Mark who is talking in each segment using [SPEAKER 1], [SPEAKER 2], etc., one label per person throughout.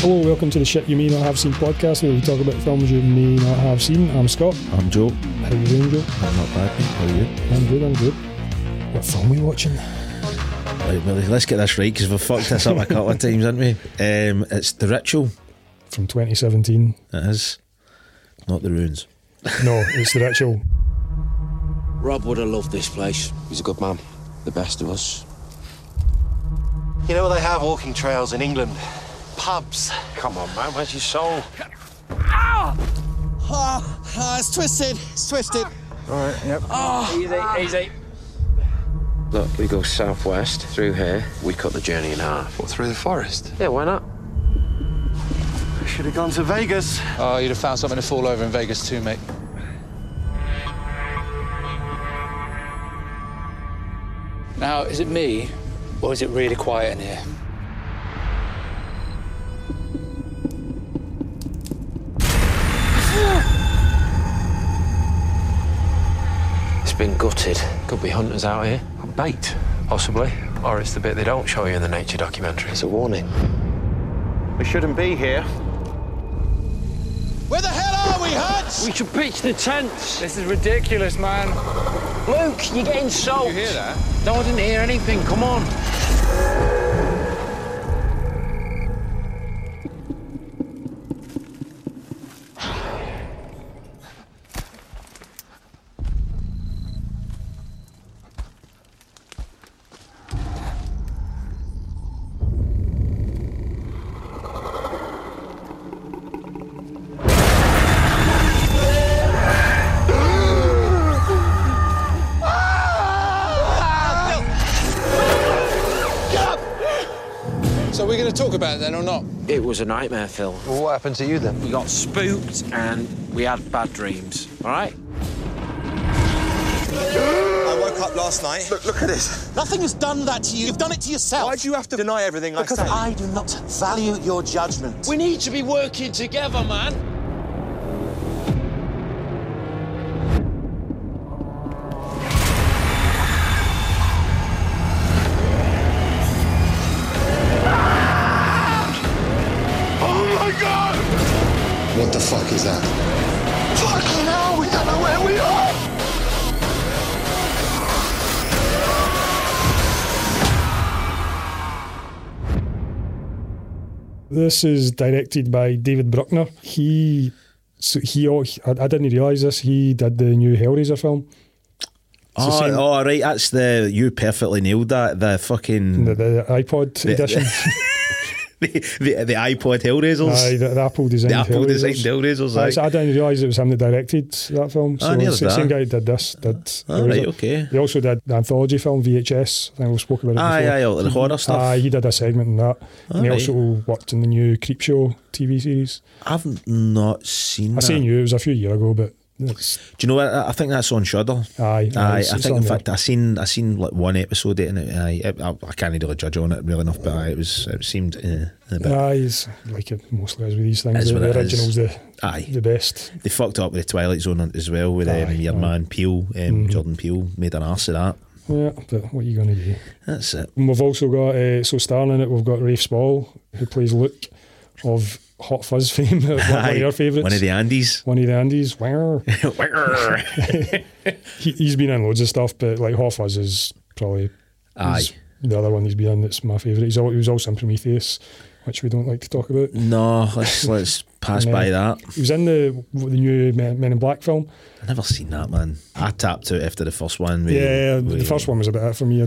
[SPEAKER 1] Hello, welcome to the Shit You May Not Have Seen podcast, where we talk about films you may not have seen. I'm Scott.
[SPEAKER 2] I'm Joe.
[SPEAKER 1] How you doing, Joe?
[SPEAKER 2] I'm not bad. mate. How are you?
[SPEAKER 1] I'm good, I'm good. What film are we watching?
[SPEAKER 2] Right, well, let's get this right because we've fucked this up a couple of times, haven't we? Um, it's the ritual.
[SPEAKER 1] From 2017.
[SPEAKER 2] It is not the ruins.
[SPEAKER 1] No, it's The Ritual.
[SPEAKER 3] Rob would have loved this place. He's a good man, the best of us.
[SPEAKER 4] You know what they have walking trails in England? Pubs. Come on, man, where's your soul?
[SPEAKER 5] Ah, it's twisted. It's twisted. Ah,
[SPEAKER 3] Look, we go southwest through here. We cut the journey in half.
[SPEAKER 4] What, through the forest?
[SPEAKER 3] Yeah, why not?
[SPEAKER 4] I should have gone to Vegas.
[SPEAKER 6] Oh, you'd have found something to fall over in Vegas too, mate. Now, is it me, or is it really quiet in here?
[SPEAKER 3] It's been gutted. Could be hunters out here.
[SPEAKER 4] A bait, possibly. Or it's the bit they don't show you in the nature documentaries.
[SPEAKER 3] It's a warning.
[SPEAKER 4] We shouldn't be here.
[SPEAKER 5] Where the hell are we, Hutch?
[SPEAKER 3] We should pitch the tents.
[SPEAKER 6] This is ridiculous, man.
[SPEAKER 3] Luke, you're getting soaked.
[SPEAKER 6] hear that?
[SPEAKER 3] No, I didn't hear anything. Come on.
[SPEAKER 6] So we're going to talk about it then or not?
[SPEAKER 3] It was a nightmare, Phil.
[SPEAKER 4] Well, what happened to you then?
[SPEAKER 3] We got spooked and we had bad dreams. All right?
[SPEAKER 7] I woke up last night.
[SPEAKER 4] Look, look at this.
[SPEAKER 5] Nothing has done that to you. You've done it to yourself.
[SPEAKER 7] Why'd you have to deny everything I
[SPEAKER 5] because
[SPEAKER 7] say?
[SPEAKER 5] I do not value your judgment.
[SPEAKER 3] We need to be working together, man.
[SPEAKER 8] What the fuck is that?
[SPEAKER 4] Fucking hell, we don't know where we are!
[SPEAKER 1] This is directed by David Bruckner. He, so he, oh, he- I, I didn't realise this. He did the new Hellraiser film,
[SPEAKER 2] Oh,
[SPEAKER 1] same-
[SPEAKER 2] oh, right. That's the you perfectly nailed that. The fucking
[SPEAKER 1] the,
[SPEAKER 2] Hmm. the
[SPEAKER 1] the iPod edition.
[SPEAKER 2] the, the iPod Hellraisers.
[SPEAKER 1] Aye, the, the Apple designed
[SPEAKER 2] The Apple designed
[SPEAKER 1] Hellraisers.
[SPEAKER 2] Hellraisers,
[SPEAKER 1] Aye,
[SPEAKER 2] aye.
[SPEAKER 1] so I didn't realise it was him that directed that film. So
[SPEAKER 2] Ah, neither
[SPEAKER 1] it's the
[SPEAKER 2] did
[SPEAKER 1] same
[SPEAKER 2] I.
[SPEAKER 1] guy that did this. Did
[SPEAKER 2] Ah, right, okay.
[SPEAKER 1] He also did the anthology film VHS. I think we spoke about it
[SPEAKER 2] Aye,
[SPEAKER 1] before.
[SPEAKER 2] aye, all the horror stuff.
[SPEAKER 1] Aye, he did a segment in that. and he
[SPEAKER 2] Aye.
[SPEAKER 1] also worked in the new Creepshow TV series.
[SPEAKER 2] I've not seen.
[SPEAKER 1] I
[SPEAKER 2] that.
[SPEAKER 1] seen you. It was a few years ago, but it's,
[SPEAKER 2] Do you know what? I I think that's on Shudder.
[SPEAKER 1] Aye, aye,
[SPEAKER 2] aye.
[SPEAKER 1] it's-
[SPEAKER 2] I
[SPEAKER 1] it's
[SPEAKER 2] think
[SPEAKER 1] on
[SPEAKER 2] in
[SPEAKER 1] there.
[SPEAKER 2] fact I seen I seen like one episode in it. Aye, I, I, I can't really judge on it really enough, but aye, it was it seemed eh, a bit.
[SPEAKER 1] aye, it's like it mostly is with these things.
[SPEAKER 2] Is
[SPEAKER 1] the,
[SPEAKER 2] what
[SPEAKER 1] the
[SPEAKER 2] it is.
[SPEAKER 1] original's the
[SPEAKER 2] Aye,
[SPEAKER 1] the best.
[SPEAKER 2] They fucked up with the Twilight Zone on- as well with
[SPEAKER 1] Aye,
[SPEAKER 2] um, your
[SPEAKER 1] aye. Mm-hmm.
[SPEAKER 2] man Peel, um, Jordan Peel, made an arse of that.
[SPEAKER 1] Yeah, but what are you going to do?
[SPEAKER 2] That's it.
[SPEAKER 1] And we've also got uh, so starring in it, we've got Rafe Spall who plays Luke of Hot Fuzz fame, one of
[SPEAKER 2] Aye,
[SPEAKER 1] your favourites.
[SPEAKER 2] One of the Andes.
[SPEAKER 1] one of the Andes. Wow.
[SPEAKER 2] Aye.
[SPEAKER 1] he, he's been in loads of stuff, but like Hot Fuzz is probably he's the other one he's been in that's my favourite. He's al- he was also in Prometheus, which we don't like to talk about.
[SPEAKER 2] No, let's let's pass
[SPEAKER 1] And
[SPEAKER 2] by
[SPEAKER 1] then-
[SPEAKER 2] that.
[SPEAKER 1] He was in the the new Men Men in Black film.
[SPEAKER 2] I've never seen that man. I tapped out after the first one. with-
[SPEAKER 1] yeah, the
[SPEAKER 2] with-
[SPEAKER 1] first one was a bit it for me. I, I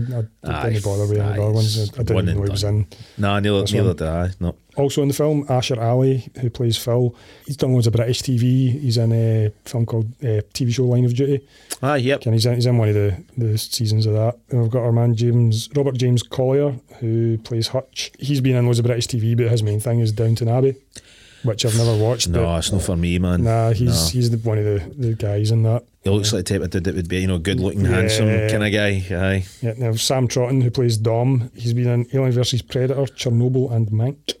[SPEAKER 2] Aye,
[SPEAKER 1] didn't bother with any
[SPEAKER 2] aye,
[SPEAKER 1] other ones. I, I
[SPEAKER 2] one
[SPEAKER 1] didn't
[SPEAKER 2] and
[SPEAKER 1] know he was
[SPEAKER 2] done.
[SPEAKER 1] in.
[SPEAKER 2] No, neither,
[SPEAKER 1] This
[SPEAKER 2] neither
[SPEAKER 1] one.
[SPEAKER 2] did I. No.
[SPEAKER 1] Also in the film, Asher Ali, who plays Phil, he's done loads of British TV. He's in a film called uh, TV show Line of Duty.
[SPEAKER 2] Aye, yep.
[SPEAKER 1] And he's in, he's in one of the, the seasons of that. And we've got our man James Robert James Collier, who plays Hutch. He's been in loads of British TV, but his main thing is Downton Abbey, which I've never watched.
[SPEAKER 2] No,
[SPEAKER 1] but
[SPEAKER 2] it's not for me, man.
[SPEAKER 1] nah, he's
[SPEAKER 2] No.
[SPEAKER 1] he's the, one of the, the guys in that.
[SPEAKER 2] He looks like the type of dude that would be, you know, good looking, handsome
[SPEAKER 1] Yeah.
[SPEAKER 2] kind of guy. Aye.
[SPEAKER 1] Yeah, now Sam Trotton, who plays Dom, he's been in Alien versus Predator, Chernobyl, and Mank.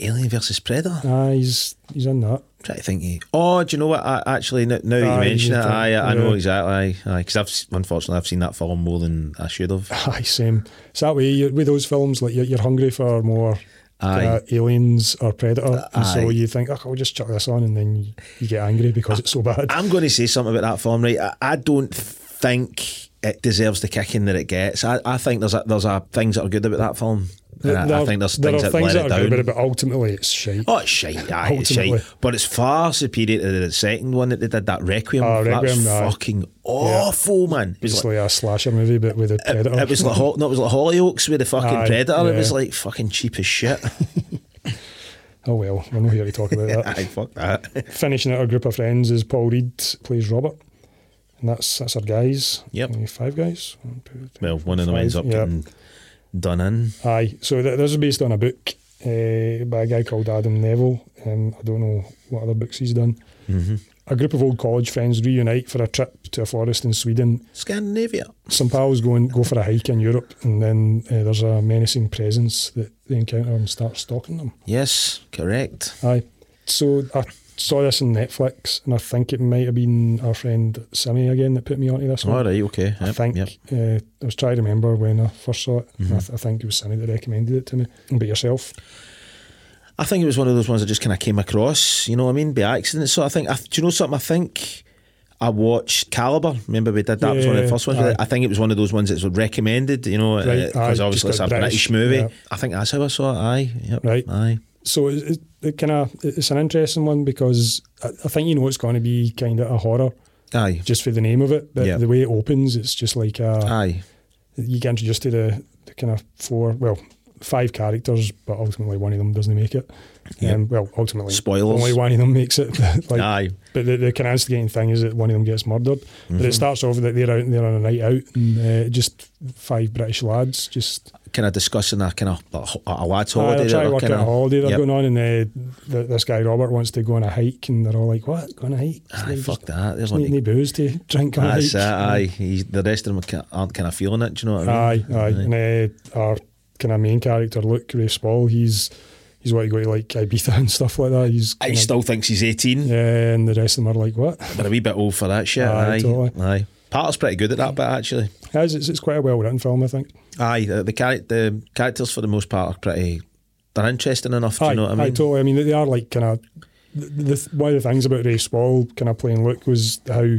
[SPEAKER 2] Alien versus Predator.
[SPEAKER 1] Ah, he's he's in that.
[SPEAKER 2] Trying to think. eh, Oh, do you know what? I, actually, now, now that
[SPEAKER 1] Aye,
[SPEAKER 2] you mention
[SPEAKER 1] you
[SPEAKER 2] it,
[SPEAKER 1] think,
[SPEAKER 2] I, I know
[SPEAKER 1] yeah.
[SPEAKER 2] exactly. Aye, aye. Because I've s- unfortunately I've seen that film more than I should have.
[SPEAKER 1] Aye, same. It's that way you- with those films, like you're, you're hungry for more.
[SPEAKER 2] Aye.
[SPEAKER 1] uh, aliens or Predator. And
[SPEAKER 2] Aye.
[SPEAKER 1] so you think, oh, I'll just chuck this on, and then you, you get angry because it's so bad.
[SPEAKER 2] I'm going to say something about that film, right? I, I don't think it deserves the kicking that it gets. I, I think there's a, there's a things that are good about that film. And I, I think there's
[SPEAKER 1] there
[SPEAKER 2] things
[SPEAKER 1] are
[SPEAKER 2] that
[SPEAKER 1] things
[SPEAKER 2] let
[SPEAKER 1] that are
[SPEAKER 2] it
[SPEAKER 1] good about
[SPEAKER 2] down.
[SPEAKER 1] it, but ultimately it's shite.
[SPEAKER 2] Oh, it's shite, aye, it's shite.
[SPEAKER 1] Ultimately.
[SPEAKER 2] But it's far superior to the second one that they did, that Requiem.
[SPEAKER 1] Ah,
[SPEAKER 2] that was
[SPEAKER 1] Requiem, aye.
[SPEAKER 2] fucking awful, man. It was
[SPEAKER 1] it's
[SPEAKER 2] like,
[SPEAKER 1] like a slasher movie, but with a Predator.
[SPEAKER 2] it was like, Ho- no, it was like Hollyoaks with the fucking
[SPEAKER 1] Aye,
[SPEAKER 2] Predator. It
[SPEAKER 1] yeah.
[SPEAKER 2] was like fucking cheap as shit.
[SPEAKER 1] oh well, we're not here to talk about that.
[SPEAKER 2] aye, fuck that.
[SPEAKER 1] Finishing out our group of friends is Paul Reed plays Robert. And that's that's our guys.
[SPEAKER 2] Yep.
[SPEAKER 1] Only Five guys. One, two, three,
[SPEAKER 2] Well, one of them
[SPEAKER 1] five,
[SPEAKER 2] ends up
[SPEAKER 1] yeah.
[SPEAKER 2] getting done in.
[SPEAKER 1] Aye. So th- this is based on a book uh, by a guy called Adam Neville. Um, I don't know what other books he's done.
[SPEAKER 2] Mm-hmm.
[SPEAKER 1] A group of old college friends reunite for a trip to a forest in Sweden.
[SPEAKER 2] Scandinavia.
[SPEAKER 1] Some pals go and go for a hike in Europe, and then uh, there's a menacing presence that they encounter and start stalking them.
[SPEAKER 2] Yes, correct.
[SPEAKER 1] Aye. So I saw this on Netflix, and I think it might have been our friend Simi again that put me onto this one.
[SPEAKER 2] All right, okay.
[SPEAKER 1] I
[SPEAKER 2] Oh, Yep,
[SPEAKER 1] think
[SPEAKER 2] yep. Mm-hmm.
[SPEAKER 1] uh, I was trying to remember when I first saw it. and I, th- I think it was Sunny that recommended it to me. But yourself,
[SPEAKER 2] I think it was one of those ones I just kind of came across, you know what I mean, by accident. So I think, I, do you know something? I think I watched Caliber. Remember we did that? It was one of the
[SPEAKER 1] Yeah,
[SPEAKER 2] first ones.
[SPEAKER 1] aye.
[SPEAKER 2] I think it was one of those ones that's recommended, you know,
[SPEAKER 1] Right,
[SPEAKER 2] because
[SPEAKER 1] aye, just
[SPEAKER 2] obviously it's a
[SPEAKER 1] got
[SPEAKER 2] British,
[SPEAKER 1] British,
[SPEAKER 2] movie.
[SPEAKER 1] yeah.
[SPEAKER 2] I think that's how I saw it. Aye. Yep,
[SPEAKER 1] Right.
[SPEAKER 2] Aye.
[SPEAKER 1] so it, it, it kind of it's an interesting one because I, I think you know it's going to be kind of a horror
[SPEAKER 2] Aye.
[SPEAKER 1] just for the name of it, but
[SPEAKER 2] Yeah.
[SPEAKER 1] the way it opens, it's just like a,
[SPEAKER 2] Aye.
[SPEAKER 1] you get introduced to the, the kind of four, well, five characters, but ultimately one of them doesn't make it.
[SPEAKER 2] Yeah.
[SPEAKER 1] Um, well, ultimately,
[SPEAKER 2] Spoilers.
[SPEAKER 1] Only one of them makes it. like,
[SPEAKER 2] Aye.
[SPEAKER 1] But the, the kind of instigating thing is that one of them gets murdered. But
[SPEAKER 2] Mhm.
[SPEAKER 1] it starts off that they're out they're on a night out, and uh, just five British lads just
[SPEAKER 2] Kind of discussing a kind of a, a lad's
[SPEAKER 1] Aye,
[SPEAKER 2] holiday.
[SPEAKER 1] they're
[SPEAKER 2] that
[SPEAKER 1] trying to
[SPEAKER 2] were
[SPEAKER 1] work out
[SPEAKER 2] kinda-
[SPEAKER 1] a holiday they're
[SPEAKER 2] yep.
[SPEAKER 1] going on, and uh, th this guy Robert wants to go on a hike, and they're all like, "What? Go on a hike?
[SPEAKER 2] Aye, fuck that. There's
[SPEAKER 1] Need
[SPEAKER 2] like
[SPEAKER 1] any booze to drink on
[SPEAKER 2] that's it.
[SPEAKER 1] a
[SPEAKER 2] Aye,
[SPEAKER 1] hike?"
[SPEAKER 2] He's, the rest of them ca- aren't kind of feeling it. Do you know what I
[SPEAKER 1] aye,
[SPEAKER 2] mean?
[SPEAKER 1] aye. And uh, our kind of main character, Luke Ray Spall, he's he's wanting to go to like Ibiza and stuff like that. He's
[SPEAKER 2] He
[SPEAKER 1] kinda-
[SPEAKER 2] still thinks he's eighteen.
[SPEAKER 1] yeah, and the rest of them are like, "What?"
[SPEAKER 2] They're a wee bit old for that shit. Aye,
[SPEAKER 1] Aye,
[SPEAKER 2] aye.
[SPEAKER 1] totally.
[SPEAKER 2] Parker's pretty good at that bit actually.
[SPEAKER 1] It's, it's, it's quite a well written film, I think.
[SPEAKER 2] Aye, the, the, char- the characters for the most part are pretty. They're interesting enough. Do
[SPEAKER 1] Aye,
[SPEAKER 2] you know what I
[SPEAKER 1] aye,
[SPEAKER 2] mean?
[SPEAKER 1] totally. I mean, they are like kind of the, the th- one of the things about Ray Spall kind of playing Luke was how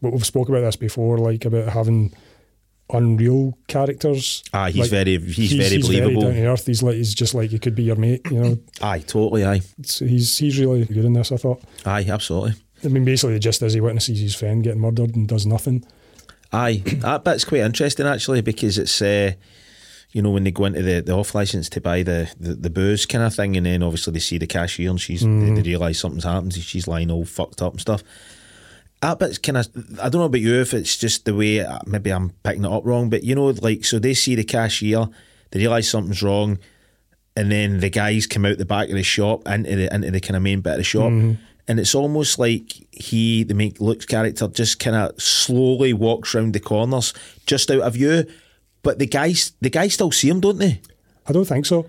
[SPEAKER 1] but we've spoke about this before, like about having unreal characters.
[SPEAKER 2] Aye, he's
[SPEAKER 1] Like,
[SPEAKER 2] very- he's very believable.
[SPEAKER 1] down to earth. He's like he's just like he could be your mate, you know.
[SPEAKER 2] Aye, totally. Aye,
[SPEAKER 1] so he's he's really good in this. I thought.
[SPEAKER 2] aye, absolutely.
[SPEAKER 1] I mean, basically, just as he witnesses his friend getting murdered and does nothing.
[SPEAKER 2] Aye, that bit's quite interesting actually because it's. Uh, you know, when they go into the, the off license to buy the, the, the booze kind of thing, and then obviously they see the cashier and she's they, they realise something's happened and she's lying all fucked up and stuff. That bit's kind of, I don't know about you if it's just the way, uh, maybe I'm picking it up wrong, but you know, like, so they see the cashier, they realise something's wrong, and then the guys come out the back of the shop into the into the kind of main bit of the shop. And it's almost like he, the make Luke's character, just kind of slowly walks round the corners, just out of view. But the guys, the guys still see him, don't they?
[SPEAKER 1] I don't think so.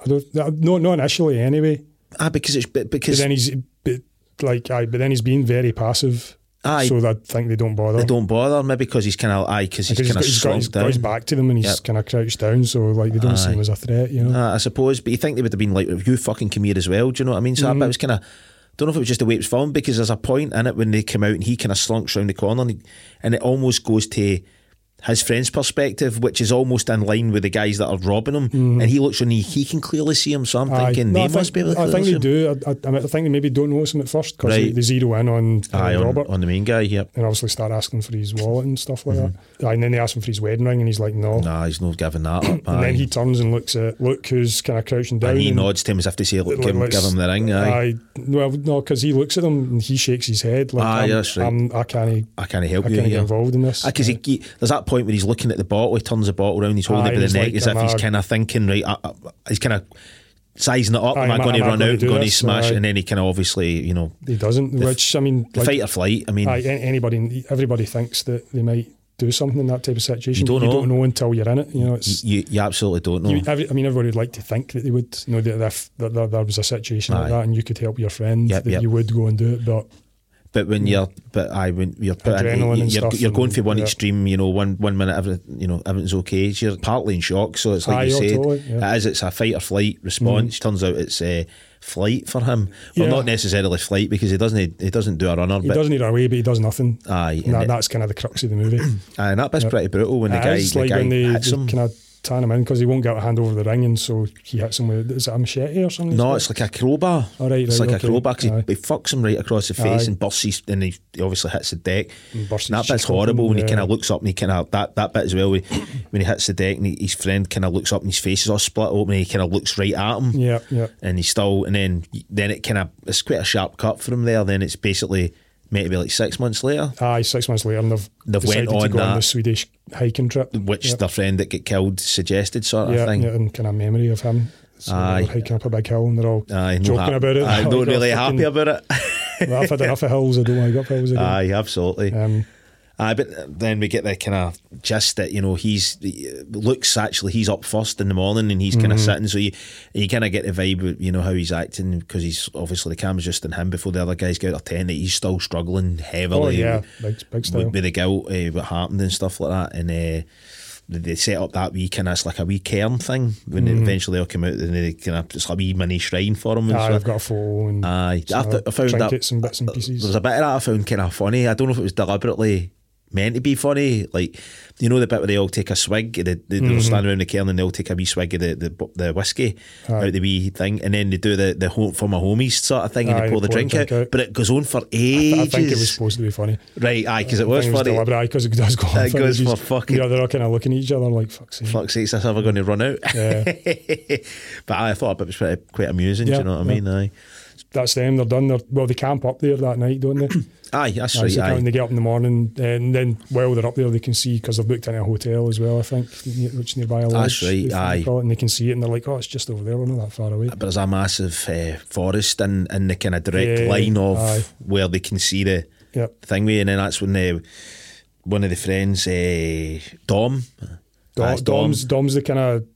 [SPEAKER 1] I don't. No, not initially, anyway.
[SPEAKER 2] Ah, because it's but-
[SPEAKER 1] But
[SPEAKER 2] because
[SPEAKER 1] then he's but, like, aye, but then he's being very passive.
[SPEAKER 2] Aye.
[SPEAKER 1] So I think they don't bother.
[SPEAKER 2] they don't bother. Maybe because he's kind of aye, because he's
[SPEAKER 1] Because
[SPEAKER 2] kind of
[SPEAKER 1] he's got, he's
[SPEAKER 2] slumped
[SPEAKER 1] got, he's got his
[SPEAKER 2] down.
[SPEAKER 1] back to them and he's
[SPEAKER 2] Yep.
[SPEAKER 1] kind of crouched down, so like they don't see him as a threat, you know.
[SPEAKER 2] Ah, I suppose, but you think they would have been like, "You fucking come here as well." Do you know what I mean? So
[SPEAKER 1] Mm-hmm.
[SPEAKER 2] that bit was kind of. Don't know if it was just the way it was filmed because there's a point in it when they come out and he kind of slunks round the corner and, he- and it almost goes to his friend's perspective, which is almost in line with the guys that are robbing him. And he looks and he, he can clearly see him. So I'm
[SPEAKER 1] Mm-hmm. Aye.
[SPEAKER 2] thinking
[SPEAKER 1] No,
[SPEAKER 2] they
[SPEAKER 1] I think,
[SPEAKER 2] must be able to
[SPEAKER 1] I think
[SPEAKER 2] clearly
[SPEAKER 1] they
[SPEAKER 2] see him.
[SPEAKER 1] do. I, I, I mean, I think they maybe don't notice him at first because they,
[SPEAKER 2] Right.
[SPEAKER 1] they zero in on, uh,
[SPEAKER 2] Aye, on,
[SPEAKER 1] Robert
[SPEAKER 2] on the main guy, yeah.
[SPEAKER 1] and obviously start asking for his wallet and stuff like that. Aye, and then they ask him for his wedding ring and he's like, no.
[SPEAKER 2] Nah, he's not giving that up.
[SPEAKER 1] And
[SPEAKER 2] aye.
[SPEAKER 1] then he turns and looks at Luke, who's kind of crouching down.
[SPEAKER 2] and he nods to him as if to say, Look, give, him,
[SPEAKER 1] looks-
[SPEAKER 2] give him the ring. Aye.
[SPEAKER 1] well, no, because he looks at them and he shakes his head. Like,
[SPEAKER 2] Aye,
[SPEAKER 1] I'm,
[SPEAKER 2] that's right.
[SPEAKER 1] I'm, I can't,
[SPEAKER 2] I can't help
[SPEAKER 1] I
[SPEAKER 2] you
[SPEAKER 1] can't get
[SPEAKER 2] here.
[SPEAKER 1] involved in this.
[SPEAKER 2] Because Ah, he, he- there's that point where he's looking at the bottle, he turns the bottle around, he's holding
[SPEAKER 1] Aye,
[SPEAKER 2] it by
[SPEAKER 1] Ah, he's
[SPEAKER 2] the neck
[SPEAKER 1] like,
[SPEAKER 2] as if
[SPEAKER 1] am
[SPEAKER 2] he's
[SPEAKER 1] I-
[SPEAKER 2] kind of thinking, right, I, I, he's kind of sizing it up.
[SPEAKER 1] Aye,
[SPEAKER 2] am I
[SPEAKER 1] am I-
[SPEAKER 2] going to
[SPEAKER 1] am I
[SPEAKER 2] run
[SPEAKER 1] gonna
[SPEAKER 2] out?
[SPEAKER 1] do
[SPEAKER 2] Going to
[SPEAKER 1] this?
[SPEAKER 2] smash?
[SPEAKER 1] Aye.
[SPEAKER 2] And then he kind of obviously, you know,
[SPEAKER 1] he doesn't, which, I mean,
[SPEAKER 2] the
[SPEAKER 1] like,
[SPEAKER 2] fight or flight. I mean,
[SPEAKER 1] Aye, an- anybody, everybody thinks that they might do something in that type of situation.
[SPEAKER 2] don't
[SPEAKER 1] but you
[SPEAKER 2] know. Mm,
[SPEAKER 1] don't know until you're in it. You know, it's.
[SPEAKER 2] you, you absolutely don't know.
[SPEAKER 1] you, every, I mean, everybody would like to think that they would. You know, that if that, that there was a situation
[SPEAKER 2] Aye.
[SPEAKER 1] like that and you could help your friend,
[SPEAKER 2] Yep,
[SPEAKER 1] that
[SPEAKER 2] yep.
[SPEAKER 1] you would go and do it. But
[SPEAKER 2] But when you're, but I when you're, put in-
[SPEAKER 1] Adrenaline and
[SPEAKER 2] you're,
[SPEAKER 1] stuff
[SPEAKER 2] you're going
[SPEAKER 1] and-
[SPEAKER 2] for one
[SPEAKER 1] yeah.
[SPEAKER 2] extreme. You know, one one minute, every, you know, everything's okay. It's- You're partly in shock, so it's like
[SPEAKER 1] Aye,
[SPEAKER 2] you
[SPEAKER 1] oh,
[SPEAKER 2] said,
[SPEAKER 1] totally, yeah. Mm-hmm.
[SPEAKER 2] it is. It's a fight or flight response. Turns out it's uh, flight for him. Well,
[SPEAKER 1] Yeah.
[SPEAKER 2] not necessarily flight because he doesn't he doesn't do a runner,
[SPEAKER 1] He
[SPEAKER 2] but
[SPEAKER 1] doesn't eat away, but he does nothing.
[SPEAKER 2] Aye,
[SPEAKER 1] and
[SPEAKER 2] and
[SPEAKER 1] that,
[SPEAKER 2] it-
[SPEAKER 1] that's kind of the crux of the movie.
[SPEAKER 2] aye, and that bit's pretty brutal when the
[SPEAKER 1] It
[SPEAKER 2] guy
[SPEAKER 1] is
[SPEAKER 2] the
[SPEAKER 1] like
[SPEAKER 2] guy
[SPEAKER 1] when they,
[SPEAKER 2] hits him.
[SPEAKER 1] kind of tan him in because he won't get a hand over the ring, and so he hits him with is it a machete or something?
[SPEAKER 2] No, it's like a crowbar.
[SPEAKER 1] Oh, right,
[SPEAKER 2] it's
[SPEAKER 1] right,
[SPEAKER 2] like
[SPEAKER 1] okay.
[SPEAKER 2] a crowbar 'cause
[SPEAKER 1] Aye.
[SPEAKER 2] he, he fucks him right across the face
[SPEAKER 1] Aye.
[SPEAKER 2] and bursts his, and he, he obviously hits the deck.
[SPEAKER 1] And
[SPEAKER 2] And
[SPEAKER 1] bursts
[SPEAKER 2] that
[SPEAKER 1] his
[SPEAKER 2] bit's
[SPEAKER 1] cheek open,
[SPEAKER 2] horrible when
[SPEAKER 1] yeah.
[SPEAKER 2] he kind of looks up and he kind of, that, that bit as well, when when he hits the deck and he, his friend kind of looks up and his face is all split open and he kind of looks right at him.
[SPEAKER 1] Yeah, yeah.
[SPEAKER 2] And he's still, and then then it kind of, it's quite a sharp cut for him there. Then it's basically meant to be like six months later,
[SPEAKER 1] Aye, six months later, and they've,
[SPEAKER 2] They've
[SPEAKER 1] decided
[SPEAKER 2] went on
[SPEAKER 1] to go on
[SPEAKER 2] that.
[SPEAKER 1] the Swedish hiking trip,
[SPEAKER 2] which
[SPEAKER 1] yeah.
[SPEAKER 2] the friend that got killed suggested, sort of
[SPEAKER 1] yeah,
[SPEAKER 2] thing.
[SPEAKER 1] yeah, and kind of memory of him. So
[SPEAKER 2] Aye.
[SPEAKER 1] they're hiking up a big hill, and they're all
[SPEAKER 2] Aye, no
[SPEAKER 1] joking
[SPEAKER 2] hap-
[SPEAKER 1] about it.
[SPEAKER 2] Aye,
[SPEAKER 1] Like,
[SPEAKER 2] not
[SPEAKER 1] "Oh,
[SPEAKER 2] really
[SPEAKER 1] fucking-
[SPEAKER 2] happy about it.
[SPEAKER 1] I've had enough of hills. I don't want to go up hills again.
[SPEAKER 2] Aye, absolutely.
[SPEAKER 1] Um,
[SPEAKER 2] Aye, but then we get the kind of gist that you know he's looks actually he's up first in the morning and he's kind
[SPEAKER 1] Mm-hmm.
[SPEAKER 2] of sitting, so you you kind of get the vibe of, you know how he's acting because he's obviously the camera's just in him before the other guys get out of ten that he's still struggling
[SPEAKER 1] oh
[SPEAKER 2] heavily.
[SPEAKER 1] yeah,
[SPEAKER 2] with-
[SPEAKER 1] big, big style.
[SPEAKER 2] with, with the guilt, uh, what happened and stuff like that. And uh, they- they set up that wee kind of like a wee cairn thing when
[SPEAKER 1] Mm-hmm.
[SPEAKER 2] they eventually all come out and they kind of it's like a wee mini shrine for him. And
[SPEAKER 1] Aye,
[SPEAKER 2] stuff.
[SPEAKER 1] I've got a photo and
[SPEAKER 2] Aye, I,
[SPEAKER 1] some
[SPEAKER 2] th- I found that
[SPEAKER 1] trinkets and bits and pieces.
[SPEAKER 2] There's a bit of that I found kind of funny. I don't know if it was deliberately meant to be funny. Like you know the bit where they all take a swig, they, they,
[SPEAKER 1] Mm-hmm.
[SPEAKER 2] will stand around the cairn and they'll take a wee swig of the the, bu- the whiskey out the wee thing, and then they do the the home for my homies sort of thing, and
[SPEAKER 1] Aye,
[SPEAKER 2] they pour the drink, out. But it goes on for ages.
[SPEAKER 1] I think it was supposed to be funny.
[SPEAKER 2] right, aye, because it
[SPEAKER 1] I
[SPEAKER 2] was
[SPEAKER 1] think it was
[SPEAKER 2] funny.
[SPEAKER 1] deliberate because it does go on
[SPEAKER 2] It
[SPEAKER 1] for
[SPEAKER 2] goes
[SPEAKER 1] ages.
[SPEAKER 2] for fucking-
[SPEAKER 1] Yeah, they're all kind of looking at each other like, fuck's sake.
[SPEAKER 2] Fuck's sake, is this ever going to run out?
[SPEAKER 1] Yeah.
[SPEAKER 2] but I thought it was pretty, quite amusing.
[SPEAKER 1] Yeah,
[SPEAKER 2] do you know what
[SPEAKER 1] yeah.
[SPEAKER 2] I mean? Aye,
[SPEAKER 1] That's them, they're done. They're, well, they camp up there that night, don't they?
[SPEAKER 2] aye, that's
[SPEAKER 1] Aye,
[SPEAKER 2] right.
[SPEAKER 1] so
[SPEAKER 2] Aye.
[SPEAKER 1] When they get up in the morning, and then while they're up there, they can see because they've booked in a hotel as well, I think, ne- which is nearby a lodge.
[SPEAKER 2] That's right,
[SPEAKER 1] they
[SPEAKER 2] aye. Um,
[SPEAKER 1] call it, and they can see it and they're like, oh, it's just over there, we're not that far away.
[SPEAKER 2] But there's a massive uh, forest in, in the kind of direct
[SPEAKER 1] Yeah,
[SPEAKER 2] line of
[SPEAKER 1] aye.
[SPEAKER 2] where they can see the
[SPEAKER 1] Yep.
[SPEAKER 2] thing way, and then that's when they, one of the friends, uh, Dom,
[SPEAKER 1] Dom-
[SPEAKER 2] Aye,
[SPEAKER 1] Dom's, Dom's the kind of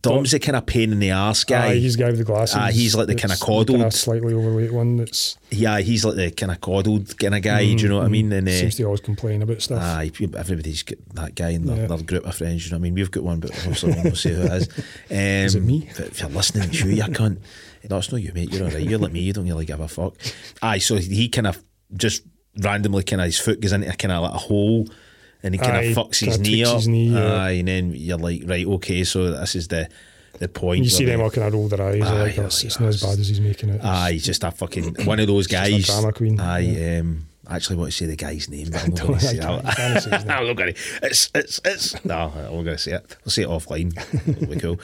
[SPEAKER 2] Dom's the kind of pain in the arse guy.
[SPEAKER 1] Aye, he's the guy with the glasses.
[SPEAKER 2] Aye, he's like the
[SPEAKER 1] It's
[SPEAKER 2] kinda
[SPEAKER 1] kinda
[SPEAKER 2] coddled.
[SPEAKER 1] slightly overweight one that's
[SPEAKER 2] yeah, he's like the kind of coddled kind of guy. do you know what I mean? And uh,
[SPEAKER 1] Mm-hmm. seems to always complain about stuff.
[SPEAKER 2] Aye, pe- everybody's got that guy in their,
[SPEAKER 1] Yeah.
[SPEAKER 2] their group of friends. You know what I mean? We've got one, but obviously we won't say who it is. Um,
[SPEAKER 1] it me?
[SPEAKER 2] But if you're listening, it's you, you cunt. No, it's not you, mate. You're all right. You're like me. You don't really give a fuck. Aye, so he kind of just randomly kind of his foot goes into a kind of like a hole. And he kind
[SPEAKER 1] Aye,
[SPEAKER 2] of fucks
[SPEAKER 1] kinda
[SPEAKER 2] his knee
[SPEAKER 1] tweaks
[SPEAKER 2] up.
[SPEAKER 1] his knee, yeah.
[SPEAKER 2] Aye, and then you're like, right, okay, so this is the the point.
[SPEAKER 1] you see
[SPEAKER 2] where
[SPEAKER 1] them
[SPEAKER 2] they-
[SPEAKER 1] all kind of roll their eyes. they're
[SPEAKER 2] Aye,
[SPEAKER 1] like, "Oh, it's,
[SPEAKER 2] aye,
[SPEAKER 1] it's not as
[SPEAKER 2] aye.
[SPEAKER 1] bad as he's making it. It's-
[SPEAKER 2] Aye, he's just a fucking one of those
[SPEAKER 1] a
[SPEAKER 2] guys.
[SPEAKER 1] drama queen.
[SPEAKER 2] Aye, um, I actually want to say the guy's name, but I'm not
[SPEAKER 1] Don't-
[SPEAKER 2] going to
[SPEAKER 1] I
[SPEAKER 2] say
[SPEAKER 1] can't-
[SPEAKER 2] that.
[SPEAKER 1] I can't say his name.
[SPEAKER 2] I'm not going to. It's it's it's. No, I'm not going to say it. We'll say it offline. It'll be cool.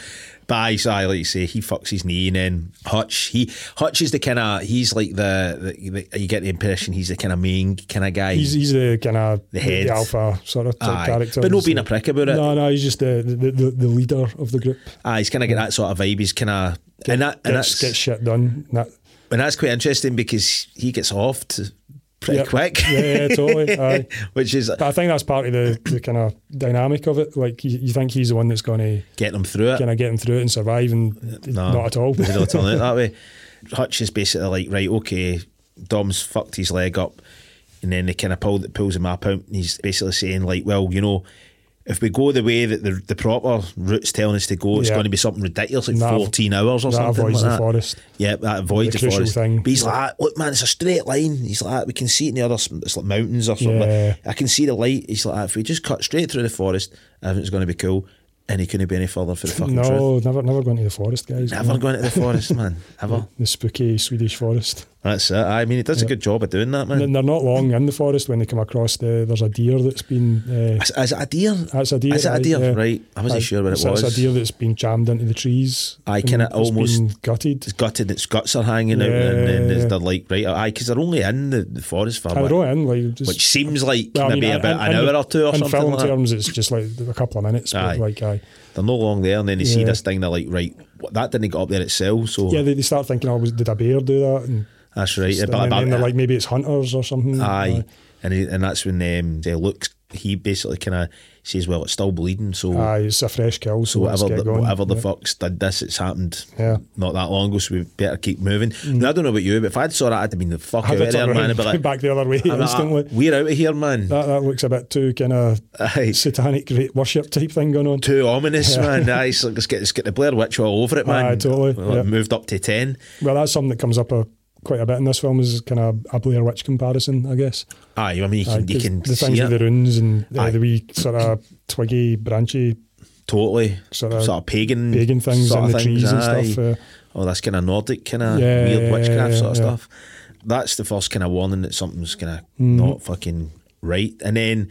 [SPEAKER 2] But aye, so aye, like you say, he fucks his knee, and then Hutch. He Hutch is the kind of he's like the, the, the- you get the impression he's the kind of main kind of guy.
[SPEAKER 1] He's, he's the kind of the,
[SPEAKER 2] head.
[SPEAKER 1] alpha sort of type
[SPEAKER 2] Aye,
[SPEAKER 1] character.
[SPEAKER 2] but not
[SPEAKER 1] He's
[SPEAKER 2] being
[SPEAKER 1] the-
[SPEAKER 2] a prick about it.
[SPEAKER 1] No, no, he's just the the, the, the leader of the group.
[SPEAKER 2] aye, he's kind of get that sort of vibe. He's kind of and that
[SPEAKER 1] Gets,
[SPEAKER 2] and that's
[SPEAKER 1] gets shit done. That,
[SPEAKER 2] and that's quite interesting because he gets off to pretty
[SPEAKER 1] Yep.
[SPEAKER 2] quick.
[SPEAKER 1] yeah, yeah, totally. Aye.
[SPEAKER 2] Which is
[SPEAKER 1] But I think that's part of the, the kind of dynamic of it. Like you, you think he's the one that's going to
[SPEAKER 2] getting him through it.
[SPEAKER 1] kind of get him through it and survive, and not at all.
[SPEAKER 2] They're not telling it that way. Hutch is basically like, right, okay, Dom's fucked his leg up, and then they kind of pull pulls him up out, and he's basically saying like, well, you know, if we go the way that the, the proper route's telling us to go, it's
[SPEAKER 1] Yeah.
[SPEAKER 2] going to be something ridiculous, like
[SPEAKER 1] And that-
[SPEAKER 2] fourteen hours or
[SPEAKER 1] that
[SPEAKER 2] something.
[SPEAKER 1] avoids
[SPEAKER 2] like
[SPEAKER 1] the forest.
[SPEAKER 2] Yeah, that avoids
[SPEAKER 1] The
[SPEAKER 2] the,
[SPEAKER 1] crucial
[SPEAKER 2] forest.
[SPEAKER 1] thing.
[SPEAKER 2] But he's like, "Ah, look, man, it's a straight line. He's like, "Ah, we can see it in the other, s- it's like mountains or something.
[SPEAKER 1] Yeah.
[SPEAKER 2] I can see the light. He's like, "Ah, if we just cut straight through the forest, everything's going to be cool. And he couldn't be any further for the fucking
[SPEAKER 1] no,
[SPEAKER 2] truth.
[SPEAKER 1] never, never going to the forest, guys.
[SPEAKER 2] Never going to the forest, man. Ever.
[SPEAKER 1] the spooky Swedish forest.
[SPEAKER 2] That's it. I mean, it does a good job of doing that,
[SPEAKER 1] And
[SPEAKER 2] man.
[SPEAKER 1] they're not long in the forest when they come across the. There's a deer that's been. Uh,
[SPEAKER 2] Is, is it a deer?
[SPEAKER 1] that's a deer.
[SPEAKER 2] Is it a
[SPEAKER 1] right,
[SPEAKER 2] deer?
[SPEAKER 1] yeah.
[SPEAKER 2] Right. I wasn't
[SPEAKER 1] Aye,
[SPEAKER 2] sure what it
[SPEAKER 1] so
[SPEAKER 2] was.
[SPEAKER 1] It's a deer that's been jammed into the trees.
[SPEAKER 2] Aye,
[SPEAKER 1] and
[SPEAKER 2] kinda
[SPEAKER 1] it's
[SPEAKER 2] almost-
[SPEAKER 1] been gutted.
[SPEAKER 2] It's gutted. Its guts are hanging out, and,
[SPEAKER 1] Yeah.
[SPEAKER 2] then there's they're like right. Aye, because they're only in the, the forest for
[SPEAKER 1] I
[SPEAKER 2] like,
[SPEAKER 1] don't in like just,
[SPEAKER 2] which seems like
[SPEAKER 1] well, I mean,
[SPEAKER 2] maybe
[SPEAKER 1] in-
[SPEAKER 2] about
[SPEAKER 1] in
[SPEAKER 2] an
[SPEAKER 1] the-
[SPEAKER 2] hour or two or
[SPEAKER 1] in
[SPEAKER 2] something.
[SPEAKER 1] film
[SPEAKER 2] Like that.
[SPEAKER 1] terms, it's just like a couple of minutes. But
[SPEAKER 2] Aye.
[SPEAKER 1] like, aye.
[SPEAKER 2] They're no long there, and then they see
[SPEAKER 1] Yeah.
[SPEAKER 2] this thing. They're like, right, what, that didn't get up there itself. So
[SPEAKER 1] yeah, they, they start thinking, oh, was, did a bear do that? And,
[SPEAKER 2] that's right.
[SPEAKER 1] and
[SPEAKER 2] but-
[SPEAKER 1] then,
[SPEAKER 2] but-
[SPEAKER 1] they're like, maybe it's hunters or something.
[SPEAKER 2] aye, and he, and that's when um, they looks he basically kind of says, well, it's still bleeding, so
[SPEAKER 1] Uh, Aye, it's a fresh kill, so,
[SPEAKER 2] so
[SPEAKER 1] let's
[SPEAKER 2] whatever
[SPEAKER 1] get
[SPEAKER 2] the,
[SPEAKER 1] going.
[SPEAKER 2] whatever the
[SPEAKER 1] Yeah.
[SPEAKER 2] fucks did this, it's happened
[SPEAKER 1] Yeah. Mm.
[SPEAKER 2] not that long ago, so we better keep moving. Now, I don't know about you, but if I'd saw that, I'd have been the fuck
[SPEAKER 1] I'd
[SPEAKER 2] out
[SPEAKER 1] have
[SPEAKER 2] of there,
[SPEAKER 1] turned
[SPEAKER 2] man. I'd
[SPEAKER 1] around
[SPEAKER 2] be like,
[SPEAKER 1] back the other way
[SPEAKER 2] "I'm out-
[SPEAKER 1] instantly.
[SPEAKER 2] we're out of here, man.
[SPEAKER 1] that, that looks a bit too kind of
[SPEAKER 2] Aye.
[SPEAKER 1] satanic great worship type thing going on.
[SPEAKER 2] Too ominous, man. Aye, it's like, let's get, let's get the Blair Witch all over it, man.
[SPEAKER 1] Aye, totally,
[SPEAKER 2] Well, it
[SPEAKER 1] yeah.
[SPEAKER 2] Moved up to 10.
[SPEAKER 1] Well, that's something that comes up a, quite a bit in this film is kind of a Blair Witch comparison, I guess.
[SPEAKER 2] Aye, I mean, you
[SPEAKER 1] Aye,
[SPEAKER 2] can, you
[SPEAKER 1] 'cause
[SPEAKER 2] can
[SPEAKER 1] the things
[SPEAKER 2] see
[SPEAKER 1] with the
[SPEAKER 2] it.
[SPEAKER 1] runes and uh,
[SPEAKER 2] Aye.
[SPEAKER 1] the wee sort of twiggy, branchy
[SPEAKER 2] Totally. Sort
[SPEAKER 1] sort
[SPEAKER 2] of,
[SPEAKER 1] of
[SPEAKER 2] pagan,
[SPEAKER 1] pagan things
[SPEAKER 2] sort
[SPEAKER 1] and
[SPEAKER 2] of
[SPEAKER 1] the
[SPEAKER 2] things,
[SPEAKER 1] trees and
[SPEAKER 2] aye.
[SPEAKER 1] stuff. Uh,
[SPEAKER 2] Oh, that's kind of Nordic, kind of
[SPEAKER 1] Yeah,
[SPEAKER 2] weird
[SPEAKER 1] yeah,
[SPEAKER 2] witchcraft
[SPEAKER 1] yeah,
[SPEAKER 2] sort of
[SPEAKER 1] yeah.
[SPEAKER 2] stuff. That's the first kind of warning that something's kind of
[SPEAKER 1] Mm-hmm.
[SPEAKER 2] not fucking right. And then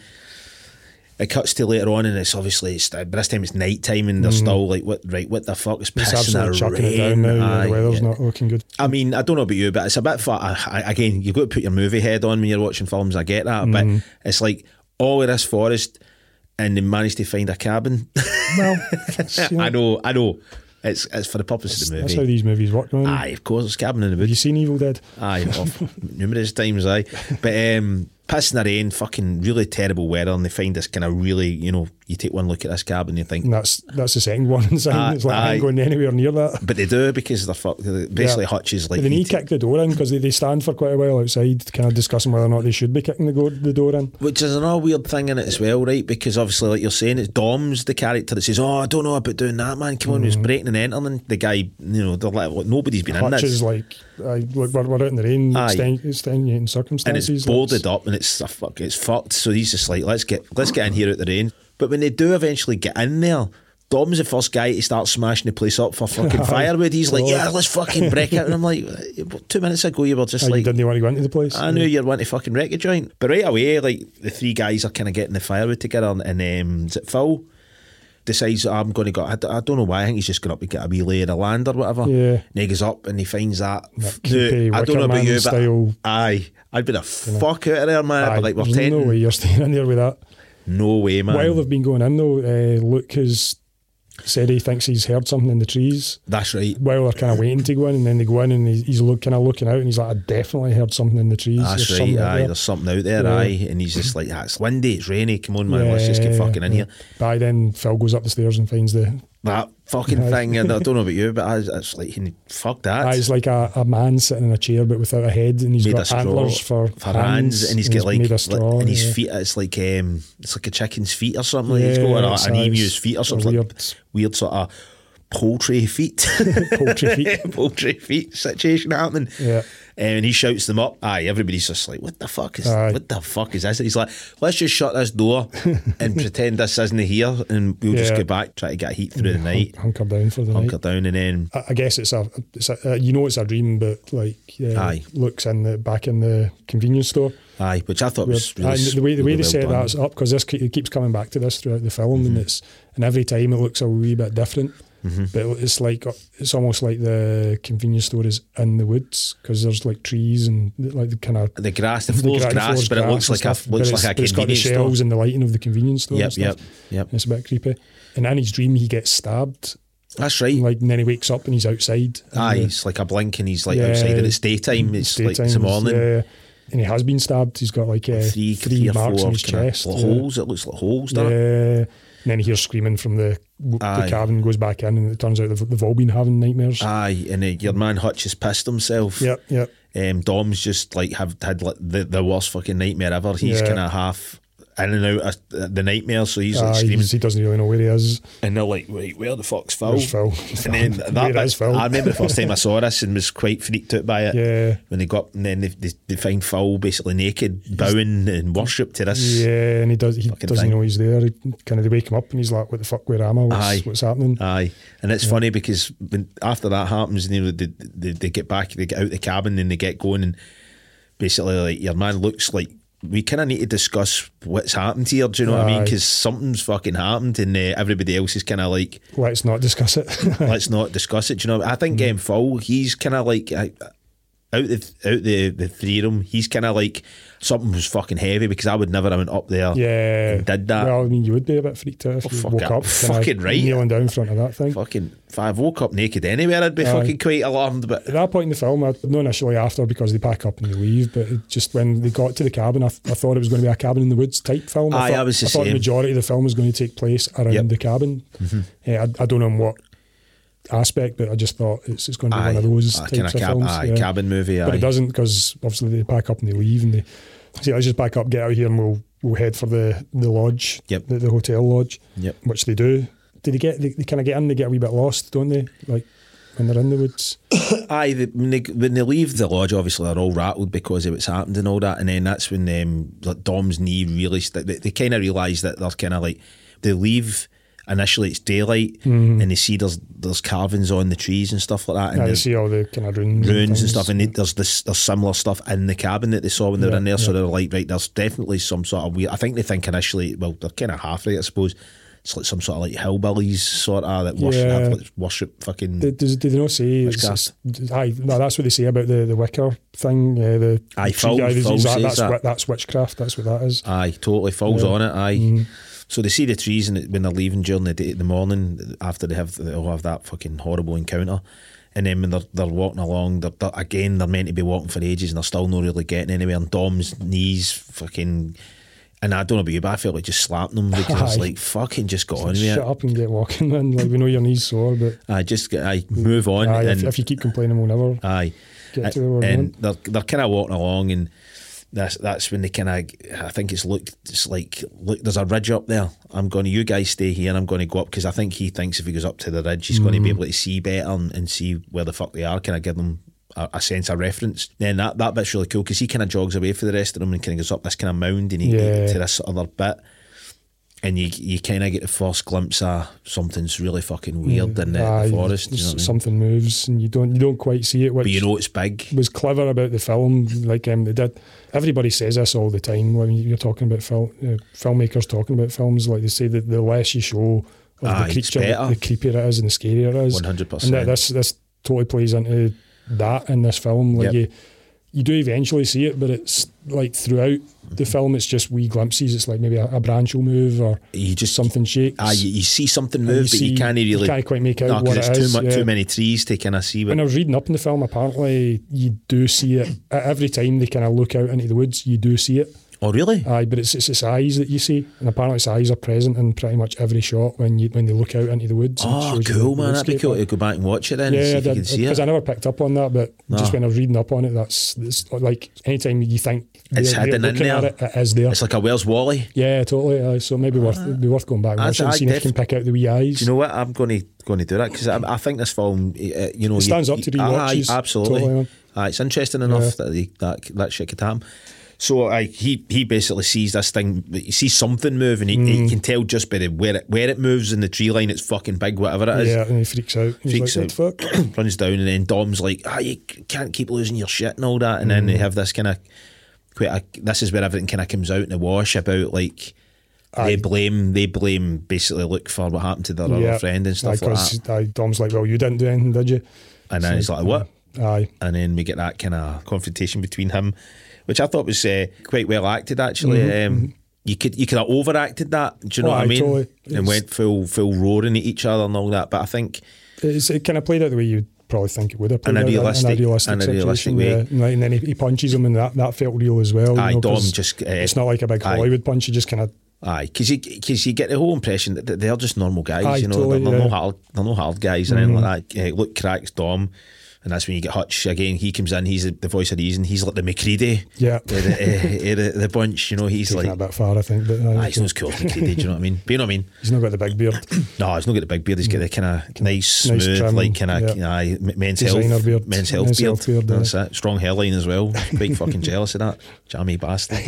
[SPEAKER 2] it cuts to later on, and it's obviously it's, but this time it's night time, and they're still like, "What right? What the fuck is
[SPEAKER 1] Mm-hmm. it's
[SPEAKER 2] pissing
[SPEAKER 1] absolutely
[SPEAKER 2] the
[SPEAKER 1] chucking
[SPEAKER 2] rain?"
[SPEAKER 1] it down now. yeah,
[SPEAKER 2] Aye,
[SPEAKER 1] the weather's
[SPEAKER 2] yeah.
[SPEAKER 1] not looking good.
[SPEAKER 2] I mean, I don't know about you, but it's a bit far. I, I- again, you've got to put your movie head on when you're watching films. I get that,
[SPEAKER 1] Mm-hmm.
[SPEAKER 2] but it's like all of this forest, and they managed to find a cabin.
[SPEAKER 1] Well, you know,
[SPEAKER 2] I know, I know. It's it's for the purpose of the
[SPEAKER 1] that's how
[SPEAKER 2] movie.
[SPEAKER 1] these movies work. Man.
[SPEAKER 2] Aye, of course, it's cabin in the
[SPEAKER 1] Have you
[SPEAKER 2] woods.
[SPEAKER 1] seen Evil Dead?
[SPEAKER 2] Aye, off numerous times. Aye, but um, pissing the rain, fucking really terrible weather, and they find this kind of really, you know, you take one look at this cabin, you think.
[SPEAKER 1] And that's that's the second one. Inside.
[SPEAKER 2] Aye,
[SPEAKER 1] it's like I
[SPEAKER 2] Ah, aye.
[SPEAKER 1] ain't going anywhere near that.
[SPEAKER 2] But they do because they're fuck. Basically,
[SPEAKER 1] Yeah.
[SPEAKER 2] Hutch is like
[SPEAKER 1] But they
[SPEAKER 2] he
[SPEAKER 1] need
[SPEAKER 2] E t-
[SPEAKER 1] to kick the door in because they, they stand for quite a while outside, kind of discussing whether or not they should be kicking the, go- the door in.
[SPEAKER 2] Which is another weird thing in it as well, right? Because obviously, like you're saying, it's Dom's the character that says, "Oh, I don't know about doing that, man. Come on, who's
[SPEAKER 1] Mm.
[SPEAKER 2] breaking and entering." And the guy, you know, they're like, "Look, nobody's been in
[SPEAKER 1] Which
[SPEAKER 2] this,
[SPEAKER 1] is like, I, look, we're, we're out in the rain,
[SPEAKER 2] Aye.
[SPEAKER 1] exten- extenuating
[SPEAKER 2] and
[SPEAKER 1] circumstances.
[SPEAKER 2] it's boarded up, and it's a fuck, it's fucked." So he's just like, "Let's get, let's get in here at the rain." But when they do eventually get in there. Dom's the first guy to start smashing the place up for fucking firewood. He's like,
[SPEAKER 1] Totally.
[SPEAKER 2] "Yeah, let's fucking break it." And I'm like, two minutes ago you were just
[SPEAKER 1] Aye, Oh, you
[SPEAKER 2] like,
[SPEAKER 1] didn't want to go into the place.
[SPEAKER 2] I knew you'd want to fucking wreck a joint. But right away, like the three guys are kind of getting the firewood together, and, and um, is it Phil decides I'm going to go. I, d- I don't know why. I think he's just going up to get a wee lay of the land or whatever.
[SPEAKER 1] Yeah.
[SPEAKER 2] And he goes up and he finds that.
[SPEAKER 1] That
[SPEAKER 2] Now,
[SPEAKER 1] creepy
[SPEAKER 2] I don't
[SPEAKER 1] Wicker
[SPEAKER 2] know about
[SPEAKER 1] Man
[SPEAKER 2] you, but
[SPEAKER 1] style-
[SPEAKER 2] aye, I'd be the fuck out of there, man. I'd
[SPEAKER 1] Aye,
[SPEAKER 2] be like, we're
[SPEAKER 1] there's no
[SPEAKER 2] tenting.
[SPEAKER 1] way you're staying in there with that.
[SPEAKER 2] No way, man.
[SPEAKER 1] While they've been going in though, uh, Luke has said he thinks he's heard something in the trees.
[SPEAKER 2] That's right.
[SPEAKER 1] While they're kind of waiting to go in, and then they go in, and he's, he's look, kind of looking out, and he's like, "I definitely heard something in the trees."
[SPEAKER 2] That's
[SPEAKER 1] There's
[SPEAKER 2] right,
[SPEAKER 1] something out
[SPEAKER 2] aye.
[SPEAKER 1] there."
[SPEAKER 2] There's something out there,
[SPEAKER 1] Yeah.
[SPEAKER 2] aye. And he's just like, ah, it's windy, it's rainy. Come on, man, let's just get fucking in
[SPEAKER 1] yeah.
[SPEAKER 2] here.
[SPEAKER 1] By then, Phil goes up the stairs and finds the.
[SPEAKER 2] That fucking
[SPEAKER 1] Aye.
[SPEAKER 2] thing, and I don't know about you, but I, it's like, fuck that.
[SPEAKER 1] Aye, it's like a, a man sitting in a chair but without a head, and he's
[SPEAKER 2] made a
[SPEAKER 1] got
[SPEAKER 2] straw
[SPEAKER 1] antlers for,
[SPEAKER 2] for hands, and he's got like,
[SPEAKER 1] made a
[SPEAKER 2] like-
[SPEAKER 1] straw,
[SPEAKER 2] and his
[SPEAKER 1] yeah.
[SPEAKER 2] feet. It's like um, it's like a chicken's feet or something. like he's got
[SPEAKER 1] Yeah,
[SPEAKER 2] an,
[SPEAKER 1] it's
[SPEAKER 2] an
[SPEAKER 1] a-
[SPEAKER 2] emu's feet or
[SPEAKER 1] it's a
[SPEAKER 2] something. Weird,
[SPEAKER 1] weird-
[SPEAKER 2] like, weird sort of poultry feet,
[SPEAKER 1] poultry feet.
[SPEAKER 2] poultry feet situation happening.
[SPEAKER 1] Yeah.
[SPEAKER 2] and he shouts them up. Aye, everybody's just like, "What the fuck is?
[SPEAKER 1] Aye.
[SPEAKER 2] What the fuck is this?" He's like, "Let's just shut this door and pretend this isn't here, and we'll just
[SPEAKER 1] Yeah.
[SPEAKER 2] go back try to get heat through the night,
[SPEAKER 1] hunker down for the night.
[SPEAKER 2] hunker down, and then."
[SPEAKER 1] I I guess it's a, it's a uh, you know it's a dream, but like uh,
[SPEAKER 2] Aye.
[SPEAKER 1] looks in the back in the convenience store.
[SPEAKER 2] Aye, which I thought was really
[SPEAKER 1] and the way the way they
[SPEAKER 2] really well
[SPEAKER 1] set
[SPEAKER 2] done. Mm-hmm.
[SPEAKER 1] that up because this ke- it keeps coming back to this throughout the film, and it's and every time it looks a wee bit different. But it's like it's almost like the convenience store is in the woods because there's like trees and like the kind of
[SPEAKER 2] The grass, the floor's grass, but it looks like a looks like a
[SPEAKER 1] it's got the
[SPEAKER 2] convenience store.
[SPEAKER 1] shelves and the lighting of the convenience store.
[SPEAKER 2] Yep,
[SPEAKER 1] and stuff.
[SPEAKER 2] yep, yep.
[SPEAKER 1] It's a bit creepy. And in his dream, he gets stabbed.
[SPEAKER 2] That's right.
[SPEAKER 1] Like and then he wakes up and he's outside. and
[SPEAKER 2] Aye,
[SPEAKER 1] the-
[SPEAKER 2] it's like a blink and he's like
[SPEAKER 1] Yeah.
[SPEAKER 2] outside and it's daytime. Ah, It's
[SPEAKER 1] Daytime
[SPEAKER 2] like it's the
[SPEAKER 1] is-
[SPEAKER 2] morning.
[SPEAKER 1] yeah. and he has been stabbed. He's got like uh, three,
[SPEAKER 2] Three, three or
[SPEAKER 1] marks
[SPEAKER 2] four
[SPEAKER 1] on his
[SPEAKER 2] kinda
[SPEAKER 1] chest.
[SPEAKER 2] like
[SPEAKER 1] yeah.
[SPEAKER 2] holes. It looks like holes,
[SPEAKER 1] Yeah.
[SPEAKER 2] doesn't it?
[SPEAKER 1] Uh, And then he hears screaming from the,
[SPEAKER 2] Aye.
[SPEAKER 1] the cabin, goes back in, and it turns out they've, they've all been having nightmares.
[SPEAKER 2] Aye, and uh, your man Hutch has pissed himself.
[SPEAKER 1] Yep, yep.
[SPEAKER 2] Um, Dom's just like have had like, the, the worst fucking nightmare ever. He's
[SPEAKER 1] Yeah.
[SPEAKER 2] kind of half in and out of uh, the nightmare, so he's like
[SPEAKER 1] Aye,
[SPEAKER 2] screaming.
[SPEAKER 1] he's- he doesn't really know where he is.
[SPEAKER 2] And they're like, wait, where the fuck's Phil?
[SPEAKER 1] Where's Phil?
[SPEAKER 2] And then that
[SPEAKER 1] Where
[SPEAKER 2] bit-
[SPEAKER 1] is Phil?
[SPEAKER 2] I remember the first time I saw this and was quite freaked out by it.
[SPEAKER 1] Yeah.
[SPEAKER 2] When they got up and then they, they, they find Phil basically naked, bowing and worship to this.
[SPEAKER 1] Yeah, and he does. He
[SPEAKER 2] Fucking
[SPEAKER 1] doesn't
[SPEAKER 2] thing.
[SPEAKER 1] know he's there. He, kind of they wake him up, and he's like, "What the fuck? Where am I? What's,
[SPEAKER 2] Aye. Ah.
[SPEAKER 1] what's happening?"
[SPEAKER 2] Aye, and it's funny because when, after that happens, you know, they, they, they get back, they get out the cabin, and they get going, and basically, like your man looks like we kind of need to discuss what's happened here. Do you know what I mean?
[SPEAKER 1] Aye.
[SPEAKER 2] Because something's fucking happened, and uh, everybody else is kind of like,
[SPEAKER 1] Let's not discuss it. Mm.
[SPEAKER 2] let's not discuss it. Do you know? I think um, Phil, he's kind of like. I, out the out the the three of them, he's kind of like something was fucking heavy because I would never have went up there.
[SPEAKER 1] Yeah.
[SPEAKER 2] and did that.
[SPEAKER 1] Well, I mean, you would be a bit freaked out if
[SPEAKER 2] Oh,
[SPEAKER 1] you
[SPEAKER 2] fuck
[SPEAKER 1] woke
[SPEAKER 2] it.
[SPEAKER 1] up. kinda
[SPEAKER 2] Fucking right.
[SPEAKER 1] Kneeling down in front of that thing.
[SPEAKER 2] Fucking, if I woke up naked anywhere, I'd be fucking quite alarmed. But
[SPEAKER 1] At that point in the film, I, not initially after because they pack up and they leave, but it just when they got to the cabin, I, th- I thought it was going to be a cabin in the woods type film.
[SPEAKER 2] Aye,
[SPEAKER 1] thought,
[SPEAKER 2] I was the
[SPEAKER 1] I thought
[SPEAKER 2] same.
[SPEAKER 1] the majority of the film was going to take place around
[SPEAKER 2] Yep. Mm-hmm.
[SPEAKER 1] the cabin. Yeah, I, I don't know in what aspect, but I just thought it's, it's going to be one of those
[SPEAKER 2] aye, Ah,
[SPEAKER 1] types
[SPEAKER 2] kinda
[SPEAKER 1] of
[SPEAKER 2] cab-
[SPEAKER 1] films.
[SPEAKER 2] aye,
[SPEAKER 1] yeah.
[SPEAKER 2] cabin movie.
[SPEAKER 1] But
[SPEAKER 2] aye.
[SPEAKER 1] it doesn't because obviously they pack up and they leave and they say, let's just pack up, get out of here, and we'll we'll head for the the lodge,
[SPEAKER 2] Yep.
[SPEAKER 1] the, the hotel lodge,
[SPEAKER 2] Yep.
[SPEAKER 1] which they do. Do they get they, they kind of get in? They get a wee bit lost, don't they? Like when they're in the woods.
[SPEAKER 2] Aye, the, when, they, when they leave the lodge, obviously they're all rattled because of what's happened and all that. And then that's when um, like Dom's knee really st- they, they kind of realise that they're kind of like they leave. Initially, it's daylight, and they see there's there's carvings on the trees and stuff like that,
[SPEAKER 1] Mm-hmm.
[SPEAKER 2] and
[SPEAKER 1] Yeah, they
[SPEAKER 2] there's
[SPEAKER 1] see all the kind of runes,
[SPEAKER 2] runes and
[SPEAKER 1] things.
[SPEAKER 2] stuff. And they, there's this there's similar stuff in the cabin that they saw when they were
[SPEAKER 1] Yeah,
[SPEAKER 2] in there. So
[SPEAKER 1] yeah.
[SPEAKER 2] they're like, right, there's definitely some sort of weird. I think they think initially, well, they're kind of half right, I suppose. It's like some sort of like hillbillies sort of that worship,
[SPEAKER 1] Yeah.
[SPEAKER 2] have, like, worship fucking.
[SPEAKER 1] Did, did, did they not say?
[SPEAKER 2] Which
[SPEAKER 1] it's- it's- Aye, no, that's what they say about the, the wicker thing. Yeah, the
[SPEAKER 2] Aye,
[SPEAKER 1] tree
[SPEAKER 2] Phil-
[SPEAKER 1] guy disease,
[SPEAKER 2] Phil
[SPEAKER 1] that-
[SPEAKER 2] says
[SPEAKER 1] that's,
[SPEAKER 2] that. Ah,
[SPEAKER 1] wi- that's witchcraft. That's what that is.
[SPEAKER 2] Aye, totally falls on it. Aye.
[SPEAKER 1] Mm-hmm.
[SPEAKER 2] So they see the trees, and it- when they're leaving during the day, the morning after they have they'll have that fucking horrible encounter, and then when they're they're walking along, they're, they're- again they're meant to be walking for ages, and they're still not really getting anywhere. And Dom's knees fucking, and I don't know about you, but I felt like just slapping them because it's
[SPEAKER 1] Aye.
[SPEAKER 2] like fucking just got on
[SPEAKER 1] Like,
[SPEAKER 2] with
[SPEAKER 1] shut
[SPEAKER 2] it.
[SPEAKER 1] up and get walking. Then, like we know your knees sore, but
[SPEAKER 2] I just I move on.
[SPEAKER 1] aye,
[SPEAKER 2] and
[SPEAKER 1] if, if you keep complaining, we'll never.
[SPEAKER 2] Aye.
[SPEAKER 1] Get to
[SPEAKER 2] A-
[SPEAKER 1] where we
[SPEAKER 2] and
[SPEAKER 1] want.
[SPEAKER 2] they're, they're kind of walking along, and that's that's when they kind of, I think it's looked, it's like, look, there's a ridge up there. I'm going to, you guys stay here, and I'm going to go up because I think he thinks if he goes up to the ridge, he's going to
[SPEAKER 1] Mm.
[SPEAKER 2] be able to see better and, and see where the fuck they are. Can I give them a, a sense of reference? Then that, that bit's really cool because he kind of jogs away for the rest of them and kind of goes up this kind of mound and he
[SPEAKER 1] Yeah.
[SPEAKER 2] to this other bit. And you you kind of get the first glimpse of something's really fucking weird in the,
[SPEAKER 1] Mm. Aye,
[SPEAKER 2] the forest. do You know
[SPEAKER 1] s-
[SPEAKER 2] what I mean?
[SPEAKER 1] something moves, and you don't you don't quite see it, which
[SPEAKER 2] But you know it's big.
[SPEAKER 1] was clever about the film. Like um, they did, everybody says this all the time when you're talking about film, uh, filmmakers talking about films. Like they say that the less you show of
[SPEAKER 2] Aye,
[SPEAKER 1] the
[SPEAKER 2] Ah, it's
[SPEAKER 1] creature,
[SPEAKER 2] better.
[SPEAKER 1] the creepier it is, and the scarier it is.
[SPEAKER 2] 100%.
[SPEAKER 1] And that, this this totally plays into that in this film. Like
[SPEAKER 2] Yep.
[SPEAKER 1] you, you do eventually see it, but it's like throughout
[SPEAKER 2] Mm-hmm.
[SPEAKER 1] the film, it's just wee glimpses. It's like maybe a, a branch will move or
[SPEAKER 2] You just-
[SPEAKER 1] something shakes.
[SPEAKER 2] Ah, you, you see something move, but
[SPEAKER 1] see-
[SPEAKER 2] you can't
[SPEAKER 1] you
[SPEAKER 2] really
[SPEAKER 1] can't quite make out
[SPEAKER 2] No, 'cause
[SPEAKER 1] what
[SPEAKER 2] it's
[SPEAKER 1] it
[SPEAKER 2] too
[SPEAKER 1] is,
[SPEAKER 2] much,
[SPEAKER 1] yeah.
[SPEAKER 2] too many trees to kind of see. But
[SPEAKER 1] when I was reading up in the film, apparently you do see it at every time they kind of look out into the woods. You do see Ah, it,
[SPEAKER 2] oh, really?
[SPEAKER 1] aye, but it's it's its eyes that you see, and apparently its eyes are present in pretty much every shot when you when they look out into the woods. and it
[SPEAKER 2] oh,
[SPEAKER 1] shows you the
[SPEAKER 2] cool, man. That'd be
[SPEAKER 1] landscape.
[SPEAKER 2] cool to go back and watch it then. and see
[SPEAKER 1] Yeah,
[SPEAKER 2] if you can see
[SPEAKER 1] because
[SPEAKER 2] it. Ah.
[SPEAKER 1] I never picked up on that, but just
[SPEAKER 2] No.
[SPEAKER 1] when I was reading up on it, that's it's like anytime you think
[SPEAKER 2] It's
[SPEAKER 1] they're- they're
[SPEAKER 2] hidden in
[SPEAKER 1] looking at
[SPEAKER 2] there.
[SPEAKER 1] it, it is there.
[SPEAKER 2] It's like a Where's Wally.
[SPEAKER 1] yeah, totally. Aye. So maybe worth it'd be worth going back and
[SPEAKER 2] That's-
[SPEAKER 1] watching, and
[SPEAKER 2] aye,
[SPEAKER 1] seeing if you
[SPEAKER 2] def-
[SPEAKER 1] can pick out the wee eyes.
[SPEAKER 2] Do you know what? I'm going to going to do that because I, I think this film, uh, you know,
[SPEAKER 1] It stands
[SPEAKER 2] you,
[SPEAKER 1] up to
[SPEAKER 2] you-
[SPEAKER 1] rewatches,
[SPEAKER 2] aye, absolutely.
[SPEAKER 1] totally, man.
[SPEAKER 2] Aye, it's interesting enough that, they, that that shit could happen. So I, he he basically sees this thing. He sees something move, and he, he
[SPEAKER 1] Mm.
[SPEAKER 2] can tell just by the where it where it moves in the tree line. It's fucking big, whatever it is.
[SPEAKER 1] yeah, and he freaks out. He's
[SPEAKER 2] freaks
[SPEAKER 1] like,
[SPEAKER 2] out,
[SPEAKER 1] What the fuck?
[SPEAKER 2] runs down, and then Dom's like, "Ah, you c- can't keep losing your shit and all that." And then
[SPEAKER 1] Mm.
[SPEAKER 2] they have this kind of quite. A, this is where everything kind of comes out in the wash about like they blame they blame basically look for what happened to their other friend and stuff
[SPEAKER 1] Aye,
[SPEAKER 2] like
[SPEAKER 1] 'cause,
[SPEAKER 2] that.
[SPEAKER 1] aye, Dom's like, well, you didn't do anything, did you?
[SPEAKER 2] And then he's like, "What?"
[SPEAKER 1] mm. Aye.
[SPEAKER 2] And then we get that kind of confrontation between him, which I thought was uh, quite well acted actually. Um, you could you could have overacted that, do you
[SPEAKER 1] Mm-hmm, Oh,
[SPEAKER 2] know what I
[SPEAKER 1] aye,
[SPEAKER 2] mean?
[SPEAKER 1] totally.
[SPEAKER 2] And
[SPEAKER 1] It's-
[SPEAKER 2] went full full roaring at each other and all that. But I think
[SPEAKER 1] It's, it kind of played out the way you'd probably think it would have played
[SPEAKER 2] a
[SPEAKER 1] out in
[SPEAKER 2] realistic-
[SPEAKER 1] a realistic,
[SPEAKER 2] in a realistic
[SPEAKER 1] situation,
[SPEAKER 2] way.
[SPEAKER 1] yeah. And, like, and then he, he punches him, and that, that felt real as well. you
[SPEAKER 2] Aye,
[SPEAKER 1] know,
[SPEAKER 2] Dom
[SPEAKER 1] 'cause
[SPEAKER 2] just, uh,
[SPEAKER 1] it's not like a big
[SPEAKER 2] aye.
[SPEAKER 1] Hollywood punch. You just kind of
[SPEAKER 2] Aye, because you, 'cause you get the whole impression that that they're just normal guys,
[SPEAKER 1] Aye,
[SPEAKER 2] you know,
[SPEAKER 1] totally,
[SPEAKER 2] they're, no
[SPEAKER 1] yeah. Mm-hmm.
[SPEAKER 2] hard, they're no hard guys and anything like that. Uh, Luke cracks Dom, and that's when you get Hutch again. He comes in, he's the, the voice of reason. He's like the McCready,
[SPEAKER 1] Yeah.
[SPEAKER 2] uh, the, uh, uh, the, the bunch, you know. He's
[SPEAKER 1] taking
[SPEAKER 2] like,
[SPEAKER 1] it a bit far, I think. But
[SPEAKER 2] aye,
[SPEAKER 1] aye,
[SPEAKER 2] he's not as cool as McCready. do you know what I mean? But you know what I mean?
[SPEAKER 1] he's not got the big beard.
[SPEAKER 2] No, he's not got the big beard. He's got the kind of nice, smooth,
[SPEAKER 1] trim,
[SPEAKER 2] like kind of
[SPEAKER 1] yeah.
[SPEAKER 2] aye, m- men's
[SPEAKER 1] Designer
[SPEAKER 2] health,
[SPEAKER 1] beard.
[SPEAKER 2] men's health
[SPEAKER 1] Men's
[SPEAKER 2] beard.
[SPEAKER 1] health beard,
[SPEAKER 2] That's it. Strong hairline as well. Quite fucking jealous of that jammy bastard.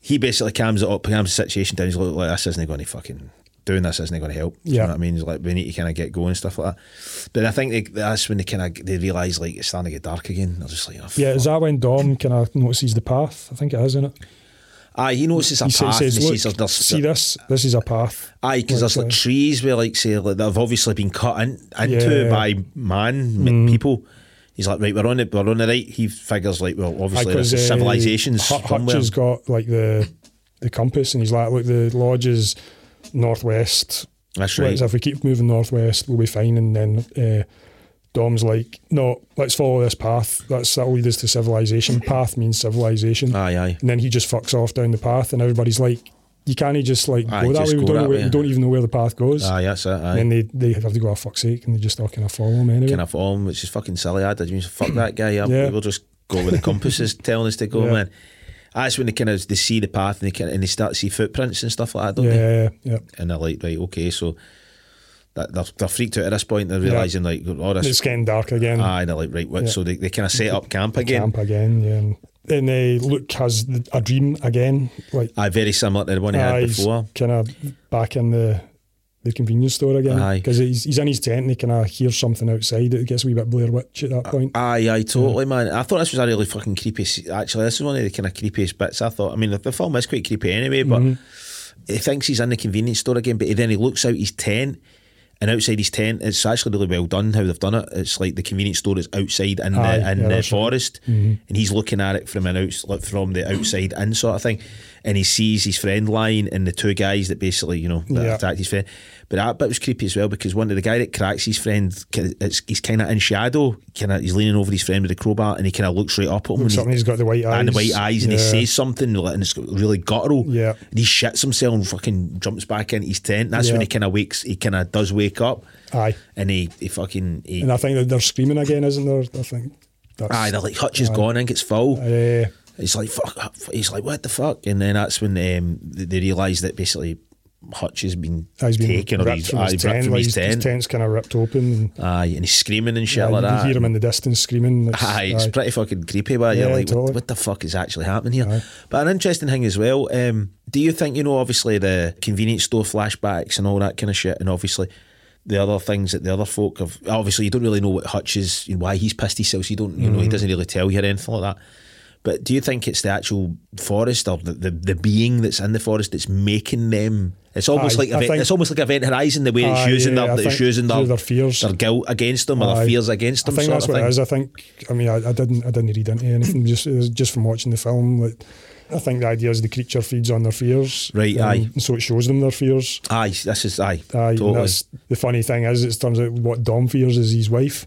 [SPEAKER 2] he basically calms it up, calms the situation down. He's like, "Look, this isn't going to fucking doing this isn't going to help. Do You know
[SPEAKER 1] Yeah.
[SPEAKER 2] what I mean? He's like, we need to kind of get going and stuff like that. But I think they, that's when they kind of they realise like it's starting to get dark again. They're just like, oh,
[SPEAKER 1] Yeah,
[SPEAKER 2] fuck.
[SPEAKER 1] is that when Dom kind of notices the path? I think it is, isn't it?
[SPEAKER 2] aye, he notices a
[SPEAKER 1] He
[SPEAKER 2] path.
[SPEAKER 1] says, says
[SPEAKER 2] and he
[SPEAKER 1] look,
[SPEAKER 2] sees there's, there's,
[SPEAKER 1] see this? This is a path.
[SPEAKER 2] Aye, because there's like
[SPEAKER 1] uh,
[SPEAKER 2] trees where, like, say, like, they've obviously been cut in, into
[SPEAKER 1] Yeah.
[SPEAKER 2] by man, m people. He's like, right, we're on the we're on the right. He figures like, well, obviously
[SPEAKER 1] Because,
[SPEAKER 2] there's
[SPEAKER 1] uh,
[SPEAKER 2] civilizations
[SPEAKER 1] Hut- Hutch
[SPEAKER 2] somewhere.
[SPEAKER 1] has got like the the compass, and he's like, "Look, the lodge is northwest.
[SPEAKER 2] That's
[SPEAKER 1] Whereas
[SPEAKER 2] right.
[SPEAKER 1] if we keep moving northwest, we'll be fine." And then uh, Dom's like, "No, let's follow this path. That's that'll lead us to civilization. Path means civilization."
[SPEAKER 2] Aye, aye.
[SPEAKER 1] And then he just fucks off down the path, and everybody's like, "You can't just like
[SPEAKER 2] Aye,
[SPEAKER 1] go that
[SPEAKER 2] just
[SPEAKER 1] way. We
[SPEAKER 2] go
[SPEAKER 1] don't, know
[SPEAKER 2] that
[SPEAKER 1] where,
[SPEAKER 2] way,
[SPEAKER 1] we don't
[SPEAKER 2] aye.
[SPEAKER 1] even know where the path goes."
[SPEAKER 2] Aye, that's it. Aye.
[SPEAKER 1] And then they, they have to go, oh, fuck's sake, and they just all kind of follow him anyway.
[SPEAKER 2] kind of form, which is fucking silly. I did. You mean fuck that guy up?
[SPEAKER 1] Yeah.
[SPEAKER 2] We'll just go where the compass is telling us to go,
[SPEAKER 1] Yeah.
[SPEAKER 2] man. That's when they kind of they see the path and they kind of, and they start to see footprints and stuff like that, don't they?
[SPEAKER 1] yeah, yeah.
[SPEAKER 2] And they're like, right, okay, so that they're, they're freaked out at this point. They're realizing like, oh,
[SPEAKER 1] And
[SPEAKER 2] this.
[SPEAKER 1] It's getting dark again.
[SPEAKER 2] Aye, they're Ah, like, right, what?
[SPEAKER 1] Yeah.
[SPEAKER 2] So they, they kind of set up camp again.
[SPEAKER 1] Camp again, yeah. And then they Luke has th- a dream again, like
[SPEAKER 2] Aye, very similar to the one he had before.
[SPEAKER 1] kind of back in the the convenience store again
[SPEAKER 2] Aye.
[SPEAKER 1] because he's, he's in his tent and he kind of hears something outside. It gets a wee bit Blair Witch at
[SPEAKER 2] Uh,
[SPEAKER 1] that point.
[SPEAKER 2] Aye, aye,
[SPEAKER 1] Mm.
[SPEAKER 2] totally, man. I thought this was a really fucking creepy. se- Actually, this is one of the kind of creepiest bits. I thought. I mean, the, the film is quite creepy anyway, but
[SPEAKER 1] Mm-hmm.
[SPEAKER 2] he thinks he's in the convenience store again. But he, then he looks out his tent, and outside his tent, it's actually really well done how they've done it. It's like the convenience store is outside in
[SPEAKER 1] Aye,
[SPEAKER 2] the in
[SPEAKER 1] yeah,
[SPEAKER 2] the
[SPEAKER 1] that's right.
[SPEAKER 2] forest,
[SPEAKER 1] Mm-hmm.
[SPEAKER 2] and he's looking at it from an outs like from the outside in sort of thing, and he sees his friend lying and the two guys that basically you know that
[SPEAKER 1] Yeah.
[SPEAKER 2] attacked his friend. But that bit was creepy as well because one of the guy that cracks his friend, ki- it's, he's kind of in shadow, kind of he's leaning over his friend with a crowbar, and he kind of looks right up at him. and
[SPEAKER 1] Looks
[SPEAKER 2] he-
[SPEAKER 1] up and he's got the white eyes.
[SPEAKER 2] and the white eyes, and he
[SPEAKER 1] Yeah.
[SPEAKER 2] says something, like, and it's really guttural.
[SPEAKER 1] Yeah.
[SPEAKER 2] and he shits himself and fucking jumps back into his tent. That's when
[SPEAKER 1] Yeah.
[SPEAKER 2] he kind of wakes. He kind of does wake up,
[SPEAKER 1] Aye.
[SPEAKER 2] and he he fucking he,
[SPEAKER 1] And I think that they're screaming again, isn't there? I think that's. uh,
[SPEAKER 2] aye. They're like Hutch is gone. I think it's full.
[SPEAKER 1] Yeah.
[SPEAKER 2] He's like fuck. He's like what the fuck, and then that's when um, they, they realise that basically Hutch has been
[SPEAKER 1] He's been
[SPEAKER 2] taken or
[SPEAKER 1] ripped
[SPEAKER 2] he's
[SPEAKER 1] from
[SPEAKER 2] aye,
[SPEAKER 1] his
[SPEAKER 2] ripped
[SPEAKER 1] tent.
[SPEAKER 2] from
[SPEAKER 1] like his,
[SPEAKER 2] his
[SPEAKER 1] his
[SPEAKER 2] tent.
[SPEAKER 1] tent's kind of ripped open. And,
[SPEAKER 2] Aye, and he's screaming and shit
[SPEAKER 1] yeah,
[SPEAKER 2] like
[SPEAKER 1] you
[SPEAKER 2] that.
[SPEAKER 1] can hear him in the distance screaming. It's-
[SPEAKER 2] Aye, it's
[SPEAKER 1] aye.
[SPEAKER 2] pretty fucking creepy, but you're
[SPEAKER 1] Yeah,
[SPEAKER 2] like,
[SPEAKER 1] totally.
[SPEAKER 2] what, what the fuck is actually happening here? But an interesting thing as well, um, do you think, you know, obviously the convenience store flashbacks and all that kind of shit, and obviously the other things that the other folk have, obviously you don't really know what Hutch is, you know, why he's pissed himself, so you don't, you
[SPEAKER 1] Mm.
[SPEAKER 2] know, he doesn't really tell you or anything like that. But do you think it's the actual forest or the, the, the being that's in the forest that's making them? It's almost
[SPEAKER 1] Aye,
[SPEAKER 2] like
[SPEAKER 1] I
[SPEAKER 2] event,
[SPEAKER 1] think-
[SPEAKER 2] it's almost like Event Horizon the way it's
[SPEAKER 1] Aye,
[SPEAKER 2] using
[SPEAKER 1] yeah, I
[SPEAKER 2] their, that it's
[SPEAKER 1] think
[SPEAKER 2] using their,
[SPEAKER 1] through their fears.
[SPEAKER 2] their guilt against them or their
[SPEAKER 1] Aye.
[SPEAKER 2] fears against
[SPEAKER 1] I
[SPEAKER 2] them.
[SPEAKER 1] think
[SPEAKER 2] sort
[SPEAKER 1] that's
[SPEAKER 2] of
[SPEAKER 1] what
[SPEAKER 2] thing.
[SPEAKER 1] it is. I think. I mean, I, I didn't. I didn't read into anything. Just it was just from watching the film. Like, I think the idea is the creature feeds on their fears.
[SPEAKER 2] Right,
[SPEAKER 1] um,
[SPEAKER 2] aye.
[SPEAKER 1] and so it shows them their fears.
[SPEAKER 2] Aye, this is aye.
[SPEAKER 1] Aye. and
[SPEAKER 2] totally.
[SPEAKER 1] that's, the funny thing is, it turns out what Dom fears is his wife,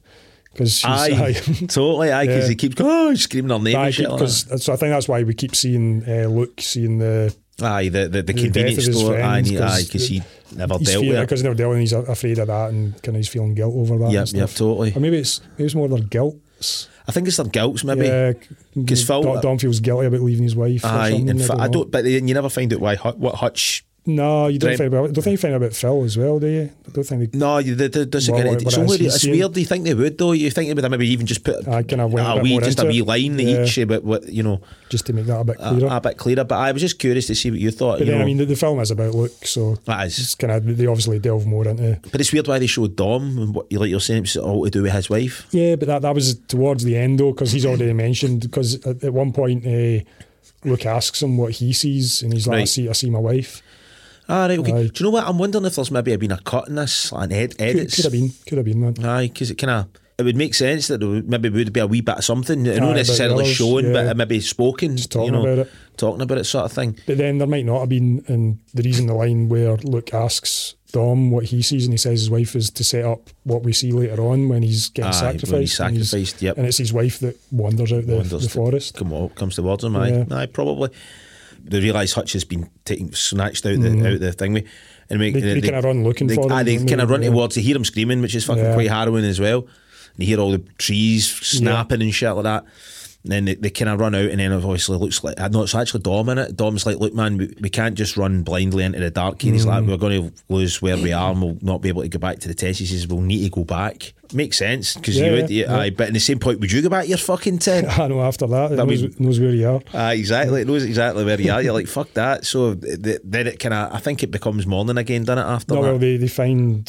[SPEAKER 1] because
[SPEAKER 2] Aye, totally. Aye, because
[SPEAKER 1] Yeah.
[SPEAKER 2] he keeps oh, screaming her name and shit. Like that.
[SPEAKER 1] because so I think that's why we keep seeing uh, Luke seeing the
[SPEAKER 2] Aye, the the, the
[SPEAKER 1] death
[SPEAKER 2] convenience
[SPEAKER 1] of his
[SPEAKER 2] store. Aye,
[SPEAKER 1] friends,
[SPEAKER 2] and he- aye,
[SPEAKER 1] 'cause
[SPEAKER 2] because he never
[SPEAKER 1] he's
[SPEAKER 2] dealt
[SPEAKER 1] fear,
[SPEAKER 2] with it.
[SPEAKER 1] because they're dealing. He's a- afraid of that and kind of he's feeling guilt over that.
[SPEAKER 2] Yep,
[SPEAKER 1] and
[SPEAKER 2] yep,
[SPEAKER 1] stuff.
[SPEAKER 2] totally.
[SPEAKER 1] Or maybe it's maybe it's more their guilt.
[SPEAKER 2] I think it's their guilt, maybe.
[SPEAKER 1] Yeah, c-
[SPEAKER 2] 'Cause Phil-
[SPEAKER 1] Don, Don feels guilty about leaving his wife. or
[SPEAKER 2] aye,
[SPEAKER 1] something,
[SPEAKER 2] in fact, I
[SPEAKER 1] know.
[SPEAKER 2] don't. But then you never find out why Hut- what Hutch.
[SPEAKER 1] No, you don't
[SPEAKER 2] Dream-
[SPEAKER 1] find about. Don't think you find out about Phil as well, do you? I don't think they.
[SPEAKER 2] No, you- they, they doesn't
[SPEAKER 1] Well,
[SPEAKER 2] get it.
[SPEAKER 1] what-
[SPEAKER 2] It's,
[SPEAKER 1] what
[SPEAKER 2] only,
[SPEAKER 1] else he's
[SPEAKER 2] it's
[SPEAKER 1] seeing?
[SPEAKER 2] weird. Do you think they would though? You think they would have maybe even just put
[SPEAKER 1] I kind of went a
[SPEAKER 2] a
[SPEAKER 1] bit
[SPEAKER 2] wee,
[SPEAKER 1] more
[SPEAKER 2] just a
[SPEAKER 1] into
[SPEAKER 2] wee
[SPEAKER 1] it.
[SPEAKER 2] line
[SPEAKER 1] Yeah.
[SPEAKER 2] each about what you know
[SPEAKER 1] Just to make that a bit
[SPEAKER 2] a,
[SPEAKER 1] clearer.
[SPEAKER 2] a bit clearer. But I was just curious to see what you thought.
[SPEAKER 1] but
[SPEAKER 2] you
[SPEAKER 1] then,
[SPEAKER 2] know.
[SPEAKER 1] I mean, the, the film is about Luke, so
[SPEAKER 2] That is.
[SPEAKER 1] it's kind of they obviously delve more into.
[SPEAKER 2] but it's weird why they showed Dom and what like you're saying it's all to do with his wife.
[SPEAKER 1] Yeah, but that, that was towards the end though, because he's already mentioned. Because at, at one point, uh, Luke asks him what he sees, and he's like, "I
[SPEAKER 2] Right.
[SPEAKER 1] see, I see my wife."
[SPEAKER 2] All Ah, right, okay.
[SPEAKER 1] Aye.
[SPEAKER 2] Do you know what? I'm wondering if there's maybe been a cut in this, like an ed-
[SPEAKER 1] Could,
[SPEAKER 2] edits.
[SPEAKER 1] could have been, could have been, man.
[SPEAKER 2] Aye, because it kind of it would make sense that there would, maybe would be a wee bit of something,
[SPEAKER 1] about
[SPEAKER 2] not
[SPEAKER 1] the
[SPEAKER 2] necessarily
[SPEAKER 1] others,
[SPEAKER 2] shown,
[SPEAKER 1] yeah.
[SPEAKER 2] but maybe spoken.
[SPEAKER 1] Just talking
[SPEAKER 2] you know,
[SPEAKER 1] about it.
[SPEAKER 2] talking about it, sort of thing.
[SPEAKER 1] But then there might not have been, and the reason the line where Luke asks Dom what he sees, and he says his wife is to set up what we see later on when he's getting
[SPEAKER 2] Aye, when he's
[SPEAKER 1] sacrificed. and he's-
[SPEAKER 2] sacrificed, yep.
[SPEAKER 1] And it's his wife that wanders out the,
[SPEAKER 2] Wonders
[SPEAKER 1] the
[SPEAKER 2] to-
[SPEAKER 1] forest.
[SPEAKER 2] Come on, comes towards him. Aye,
[SPEAKER 1] Yeah.
[SPEAKER 2] aye, probably. They realise Hutch has been taken, snatched out the out the thing. we- And make,
[SPEAKER 1] Mm-hmm. They- they kinda run looking
[SPEAKER 2] they,
[SPEAKER 1] for him,
[SPEAKER 2] Aye, they
[SPEAKER 1] don't they?
[SPEAKER 2] kind of run
[SPEAKER 1] Yeah.
[SPEAKER 2] towards. They hear him screaming, which is fucking
[SPEAKER 1] Yeah.
[SPEAKER 2] quite harrowing as well. And you hear all the trees snapping and shit like that. And then they, they kind of run out, and then obviously it looks like no, it's actually Dom in it. Dom's like, "Look, man, we, we can't just run blindly into the dark." here." he's like,
[SPEAKER 1] Mm.
[SPEAKER 2] "We're going to lose where we are, and we'll not be able to go back to the test." He says, "We'll need to go back." Makes sense because
[SPEAKER 1] Yeah,
[SPEAKER 2] you would,
[SPEAKER 1] yeah,
[SPEAKER 2] yeah, aye. But in the same point, would you go back to your fucking tent?
[SPEAKER 1] I know after that, it
[SPEAKER 2] That'd
[SPEAKER 1] knows,
[SPEAKER 2] be-
[SPEAKER 1] knows where you are.
[SPEAKER 2] Ah, exactly. It knows exactly where you are. You're like, fuck that. So th- th- then it kind of, I think it becomes morning again, doesn't it? After
[SPEAKER 1] No,
[SPEAKER 2] that,
[SPEAKER 1] well, they, they find.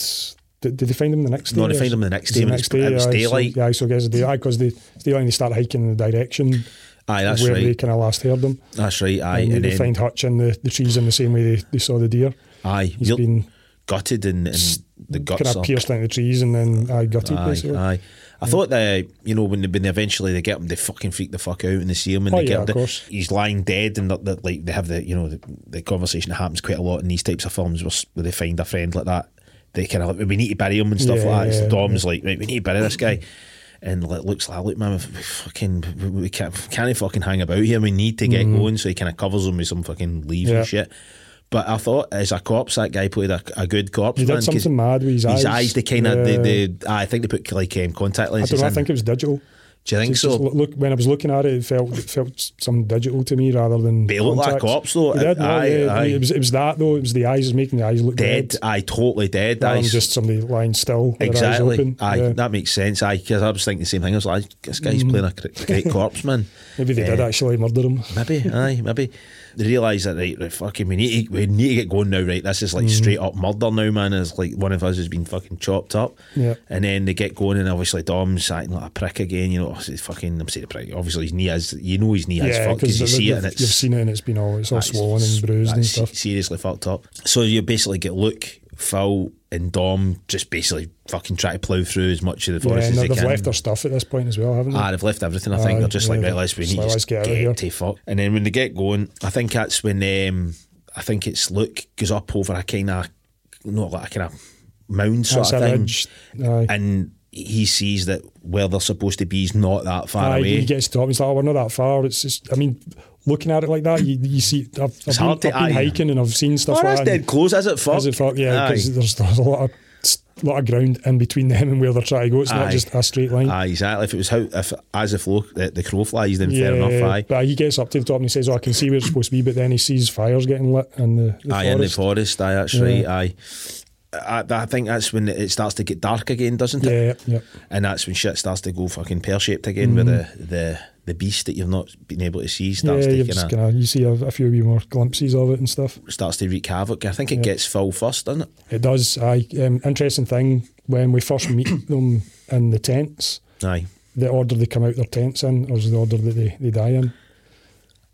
[SPEAKER 1] Did, did they find him the next day?
[SPEAKER 2] No, they
[SPEAKER 1] Yes.
[SPEAKER 2] find him the next
[SPEAKER 1] Is
[SPEAKER 2] day
[SPEAKER 1] it
[SPEAKER 2] when it's- it was
[SPEAKER 1] aye,
[SPEAKER 2] daylight.
[SPEAKER 1] So, yeah, so I guess they, aye, because they, it's daylight and they start hiking in the direction
[SPEAKER 2] aye, that's
[SPEAKER 1] where they
[SPEAKER 2] right.
[SPEAKER 1] kind of last heard them.
[SPEAKER 2] That's right. Aye,
[SPEAKER 1] and,
[SPEAKER 2] and,
[SPEAKER 1] they
[SPEAKER 2] then
[SPEAKER 1] find Hutch in the, the trees in the same way they, they saw the deer.
[SPEAKER 2] aye,
[SPEAKER 1] He's
[SPEAKER 2] you're
[SPEAKER 1] been
[SPEAKER 2] gutted and, and the guts
[SPEAKER 1] kind
[SPEAKER 2] are
[SPEAKER 1] of pierced into the trees and then I got it
[SPEAKER 2] Aye,
[SPEAKER 1] basically.
[SPEAKER 2] aye. I thought that you know when they, when eventually they get him, they fucking freak the fuck out and they see him and
[SPEAKER 1] Oh,
[SPEAKER 2] they
[SPEAKER 1] yeah,
[SPEAKER 2] get him.
[SPEAKER 1] of
[SPEAKER 2] to-
[SPEAKER 1] course.
[SPEAKER 2] He's lying dead and that, that like they have the you know the, the conversation that happens quite a lot in these types of films where, s- where they find a friend like that. They kind of like, we need to bury him and stuff
[SPEAKER 1] Yeah,
[SPEAKER 2] like that. It's
[SPEAKER 1] yeah,
[SPEAKER 2] the Dom's like right, we need to bury this guy. And like, looks like, look, man, we fucking, we- we can't, can't fucking hang about here. We need to get going. So he kind of covers him with some fucking leaves
[SPEAKER 1] Mm. Yeah.
[SPEAKER 2] and shit. But I thought, as a corpse, that guy played a, a good corpse.
[SPEAKER 1] He did
[SPEAKER 2] man, 'cause
[SPEAKER 1] something mad with his eyes.
[SPEAKER 2] They kind of,
[SPEAKER 1] Yeah.
[SPEAKER 2] they, they, I think they put like um, contact
[SPEAKER 1] I
[SPEAKER 2] lenses.
[SPEAKER 1] don't know. I
[SPEAKER 2] in.
[SPEAKER 1] think it was digital.
[SPEAKER 2] Do you think
[SPEAKER 1] Just- just
[SPEAKER 2] so?
[SPEAKER 1] lo- look, when I was looking at it, it felt it felt some digital to me rather than.
[SPEAKER 2] But it looked like a
[SPEAKER 1] contacts.
[SPEAKER 2] corpse, though.
[SPEAKER 1] It did, no,
[SPEAKER 2] Aye,
[SPEAKER 1] yeah. I mean,
[SPEAKER 2] aye.
[SPEAKER 1] It, was, it was that though. It was the eyes was making the eyes look
[SPEAKER 2] Dead.
[SPEAKER 1] dead.
[SPEAKER 2] I totally dead.
[SPEAKER 1] rather
[SPEAKER 2] I
[SPEAKER 1] than just somebody lying still. with their Eyes
[SPEAKER 2] exactly.
[SPEAKER 1] open.
[SPEAKER 2] Aye,
[SPEAKER 1] Yeah. Mm.
[SPEAKER 2] that makes sense. Aye, because I was thinking the same thing. I was like, this guy's playing a cr- great corpse, man.
[SPEAKER 1] Maybe they
[SPEAKER 2] Eh,
[SPEAKER 1] did actually murder him.
[SPEAKER 2] Maybe, aye, maybe. They realise that, right, right, fucking, we need, to, we need to get going now, right? This is
[SPEAKER 1] Mm.
[SPEAKER 2] like straight up murder now, man. It's like one of us has been fucking chopped up.
[SPEAKER 1] Yeah.
[SPEAKER 2] And then they get going, and obviously Dom's acting like a prick again, you know. He's fucking, I'm saying a prick. Obviously, his knee is, you know, his knee is fucked because you
[SPEAKER 1] the-
[SPEAKER 2] see
[SPEAKER 1] the-
[SPEAKER 2] it and it's.
[SPEAKER 1] you've seen it and it's been all it's all
[SPEAKER 2] that's-
[SPEAKER 1] swollen and bruised and
[SPEAKER 2] that's
[SPEAKER 1] stuff.
[SPEAKER 2] Seriously fucked up. So you basically get Luke, Phil, and Dom just basically fucking try to plough through as much of the
[SPEAKER 1] Yeah,
[SPEAKER 2] forest
[SPEAKER 1] and
[SPEAKER 2] as they
[SPEAKER 1] they've
[SPEAKER 2] can.
[SPEAKER 1] left their stuff at this point as well, haven't they?
[SPEAKER 2] Ah, they've left everything. I think
[SPEAKER 1] Aye,
[SPEAKER 2] they're just like,
[SPEAKER 1] yeah,
[SPEAKER 2] right, let's we
[SPEAKER 1] just
[SPEAKER 2] need to
[SPEAKER 1] like,
[SPEAKER 2] just
[SPEAKER 1] let's
[SPEAKER 2] get,
[SPEAKER 1] get out of
[SPEAKER 2] to fuck. And then when they get going, I think that's when um, I think it's Luke goes up over a kind of no, like a kind of mound sort
[SPEAKER 1] That's
[SPEAKER 2] of
[SPEAKER 1] a
[SPEAKER 2] thing,
[SPEAKER 1] ridge. Aye.
[SPEAKER 2] and he sees that where they're supposed to be is not that far
[SPEAKER 1] Aye,
[SPEAKER 2] away.
[SPEAKER 1] he gets to top. He's like, oh, we're not that far. It's just, I mean, looking at it like that, you, you see, I've, I've been,
[SPEAKER 2] hard to-
[SPEAKER 1] I've been
[SPEAKER 2] aye.
[SPEAKER 1] hiking and I've seen
[SPEAKER 2] oh,
[SPEAKER 1] stuff
[SPEAKER 2] that's
[SPEAKER 1] like that. and-
[SPEAKER 2] dead close, is it? Fuck,
[SPEAKER 1] Is it fuck? Yeah,
[SPEAKER 2] Aye.
[SPEAKER 1] because there's, there's a lot of lot of ground in between them and where they're trying to go. It's
[SPEAKER 2] Aye.
[SPEAKER 1] not just a straight line.
[SPEAKER 2] Aye, exactly. If it was how if as if Lo- the, the crow flies, then
[SPEAKER 1] yeah,
[SPEAKER 2] fair enough. Aye,
[SPEAKER 1] but he gets up to the top and he says, "Oh, I can see where it's supposed to be," but then he sees fires getting lit and the, the
[SPEAKER 2] aye, in the
[SPEAKER 1] forest.
[SPEAKER 2] forest. Aye, that's
[SPEAKER 1] Yeah.
[SPEAKER 2] right. Aye. I, I think that's when it starts to get dark again, doesn't it?
[SPEAKER 1] yeah, yeah. Mm.
[SPEAKER 2] and that's when shit starts to go fucking pear shaped again, where the, the the beast that you've not been able to see
[SPEAKER 1] Yeah,
[SPEAKER 2] starts
[SPEAKER 1] you're
[SPEAKER 2] to
[SPEAKER 1] just
[SPEAKER 2] kinda,
[SPEAKER 1] gonna, you see a, a few wee more glimpses of it and stuff.
[SPEAKER 2] starts to wreak havoc. I think it gets full first, doesn't it?
[SPEAKER 1] It does. Aye, um, interesting thing when we first meet them in the tents,
[SPEAKER 2] Aye.
[SPEAKER 1] the order they come out their tents in, or is the order that they, they die in.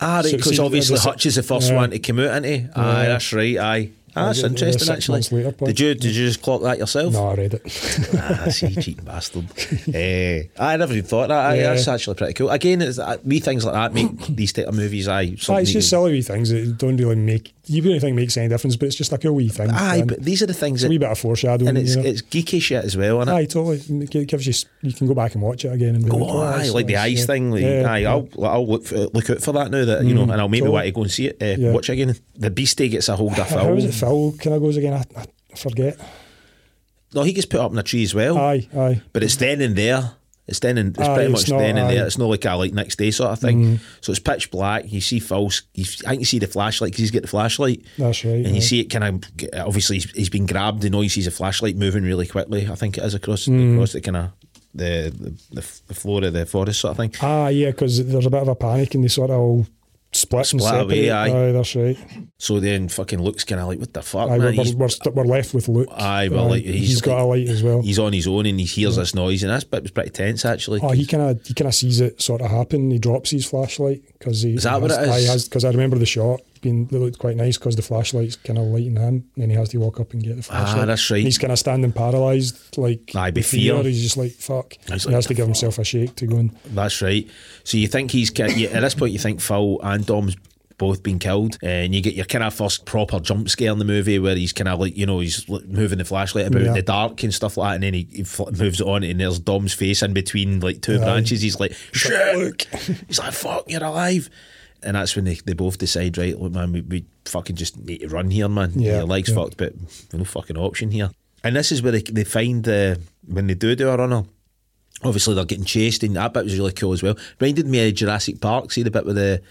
[SPEAKER 2] Ah,
[SPEAKER 1] So
[SPEAKER 2] right,
[SPEAKER 1] it
[SPEAKER 2] because
[SPEAKER 1] seems-
[SPEAKER 2] obviously
[SPEAKER 1] there's a-
[SPEAKER 2] Hutch is the first
[SPEAKER 1] yeah.
[SPEAKER 2] one to come out, isn't he? Aye,
[SPEAKER 1] Yeah.
[SPEAKER 2] that's right. Aye. Ah, that's
[SPEAKER 1] Yeah,
[SPEAKER 2] interesting,
[SPEAKER 1] six
[SPEAKER 2] actually.
[SPEAKER 1] months later,
[SPEAKER 2] did
[SPEAKER 1] but-
[SPEAKER 2] you did you just clock that yourself?
[SPEAKER 1] No, I read it.
[SPEAKER 2] ah, see, you cheating bastard. Eh, I never even thought that. Aye,
[SPEAKER 1] Yeah.
[SPEAKER 2] That's actually pretty cool. Again, it's, uh, wee things like that make these type of movies. Aye,
[SPEAKER 1] Aye,
[SPEAKER 2] something
[SPEAKER 1] it's
[SPEAKER 2] you
[SPEAKER 1] just
[SPEAKER 2] can-
[SPEAKER 1] silly wee things that don't really make you really think makes any difference, but it's just like a wee thing.
[SPEAKER 2] Aye,
[SPEAKER 1] man.
[SPEAKER 2] but these are the things
[SPEAKER 1] it's a wee
[SPEAKER 2] that,
[SPEAKER 1] bit of foreshadowing.
[SPEAKER 2] and it's
[SPEAKER 1] you know?
[SPEAKER 2] it's geeky shit as well, is
[SPEAKER 1] aye, totally. It gives you s- you can go back and watch it again and be
[SPEAKER 2] go
[SPEAKER 1] like,
[SPEAKER 2] on,
[SPEAKER 1] oh,
[SPEAKER 2] aye,
[SPEAKER 1] that's
[SPEAKER 2] like the
[SPEAKER 1] nice,
[SPEAKER 2] eyes
[SPEAKER 1] yeah.
[SPEAKER 2] thing. Like,
[SPEAKER 1] yeah,
[SPEAKER 2] aye,
[SPEAKER 1] yeah.
[SPEAKER 2] I'll, I'll look, for, look out for that now that you know, and I'll maybe
[SPEAKER 1] totally.
[SPEAKER 2] want to go and see it, uh,
[SPEAKER 1] Yeah.
[SPEAKER 2] watch it again. The beastie gets a hold of
[SPEAKER 1] How is
[SPEAKER 2] Phil.
[SPEAKER 1] it Phil kind of goes again? I, I forget.
[SPEAKER 2] No, he gets put up in a tree as well,
[SPEAKER 1] Aye, aye.
[SPEAKER 2] but it's then and there. It's then and it's
[SPEAKER 1] Aye,
[SPEAKER 2] pretty
[SPEAKER 1] Ah, it's
[SPEAKER 2] much
[SPEAKER 1] not,
[SPEAKER 2] then and there.
[SPEAKER 1] aye. Mm.
[SPEAKER 2] It's not like a like next day sort of thing. So it's pitch black. You see Phil's. You, I think you see the flashlight because he's got the flashlight.
[SPEAKER 1] That's right,
[SPEAKER 2] And you
[SPEAKER 1] aye.
[SPEAKER 2] see it kind of obviously he's, he's been grabbed. The noise sees a flashlight moving really quickly. I think it is across
[SPEAKER 1] Mm.
[SPEAKER 2] across the kind of the, the the the floor of the forest sort of thing.
[SPEAKER 1] Ah, yeah, because there's a bit of a panic and they sort of all split, and
[SPEAKER 2] Split away,
[SPEAKER 1] separate.
[SPEAKER 2] aye.
[SPEAKER 1] that's right.
[SPEAKER 2] So then fucking Luke's kind of like, what the fuck,
[SPEAKER 1] Aye,
[SPEAKER 2] man?
[SPEAKER 1] we're,
[SPEAKER 2] He's-
[SPEAKER 1] we're, st- we're left with Luke.
[SPEAKER 2] Aye, well, like, he's
[SPEAKER 1] he's got
[SPEAKER 2] like-
[SPEAKER 1] a light as well.
[SPEAKER 2] he's on his own and he hears this noise, and that bit was pretty tense actually.
[SPEAKER 1] Oh, he kind of he kind of sees it sort of happen. He drops his flashlight because he
[SPEAKER 2] Is that what it
[SPEAKER 1] has- aye,
[SPEAKER 2] is?
[SPEAKER 1] has because I remember the shot being that looked quite nice because the flashlight's kind of lighting him, and he has to walk up and get the flashlight.
[SPEAKER 2] Ah, that's right.
[SPEAKER 1] And he's kind of standing paralysed, like
[SPEAKER 2] Aye,
[SPEAKER 1] with
[SPEAKER 2] with fear.
[SPEAKER 1] He's just like fuck.
[SPEAKER 2] He's
[SPEAKER 1] he
[SPEAKER 2] like,
[SPEAKER 1] has to give himself a shake to go and
[SPEAKER 2] That's right. So you think he's ki- you- at this point you think Phil and Dom's both been killed, and you get your kind of first proper jump scare in the movie where he's kind of like you know he's l- moving the flashlight about in
[SPEAKER 1] Yeah.
[SPEAKER 2] the dark and stuff like that, and then he, he fl- moves it on, and there's Dom's face in between like two branches. He's like, "Shit!" He's like, "Fuck, you're alive." And that's when they, they both decide, right, look, man, we, we fucking just need to run here, man.
[SPEAKER 1] Yeah,
[SPEAKER 2] Your leg's
[SPEAKER 1] yeah.
[SPEAKER 2] fucked, but no fucking option here. And this is where they, they find the, when they do do a runner, obviously they're getting chased, and that bit was really cool as well. Reminded me of Jurassic Park. See the bit with the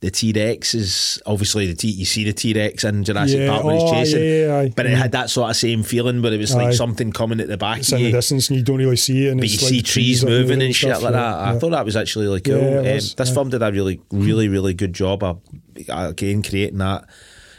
[SPEAKER 2] the T Rex is obviously the T. You see the T Rex in Jurassic
[SPEAKER 1] Yeah,
[SPEAKER 2] Park when he's
[SPEAKER 1] oh,
[SPEAKER 2] chasing,
[SPEAKER 1] yeah, yeah, aye. Mm.
[SPEAKER 2] but it had that sort of same feeling where it was like
[SPEAKER 1] Aye.
[SPEAKER 2] something coming at the back
[SPEAKER 1] it's
[SPEAKER 2] of
[SPEAKER 1] in the
[SPEAKER 2] you,
[SPEAKER 1] distance, and you don't really see it. And
[SPEAKER 2] but
[SPEAKER 1] it's
[SPEAKER 2] you
[SPEAKER 1] like
[SPEAKER 2] see trees
[SPEAKER 1] up
[SPEAKER 2] moving and shit
[SPEAKER 1] stuff,
[SPEAKER 2] like
[SPEAKER 1] yeah,
[SPEAKER 2] that. Ah, I
[SPEAKER 1] yeah.
[SPEAKER 2] thought that was actually really cool.
[SPEAKER 1] Yeah, it
[SPEAKER 2] Um,
[SPEAKER 1] was,
[SPEAKER 2] this
[SPEAKER 1] yeah.
[SPEAKER 2] film did a really, really, really good job of again creating that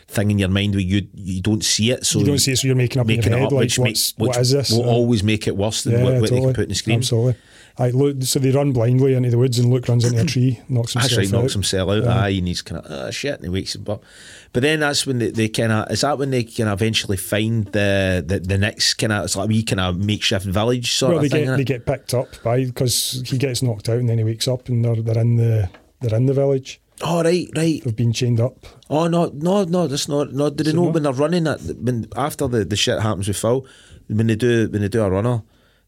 [SPEAKER 2] thing in your mind where you you don't see it, so
[SPEAKER 1] you don't see it, so you're making up in
[SPEAKER 2] making
[SPEAKER 1] your
[SPEAKER 2] it
[SPEAKER 1] head
[SPEAKER 2] up,
[SPEAKER 1] like
[SPEAKER 2] which
[SPEAKER 1] what's
[SPEAKER 2] makes which
[SPEAKER 1] what is this?
[SPEAKER 2] will
[SPEAKER 1] Uh,
[SPEAKER 2] always make it worse than
[SPEAKER 1] yeah,
[SPEAKER 2] what, what they
[SPEAKER 1] totally.
[SPEAKER 2] can put in the screen.
[SPEAKER 1] Absolutely. I look, so they run blindly into the woods, and Luke runs into a tree, knocks himself
[SPEAKER 2] That's right,
[SPEAKER 1] out.
[SPEAKER 2] knocks himself out. Aye, and he's kind of, oh shit, and he wakes up. But then that's when they, they kind of, is that when they can eventually find the the, the next kind of, it's like a wee kind of makeshift village sort
[SPEAKER 1] Well,
[SPEAKER 2] of
[SPEAKER 1] they
[SPEAKER 2] thing?
[SPEAKER 1] get they
[SPEAKER 2] innit?
[SPEAKER 1] get picked up by because he gets knocked out, and then he wakes up, and they're they're in the they're in the village.
[SPEAKER 2] oh, right, right.
[SPEAKER 1] They've been chained up.
[SPEAKER 2] Oh, no, no, no, that's not, no, did they know
[SPEAKER 1] no?
[SPEAKER 2] when they're running that, when, after the, the shit happens with Phil, when they do, when they do a runner,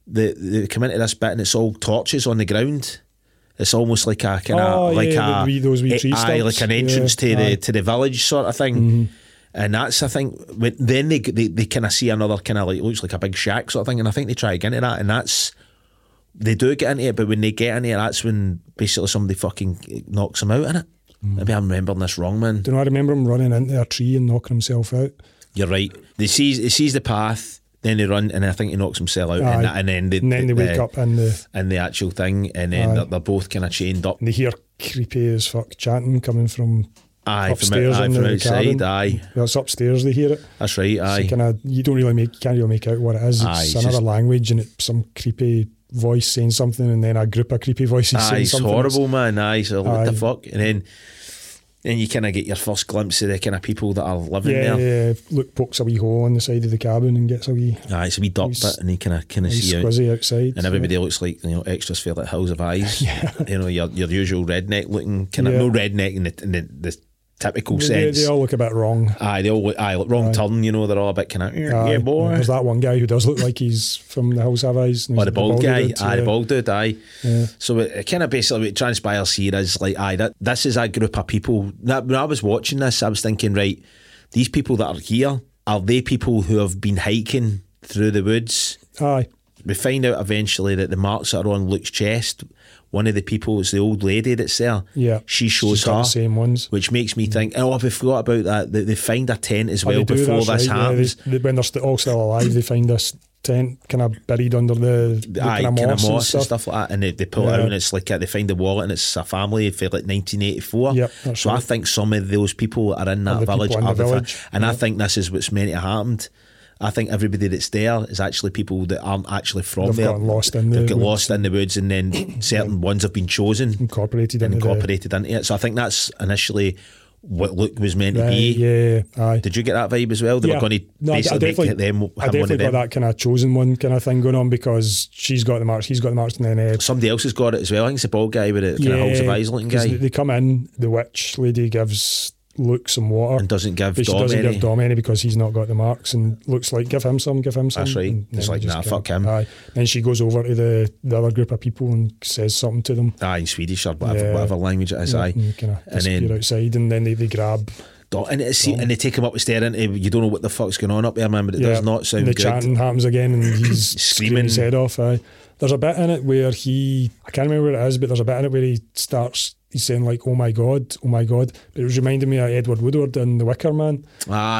[SPEAKER 2] they, they come into this bit and it's all torches on the ground. It's almost like a kind of
[SPEAKER 1] Oh,
[SPEAKER 2] like
[SPEAKER 1] yeah, the
[SPEAKER 2] a
[SPEAKER 1] wee- those wee
[SPEAKER 2] eh,
[SPEAKER 1] tree
[SPEAKER 2] aye,
[SPEAKER 1] stumps.
[SPEAKER 2] like an entrance
[SPEAKER 1] Yeah,
[SPEAKER 2] to the
[SPEAKER 1] aye. Mm-hmm.
[SPEAKER 2] to the village sort of thing. And that's I think when, then they they, they kind of see another kind of like looks like a big shack sort of thing, and I think they try to get into that, and that's they do get into it, but when they get into it, that's when basically somebody fucking knocks them out in it.
[SPEAKER 1] Mm.
[SPEAKER 2] Maybe I'm remembering this wrong, man.
[SPEAKER 1] Do you know? I remember him running into a tree and knocking himself out.
[SPEAKER 2] You're right. They sees he sees the path, then they run, and I think he knocks himself out, and,
[SPEAKER 1] Aye.
[SPEAKER 2] that- and then they,
[SPEAKER 1] And then they
[SPEAKER 2] the-
[SPEAKER 1] wake up and the
[SPEAKER 2] and the actual thing, and then
[SPEAKER 1] Aye.
[SPEAKER 2] they're, they're both kind of chained up.
[SPEAKER 1] and they hear creepy as fuck chanting coming from
[SPEAKER 2] Aye, from,
[SPEAKER 1] upstairs
[SPEAKER 2] out- aye,
[SPEAKER 1] in
[SPEAKER 2] from
[SPEAKER 1] the
[SPEAKER 2] outside.
[SPEAKER 1] cabin.
[SPEAKER 2] Aye,
[SPEAKER 1] Well, it's upstairs they hear it.
[SPEAKER 2] that's right. Aye.
[SPEAKER 1] So kind of you don't really make you can't really make out what it is. It's
[SPEAKER 2] Aye, it's
[SPEAKER 1] another
[SPEAKER 2] just-
[SPEAKER 1] language and it's some creepy voice saying something, and then a group of creepy voices
[SPEAKER 2] Aye,
[SPEAKER 1] saying
[SPEAKER 2] it's
[SPEAKER 1] something.
[SPEAKER 2] horrible, man. Aye, so what the
[SPEAKER 1] Aye.
[SPEAKER 2] fuck? And then, then you kind of get your first glimpse of the kind of people that are living
[SPEAKER 1] Yeah,
[SPEAKER 2] there.
[SPEAKER 1] yeah, Luke pokes a wee hole in the side of the cabin and gets a wee,
[SPEAKER 2] Aye, it's a wee dark
[SPEAKER 1] He's-
[SPEAKER 2] bit, and you kind of kind of
[SPEAKER 1] wee
[SPEAKER 2] see out,
[SPEAKER 1] squizzy outside.
[SPEAKER 2] and everybody looks like you know extras for like hills of eyes. You know your your usual redneck looking kind of
[SPEAKER 1] Yeah.
[SPEAKER 2] no redneck in the in the, the typical
[SPEAKER 1] They- they,
[SPEAKER 2] sense.
[SPEAKER 1] they all look a bit wrong.
[SPEAKER 2] Aye, they all look- aye, look, wrong turn. You know, they're all a bit kind of
[SPEAKER 1] Aye,
[SPEAKER 2] yeah, boy.
[SPEAKER 1] There's that one guy who does look like he's from the House Have Eyes. and
[SPEAKER 2] Or
[SPEAKER 1] he's
[SPEAKER 2] the bald guy,
[SPEAKER 1] dude,
[SPEAKER 2] aye, the
[SPEAKER 1] yeah.
[SPEAKER 2] bald dude, aye.
[SPEAKER 1] Yeah.
[SPEAKER 2] So it, kind of basically what transpires here is like, aye, that, this is a group of people. That, when I was watching this, I was thinking, right, these people that are here are they people who have been hiking through the woods?
[SPEAKER 1] Aye,
[SPEAKER 2] We find out eventually that the marks that are on Luke's chest, one of the people is the old lady that's there.
[SPEAKER 1] yeah.
[SPEAKER 2] she shows
[SPEAKER 1] She's got
[SPEAKER 2] her.
[SPEAKER 1] the same ones.
[SPEAKER 2] Which makes me think, oh, I forgot about that. They, they find a tent as
[SPEAKER 1] Oh,
[SPEAKER 2] well
[SPEAKER 1] they do,
[SPEAKER 2] before
[SPEAKER 1] that's
[SPEAKER 2] this
[SPEAKER 1] right, yeah, they-
[SPEAKER 2] happens.
[SPEAKER 1] they- when they're st- all still alive, they find this tent kind of buried under the, the
[SPEAKER 2] Aye,
[SPEAKER 1] kind of moss,
[SPEAKER 2] kinda
[SPEAKER 1] and stuff.
[SPEAKER 2] like that, and they, they pull it
[SPEAKER 1] Yeah.
[SPEAKER 2] out, and it's like uh, they find the wallet, and it's a family for like 1984.
[SPEAKER 1] Yep, that's
[SPEAKER 2] so I
[SPEAKER 1] right.
[SPEAKER 2] think some of those people are in
[SPEAKER 1] Are
[SPEAKER 2] that
[SPEAKER 1] the people
[SPEAKER 2] village,
[SPEAKER 1] in
[SPEAKER 2] are
[SPEAKER 1] the
[SPEAKER 2] the fa-
[SPEAKER 1] village,
[SPEAKER 2] and I think this is what's meant to have happened. I think everybody that's there is actually people that aren't actually from
[SPEAKER 1] They've
[SPEAKER 2] there.
[SPEAKER 1] gotten lost in
[SPEAKER 2] They've
[SPEAKER 1] the
[SPEAKER 2] got
[SPEAKER 1] woods.
[SPEAKER 2] lost in the woods, and then certain ones have been chosen
[SPEAKER 1] Incorporated
[SPEAKER 2] and
[SPEAKER 1] into the-
[SPEAKER 2] incorporated into it. So I think that's initially what Luke was meant to
[SPEAKER 1] Right,
[SPEAKER 2] be.
[SPEAKER 1] yeah, aye.
[SPEAKER 2] Did you get that vibe as well? They
[SPEAKER 1] Yeah.
[SPEAKER 2] were going to
[SPEAKER 1] No, I- I
[SPEAKER 2] basically make
[SPEAKER 1] definitely-
[SPEAKER 2] them
[SPEAKER 1] I
[SPEAKER 2] have one
[SPEAKER 1] definitely
[SPEAKER 2] of
[SPEAKER 1] got
[SPEAKER 2] them.
[SPEAKER 1] that kind of chosen one kind of thing going on because she's got the marks, he's got the marks, and then uh,
[SPEAKER 2] Somebody else has got it as well. I think it's the bald guy with the kind of holes of eyes looking
[SPEAKER 1] 'cause
[SPEAKER 2] guy.
[SPEAKER 1] They, they come in, the witch lady gives Luke some water.
[SPEAKER 2] and doesn't give
[SPEAKER 1] but she
[SPEAKER 2] Dom
[SPEAKER 1] doesn't
[SPEAKER 2] any.
[SPEAKER 1] give Dom any because he's not got the marks and looks like give him some, give him some.
[SPEAKER 2] That's right.
[SPEAKER 1] And
[SPEAKER 2] It's
[SPEAKER 1] then
[SPEAKER 2] like,
[SPEAKER 1] they just
[SPEAKER 2] nah,
[SPEAKER 1] give
[SPEAKER 2] fuck him.
[SPEAKER 1] Aye. Then she goes over to the, the other group of people and says something to them.
[SPEAKER 2] Aye, in Swedish or whatever,
[SPEAKER 1] Yeah. Mm-hmm.
[SPEAKER 2] whatever language it is. Aye,
[SPEAKER 1] and kind of
[SPEAKER 2] and
[SPEAKER 1] disappear
[SPEAKER 2] then
[SPEAKER 1] outside, and then they, they grab.
[SPEAKER 2] Dom, and, it's,
[SPEAKER 1] Mm-hmm.
[SPEAKER 2] and they take him up the stair into you don't know what the fuck's going on up there, man. But it does not sound
[SPEAKER 1] the
[SPEAKER 2] good.
[SPEAKER 1] chanting happens again, and he's
[SPEAKER 2] Screaming.
[SPEAKER 1] screaming his head off. Aye. There's a bit in it where he, I can't remember where it is, but there's a bit in it where he starts. He's saying like, "Oh my god, oh my god!" But it was reminding me of Edward Woodward in The Wicker Man.
[SPEAKER 2] Ah,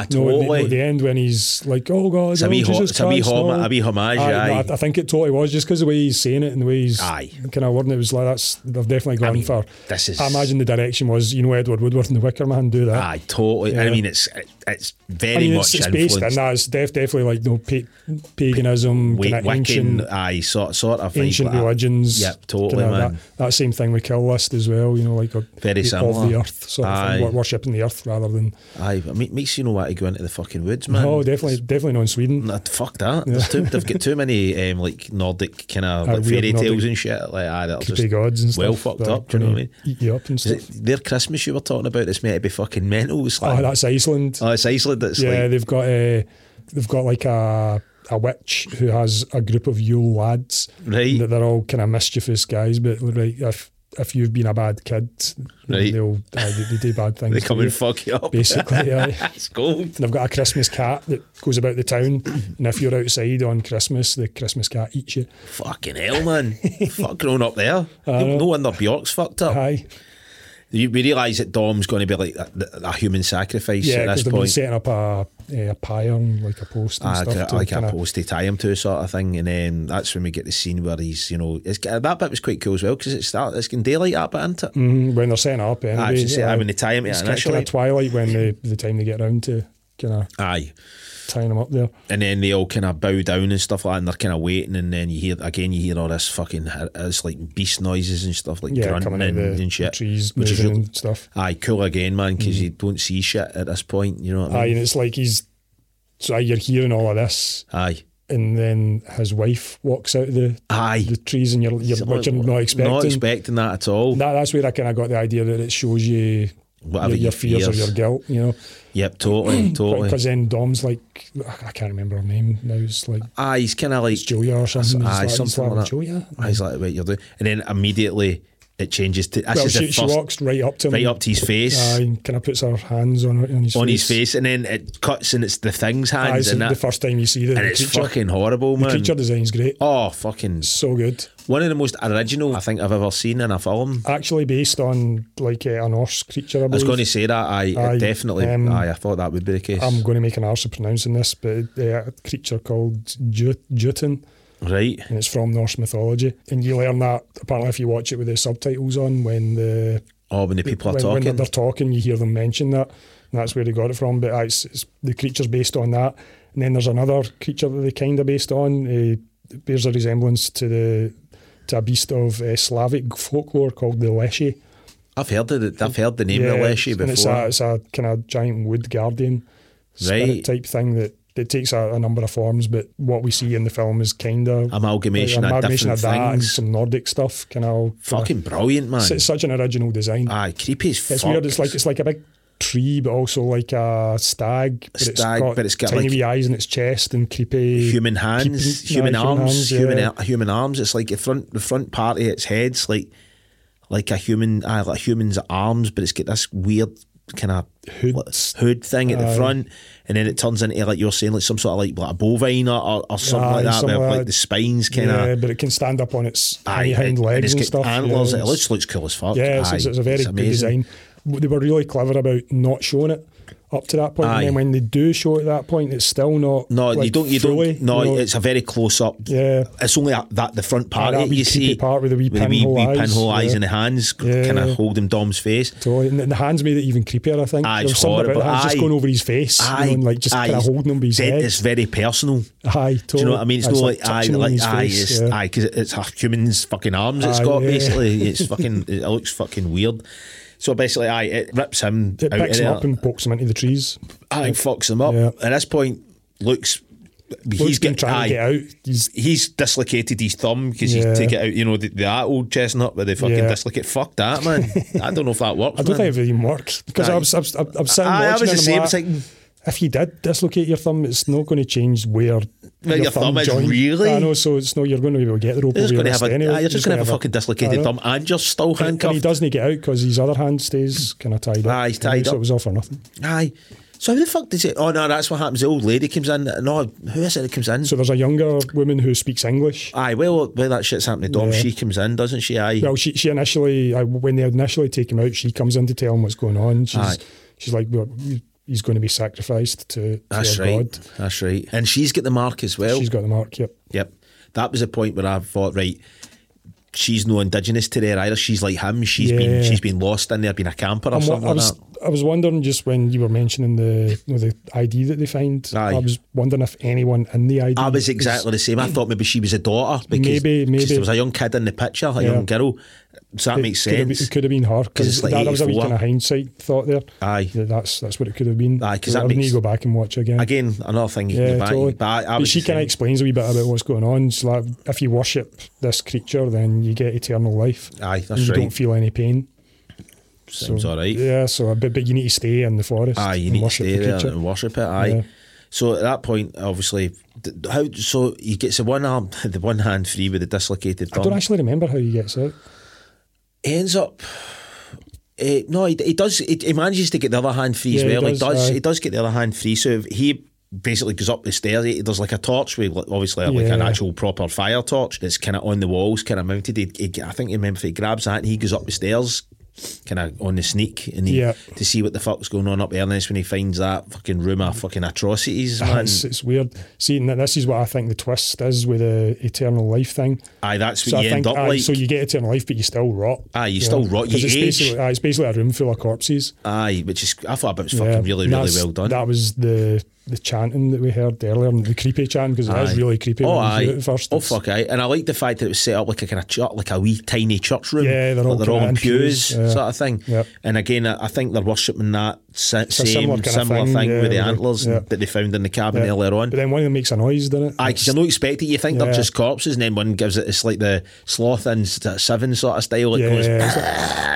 [SPEAKER 1] No, at the-
[SPEAKER 2] totally.
[SPEAKER 1] at the end when he's like, "Oh god,
[SPEAKER 2] It's a
[SPEAKER 1] oh,
[SPEAKER 2] wee ho-
[SPEAKER 1] Jesus
[SPEAKER 2] it's a wee
[SPEAKER 1] Christ,
[SPEAKER 2] homa-
[SPEAKER 1] no."
[SPEAKER 2] a wee homage,
[SPEAKER 1] no,
[SPEAKER 2] aye.
[SPEAKER 1] I, I think it totally was just because the way he's saying it and the way he's
[SPEAKER 2] Aye.
[SPEAKER 1] kind of wording it was like that's they've definitely gone
[SPEAKER 2] mean,
[SPEAKER 1] for.
[SPEAKER 2] this is-
[SPEAKER 1] I imagine the direction was you know Edward Woodward and The Wicker Man do that.
[SPEAKER 2] Aye, totally. I
[SPEAKER 1] Yeah.
[SPEAKER 2] mean, it's it's very
[SPEAKER 1] I mean,
[SPEAKER 2] much
[SPEAKER 1] it's, it's based
[SPEAKER 2] influenced.
[SPEAKER 1] on that. It's def- definitely like no pa- paganism,
[SPEAKER 2] Wait,
[SPEAKER 1] kind of ancient,
[SPEAKER 2] Wiccan, aye, sort sort of vibe
[SPEAKER 1] ancient
[SPEAKER 2] like that.
[SPEAKER 1] religions.
[SPEAKER 2] uh, Yep, totally,
[SPEAKER 1] kinda
[SPEAKER 2] man.
[SPEAKER 1] That, that same thing with kill list as well. You know, like a,
[SPEAKER 2] Very
[SPEAKER 1] of
[SPEAKER 2] similar.
[SPEAKER 1] the earth, sort of
[SPEAKER 2] Aye.
[SPEAKER 1] thing, wor- worshipping the earth rather than.
[SPEAKER 2] Aye, but it makes you know why to go into the fucking woods, man.
[SPEAKER 1] oh, definitely, definitely not in Sweden.
[SPEAKER 2] Nah, fuck that. There's too, they've got too many um, like Nordic kind of
[SPEAKER 1] Aye,
[SPEAKER 2] like
[SPEAKER 1] weird
[SPEAKER 2] fairy tales
[SPEAKER 1] Nordic
[SPEAKER 2] and shit. Like, aye, that'll
[SPEAKER 1] Creepy
[SPEAKER 2] just
[SPEAKER 1] gods and
[SPEAKER 2] well
[SPEAKER 1] stuff.
[SPEAKER 2] fucked
[SPEAKER 1] that
[SPEAKER 2] up. Do you know what I
[SPEAKER 1] kinda
[SPEAKER 2] mean?
[SPEAKER 1] Eat you up and
[SPEAKER 2] Is
[SPEAKER 1] stuff.
[SPEAKER 2] it their Christmas you were talking about that's meant to be fucking mental? It's like,
[SPEAKER 1] oh, that's Iceland.
[SPEAKER 2] oh, it's Iceland. That's
[SPEAKER 1] yeah,
[SPEAKER 2] like,
[SPEAKER 1] they've got a, they've got like a a witch who has a group of Yule lads.
[SPEAKER 2] Right.
[SPEAKER 1] That they're all kind of mischievous guys, but like if if you've been a bad kid,
[SPEAKER 2] Right.
[SPEAKER 1] they'll uh, they, they do bad things.
[SPEAKER 2] they
[SPEAKER 1] to
[SPEAKER 2] come and
[SPEAKER 1] you,
[SPEAKER 2] fuck you up.
[SPEAKER 1] basically. aye.
[SPEAKER 2] That's gold.
[SPEAKER 1] And they've got a Christmas cat that goes about the town, and if you're outside on Christmas, the Christmas cat eats you.
[SPEAKER 2] Fucking hell, man. Fuck growing up there. No wonder Bjork's fucked up.
[SPEAKER 1] Aye,
[SPEAKER 2] You, we realise that Dom's going to be like a, a human sacrifice
[SPEAKER 1] yeah,
[SPEAKER 2] at
[SPEAKER 1] because
[SPEAKER 2] this
[SPEAKER 1] they've been
[SPEAKER 2] point.
[SPEAKER 1] setting up a eh, a pyre and like a post and
[SPEAKER 2] Ah,
[SPEAKER 1] stuff.
[SPEAKER 2] like
[SPEAKER 1] to
[SPEAKER 2] a- like
[SPEAKER 1] kinda-
[SPEAKER 2] a post to tie him to sort of thing, and then that's when we get the scene where he's, you know, it's, that bit was quite cool as well because it's that it's in daylight that bit, isn't it? Ah,
[SPEAKER 1] Mhm, when they're setting up. Anyway,
[SPEAKER 2] Actually, see, aye, when they tie 'em to it
[SPEAKER 1] Mm, it's kind of
[SPEAKER 2] initially.
[SPEAKER 1] twilight when the the time they get round to kind of
[SPEAKER 2] Aye.
[SPEAKER 1] tying him up there.
[SPEAKER 2] and then they all kind of bow down and stuff like that, and they're kind of waiting. And then you hear again, you hear all this fucking uh, it's like beast noises and stuff like
[SPEAKER 1] Yeah,
[SPEAKER 2] grunting
[SPEAKER 1] coming out of
[SPEAKER 2] and,
[SPEAKER 1] the,
[SPEAKER 2] and shit,
[SPEAKER 1] trees,
[SPEAKER 2] which is
[SPEAKER 1] moving
[SPEAKER 2] really,
[SPEAKER 1] and stuff.
[SPEAKER 2] aye cool again, man, because you don't see shit at this point. You know what I
[SPEAKER 1] Aye,
[SPEAKER 2] mean?
[SPEAKER 1] and it's like he's so you're hearing all of this,
[SPEAKER 2] Aye,
[SPEAKER 1] and then his wife walks out of the
[SPEAKER 2] aye.
[SPEAKER 1] the trees, and you're you're, what you're not expecting.
[SPEAKER 2] not expecting that at all.
[SPEAKER 1] that, that's where I kind of got the idea that it shows you
[SPEAKER 2] Whatever
[SPEAKER 1] your,
[SPEAKER 2] your
[SPEAKER 1] your fears,
[SPEAKER 2] fears.
[SPEAKER 1] or your guilt, you know.
[SPEAKER 2] Yep, totally, totally.
[SPEAKER 1] Because then Dom's like, I I can't remember her name now. It's like
[SPEAKER 2] Aye, he's kind of like
[SPEAKER 1] Julia or something. He's
[SPEAKER 2] aye,
[SPEAKER 1] like- he's
[SPEAKER 2] something
[SPEAKER 1] like,
[SPEAKER 2] like that.
[SPEAKER 1] Julia.
[SPEAKER 2] Aye, he's like, what you're doing, and then immediately it changes to this
[SPEAKER 1] Well,
[SPEAKER 2] is the
[SPEAKER 1] she, she
[SPEAKER 2] first
[SPEAKER 1] walks right up to him,
[SPEAKER 2] right up to his face.
[SPEAKER 1] aye, and kind of puts her hands on her on his
[SPEAKER 2] on
[SPEAKER 1] face.
[SPEAKER 2] his face, and then it cuts, and it's the thing's
[SPEAKER 1] Aye,
[SPEAKER 2] hands,
[SPEAKER 1] it's
[SPEAKER 2] and
[SPEAKER 1] the
[SPEAKER 2] that
[SPEAKER 1] first time you see the,
[SPEAKER 2] and
[SPEAKER 1] the
[SPEAKER 2] it's
[SPEAKER 1] creature.
[SPEAKER 2] fucking horrible,
[SPEAKER 1] the
[SPEAKER 2] man.
[SPEAKER 1] creature design's great,
[SPEAKER 2] Oh, fucking
[SPEAKER 1] so good.
[SPEAKER 2] one of the most original I think I've ever seen in a film.
[SPEAKER 1] Actually, based on like uh, an Norse creature. I,
[SPEAKER 2] I was
[SPEAKER 1] believe.
[SPEAKER 2] going to say that. I
[SPEAKER 1] Aye,
[SPEAKER 2] definitely.
[SPEAKER 1] um,
[SPEAKER 2] aye, I thought that would be the case.
[SPEAKER 1] I'm going to make an arse of pronouncing this, but uh, a creature called Jut- Jutun,
[SPEAKER 2] right.
[SPEAKER 1] and it's from Norse mythology. And you learn that apparently if you watch it with the subtitles on when the
[SPEAKER 2] Oh, when the people
[SPEAKER 1] when,
[SPEAKER 2] are
[SPEAKER 1] when
[SPEAKER 2] talking.
[SPEAKER 1] they're talking, you hear them mention that, and that's where they got it from. But aye, it's, it's, the creature's based on that, and then there's another creature that they kind of based on. Uh, it bears a resemblance to the to a beast of uh, Slavic folklore called the Leshy.
[SPEAKER 2] I've heard of it. I've heard the name of Leshy
[SPEAKER 1] and it's a,
[SPEAKER 2] before.
[SPEAKER 1] it's a kind of giant wood guardian spirit
[SPEAKER 2] Right.
[SPEAKER 1] type thing that. It takes a, a number of forms, but what we see in the film is kind of
[SPEAKER 2] Amalgamation of different
[SPEAKER 1] that and
[SPEAKER 2] things.
[SPEAKER 1] some Nordic stuff. Kind of
[SPEAKER 2] Fucking brilliant, man.
[SPEAKER 1] it's, it's such an original design.
[SPEAKER 2] aye, creepy as fuck.
[SPEAKER 1] It's weird. It's like it's like a big tree, but also like a stag. But
[SPEAKER 2] Stag, but it's got
[SPEAKER 1] tiny
[SPEAKER 2] like
[SPEAKER 1] wee eyes in its chest and creepy
[SPEAKER 2] human hands,
[SPEAKER 1] peeping-
[SPEAKER 2] human
[SPEAKER 1] aye,
[SPEAKER 2] arms, human
[SPEAKER 1] yeah.
[SPEAKER 2] ar- human arms. It's like the front the front part of its head's like like a human uh, like a human's arms, but it's got this weird kind of
[SPEAKER 1] Hood.
[SPEAKER 2] hood thing at the front, and then it turns into like you're saying like some sort of like, like a bovine or, or, or something
[SPEAKER 1] Aye,
[SPEAKER 2] like that,
[SPEAKER 1] something
[SPEAKER 2] where
[SPEAKER 1] like
[SPEAKER 2] like
[SPEAKER 1] that.
[SPEAKER 2] the spines kind
[SPEAKER 1] yeah,
[SPEAKER 2] of.
[SPEAKER 1] but it can stand up on its tiny
[SPEAKER 2] Aye,
[SPEAKER 1] hind
[SPEAKER 2] and, and
[SPEAKER 1] legs
[SPEAKER 2] it's
[SPEAKER 1] and,
[SPEAKER 2] got
[SPEAKER 1] stuff.
[SPEAKER 2] antlers.
[SPEAKER 1] yeah,
[SPEAKER 2] it looks, looks cool as fuck.
[SPEAKER 1] yeah, it's,
[SPEAKER 2] Aye,
[SPEAKER 1] it's, it's a very good
[SPEAKER 2] amazing.
[SPEAKER 1] design. W- They were really clever about not showing it up to that point,
[SPEAKER 2] Aye.
[SPEAKER 1] and then when they do show it at that point, it's still not.
[SPEAKER 2] No, you
[SPEAKER 1] like,
[SPEAKER 2] don't. You
[SPEAKER 1] fully,
[SPEAKER 2] don't. No,
[SPEAKER 1] you know.
[SPEAKER 2] it's a very close up.
[SPEAKER 1] Yeah.
[SPEAKER 2] it's only a, that the front part
[SPEAKER 1] that
[SPEAKER 2] of it
[SPEAKER 1] wee
[SPEAKER 2] you
[SPEAKER 1] creepy
[SPEAKER 2] see
[SPEAKER 1] part with the wee pinhole eyes,
[SPEAKER 2] pinhole eyes
[SPEAKER 1] yeah.
[SPEAKER 2] and the hands
[SPEAKER 1] Yeah.
[SPEAKER 2] kind of holding Dom's face.
[SPEAKER 1] Totally. And the hands made it even creepier, I think.
[SPEAKER 2] Aye,
[SPEAKER 1] there was
[SPEAKER 2] it's
[SPEAKER 1] something
[SPEAKER 2] horrible.
[SPEAKER 1] about the hands
[SPEAKER 2] Aye.
[SPEAKER 1] just going over his face, you know, and like just
[SPEAKER 2] aye,
[SPEAKER 1] kind of holding him by his
[SPEAKER 2] it's-
[SPEAKER 1] head.
[SPEAKER 2] It's very personal.
[SPEAKER 1] Aye, totally.
[SPEAKER 2] Do you know what I mean? It's, not like, aye,
[SPEAKER 1] touching him on
[SPEAKER 2] like
[SPEAKER 1] his
[SPEAKER 2] aye,
[SPEAKER 1] face,
[SPEAKER 2] it's,
[SPEAKER 1] yeah.
[SPEAKER 2] aye, because it's a human's fucking arms. It's
[SPEAKER 1] Aye,
[SPEAKER 2] got
[SPEAKER 1] yeah.
[SPEAKER 2] basically. It's fucking. It looks fucking weird. So basically, aye, it rips him
[SPEAKER 1] It
[SPEAKER 2] out of
[SPEAKER 1] picks him
[SPEAKER 2] there.
[SPEAKER 1] up and pokes him into the trees.
[SPEAKER 2] aye, fucks him up.
[SPEAKER 1] Yeah.
[SPEAKER 2] At this point, Luke's
[SPEAKER 1] Luke's
[SPEAKER 2] he's
[SPEAKER 1] been
[SPEAKER 2] getting
[SPEAKER 1] trying
[SPEAKER 2] aye,
[SPEAKER 1] to get out. He's
[SPEAKER 2] He's dislocated his thumb because
[SPEAKER 1] Yeah.
[SPEAKER 2] he's taken out, you know, the, that old chestnut where they fucking
[SPEAKER 1] Yeah.
[SPEAKER 2] dislocate. Fuck that, man. I don't know if that works.
[SPEAKER 1] I don't
[SPEAKER 2] man.
[SPEAKER 1] think it even worked because
[SPEAKER 2] Aye.
[SPEAKER 1] I was, I was, I was sitting
[SPEAKER 2] Aye, I
[SPEAKER 1] watching
[SPEAKER 2] was the
[SPEAKER 1] it and I'm
[SPEAKER 2] same.
[SPEAKER 1] like,
[SPEAKER 2] It's like
[SPEAKER 1] if you did dislocate your thumb, it's not going to change where
[SPEAKER 2] Where your thumb is,
[SPEAKER 1] joint-
[SPEAKER 2] really?
[SPEAKER 1] I know, so it's no. You're going to be able to get the rope
[SPEAKER 2] you're
[SPEAKER 1] over
[SPEAKER 2] just
[SPEAKER 1] your
[SPEAKER 2] going to have
[SPEAKER 1] wrist
[SPEAKER 2] a,
[SPEAKER 1] anyway.
[SPEAKER 2] aye, you're just going to have a
[SPEAKER 1] gonna
[SPEAKER 2] fucking
[SPEAKER 1] I
[SPEAKER 2] dislocated
[SPEAKER 1] know.
[SPEAKER 2] thumb, and you're still
[SPEAKER 1] And, and he
[SPEAKER 2] handcuffed.
[SPEAKER 1] doesn't get out because his other hand stays kind of tied up.
[SPEAKER 2] Aye, he's tied
[SPEAKER 1] so
[SPEAKER 2] up.
[SPEAKER 1] it was all for nothing.
[SPEAKER 2] Aye. So how the fuck does it? Oh no, that's what happens. The old lady comes in. No, who is it that comes in?
[SPEAKER 1] So there's a younger woman who speaks English.
[SPEAKER 2] aye, well, well, that shit's happened to Dom.
[SPEAKER 1] Yeah.
[SPEAKER 2] She comes in, doesn't she? Aye.
[SPEAKER 1] Well, she she initially I, when they initially take him out, she comes in to tell him what's going on. She's
[SPEAKER 2] Aye.
[SPEAKER 1] she's like, well, he's going to be sacrificed to, to
[SPEAKER 2] that's
[SPEAKER 1] our God.
[SPEAKER 2] right. That's right. And she's got the mark as well.
[SPEAKER 1] She's got the mark. Yep.
[SPEAKER 2] Yep. That was the point where I thought, right, she's no indigenous to there either. She's like him. She's
[SPEAKER 1] Yeah.
[SPEAKER 2] been she's been lost in there, been a camper or
[SPEAKER 1] I'm wa-
[SPEAKER 2] something
[SPEAKER 1] I
[SPEAKER 2] like
[SPEAKER 1] was
[SPEAKER 2] that.
[SPEAKER 1] I was wondering just when you were mentioning the you know, the ID that they find.
[SPEAKER 2] Aye.
[SPEAKER 1] I was wondering if anyone in the ID.
[SPEAKER 2] I was
[SPEAKER 1] is-
[SPEAKER 2] exactly the same. I thought maybe she was a daughter because
[SPEAKER 1] Maybe,
[SPEAKER 2] because
[SPEAKER 1] maybe.
[SPEAKER 2] there was a young kid in the picture, a
[SPEAKER 1] Yeah.
[SPEAKER 2] young girl. So that
[SPEAKER 1] it
[SPEAKER 2] makes
[SPEAKER 1] could have been-
[SPEAKER 2] sense.
[SPEAKER 1] it could have been her
[SPEAKER 2] 'Cause it's
[SPEAKER 1] because
[SPEAKER 2] like
[SPEAKER 1] that, that was a wee
[SPEAKER 2] 84.
[SPEAKER 1] kind of hindsight thought there.
[SPEAKER 2] Aye.
[SPEAKER 1] That- that's that's what it could have been.
[SPEAKER 2] Aye, 'cause
[SPEAKER 1] So
[SPEAKER 2] that
[SPEAKER 1] I would need
[SPEAKER 2] makes-
[SPEAKER 1] to go back and watch again.
[SPEAKER 2] Again, another thing you can
[SPEAKER 1] Yeah,
[SPEAKER 2] go back.
[SPEAKER 1] totally.
[SPEAKER 2] But I, I
[SPEAKER 1] But
[SPEAKER 2] was
[SPEAKER 1] she
[SPEAKER 2] the
[SPEAKER 1] kind of
[SPEAKER 2] same.
[SPEAKER 1] explains a wee bit about what's going on. It's like if you worship this creature, then you get eternal life.
[SPEAKER 2] Aye, Ah, that's
[SPEAKER 1] and you don't
[SPEAKER 2] right.
[SPEAKER 1] feel any pain.
[SPEAKER 2] Sounds all right.
[SPEAKER 1] Yeah, so but, but you need to stay in the forest.
[SPEAKER 2] Aye, you
[SPEAKER 1] and
[SPEAKER 2] need to
[SPEAKER 1] worship
[SPEAKER 2] stay
[SPEAKER 1] the
[SPEAKER 2] there
[SPEAKER 1] creature.
[SPEAKER 2] and worship it. Aye.
[SPEAKER 1] Yeah.
[SPEAKER 2] So at that point, obviously, th- how so he gets the one arm, the one hand free with the dislocated
[SPEAKER 1] I don't
[SPEAKER 2] thumb.
[SPEAKER 1] actually remember how he gets out.
[SPEAKER 2] He ends up. eh, no, he, he does. He, he manages to get the other hand free
[SPEAKER 1] Yeah,
[SPEAKER 2] as
[SPEAKER 1] he
[SPEAKER 2] well. He does.
[SPEAKER 1] does, aye.
[SPEAKER 2] he does get the other hand free. So he basically goes up the stairs. He, there's like a torch with like, obviously like an
[SPEAKER 1] Yeah.
[SPEAKER 2] actual proper fire torch that's kind of on the walls, kind of mounted. He, he, I think you remember if he grabs that and he goes up the stairs. kind of on the sneak and he,
[SPEAKER 1] Yeah.
[SPEAKER 2] to see what the fuck's going on up there. And that's when he finds that fucking rumour, fucking atrocities, man.
[SPEAKER 1] It's, it's weird. See, and this is what I think the twist is with the eternal life thing.
[SPEAKER 2] Aye, that's what you end up
[SPEAKER 1] aye,
[SPEAKER 2] like.
[SPEAKER 1] so you get eternal life, but you still rot.
[SPEAKER 2] Aye, you still rot, you
[SPEAKER 1] 'Cause it's
[SPEAKER 2] age.
[SPEAKER 1] basically, aye, it's basically a room full of corpses.
[SPEAKER 2] Aye, which is I thought it was fucking
[SPEAKER 1] Yeah,
[SPEAKER 2] really,
[SPEAKER 1] and
[SPEAKER 2] really
[SPEAKER 1] that's-
[SPEAKER 2] well done.
[SPEAKER 1] That was the the chanting that we heard earlier, and the creepy chant because it
[SPEAKER 2] Aye.
[SPEAKER 1] is really creepy.
[SPEAKER 2] Oh,
[SPEAKER 1] when you
[SPEAKER 2] aye.
[SPEAKER 1] hear it at first.
[SPEAKER 2] oh
[SPEAKER 1] It's-
[SPEAKER 2] fuck, aye. And I like the fact that it was set up like a kind of church, like a wee tiny church room.
[SPEAKER 1] Yeah, they're all
[SPEAKER 2] like they're all
[SPEAKER 1] kinda
[SPEAKER 2] in
[SPEAKER 1] in
[SPEAKER 2] pews,
[SPEAKER 1] pews, yeah.
[SPEAKER 2] sort of thing.
[SPEAKER 1] Yep.
[SPEAKER 2] And again, I, I think they're worshipping that sa-
[SPEAKER 1] a
[SPEAKER 2] same
[SPEAKER 1] similar kinda
[SPEAKER 2] similar, thing,
[SPEAKER 1] thing, yeah,
[SPEAKER 2] with the
[SPEAKER 1] with the-
[SPEAKER 2] antlers
[SPEAKER 1] yeah.
[SPEAKER 2] that they found in the cabin
[SPEAKER 1] yeah.
[SPEAKER 2] earlier on.
[SPEAKER 1] But then one of them makes a noise, doesn't it?
[SPEAKER 2] Aye, because you're not expecting. You think they're
[SPEAKER 1] Yeah.
[SPEAKER 2] just corpses, and then one gives it. It's like the sloth and seven sort of style. It
[SPEAKER 1] Yeah,
[SPEAKER 2] goes,
[SPEAKER 1] yeah, it's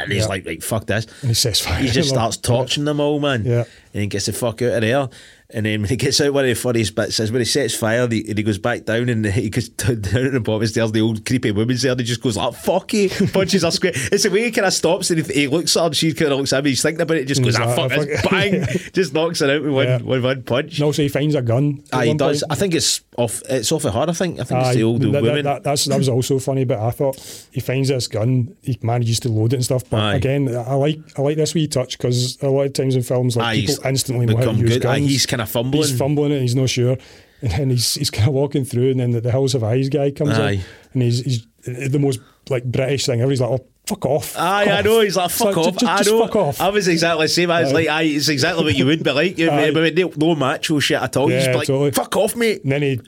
[SPEAKER 2] and he's like, like, fuck this.
[SPEAKER 1] And he says, "Fuck
[SPEAKER 2] He
[SPEAKER 1] it,
[SPEAKER 2] just
[SPEAKER 1] look."
[SPEAKER 2] starts torching them all, man.
[SPEAKER 1] Yeah.
[SPEAKER 2] And he gets the fuck out of there. And then when he gets out, one of the funniest bits is when he sets fire and he, and he goes back down and he goes down, down at the bottom of the stairs. The old creepy woman's there and he just goes like, fuck you, punches her square. It's the way he kind of stops and he, he looks at her and she kind of looks at him. He's thinking about it, just
[SPEAKER 1] And
[SPEAKER 2] goes,
[SPEAKER 1] he's
[SPEAKER 2] ah, fuck
[SPEAKER 1] like, "Ah,
[SPEAKER 2] this,
[SPEAKER 1] fuck
[SPEAKER 2] bang, just knocks her out with one,
[SPEAKER 1] Yeah.
[SPEAKER 2] with one punch.
[SPEAKER 1] And also, he finds a gun. at
[SPEAKER 2] Aye, he
[SPEAKER 1] one
[SPEAKER 2] does.
[SPEAKER 1] point.
[SPEAKER 2] I think it's off. It's off of her. I think. I think it's
[SPEAKER 1] Aye,
[SPEAKER 2] the old,
[SPEAKER 1] that,
[SPEAKER 2] old
[SPEAKER 1] that-
[SPEAKER 2] woman.
[SPEAKER 1] that- that's, that was also funny, but I thought he finds this gun, he manages to load it and stuff. But
[SPEAKER 2] Aye.
[SPEAKER 1] again, I like I like this wee touch because a lot of times in films, like
[SPEAKER 2] Aye, he's
[SPEAKER 1] people instantly know how to
[SPEAKER 2] become
[SPEAKER 1] use
[SPEAKER 2] good. Aye,
[SPEAKER 1] guns.
[SPEAKER 2] he's kinda fumbling.
[SPEAKER 1] He's fumbling it. He's not sure, and then he's he's kind of walking through, and then the, the Hills of Eyes guy comes
[SPEAKER 2] Aye.
[SPEAKER 1] in, and he's he's the most like British thing ever. He's like, oh. Fuck off!
[SPEAKER 2] Aye,
[SPEAKER 1] fuck
[SPEAKER 2] I
[SPEAKER 1] off."
[SPEAKER 2] know. He's like,
[SPEAKER 1] It's
[SPEAKER 2] fuck off.
[SPEAKER 1] "Ju- ju- Just,
[SPEAKER 2] I know.
[SPEAKER 1] fuck off.
[SPEAKER 2] I was exactly the same. I was
[SPEAKER 1] Aye.
[SPEAKER 2] like, aye, it's exactly what you would be like. You,
[SPEAKER 1] Aye.
[SPEAKER 2] but no, no macho shit at all. you
[SPEAKER 1] Yeah,
[SPEAKER 2] just be like,
[SPEAKER 1] totally.
[SPEAKER 2] fuck off, mate.
[SPEAKER 1] and then he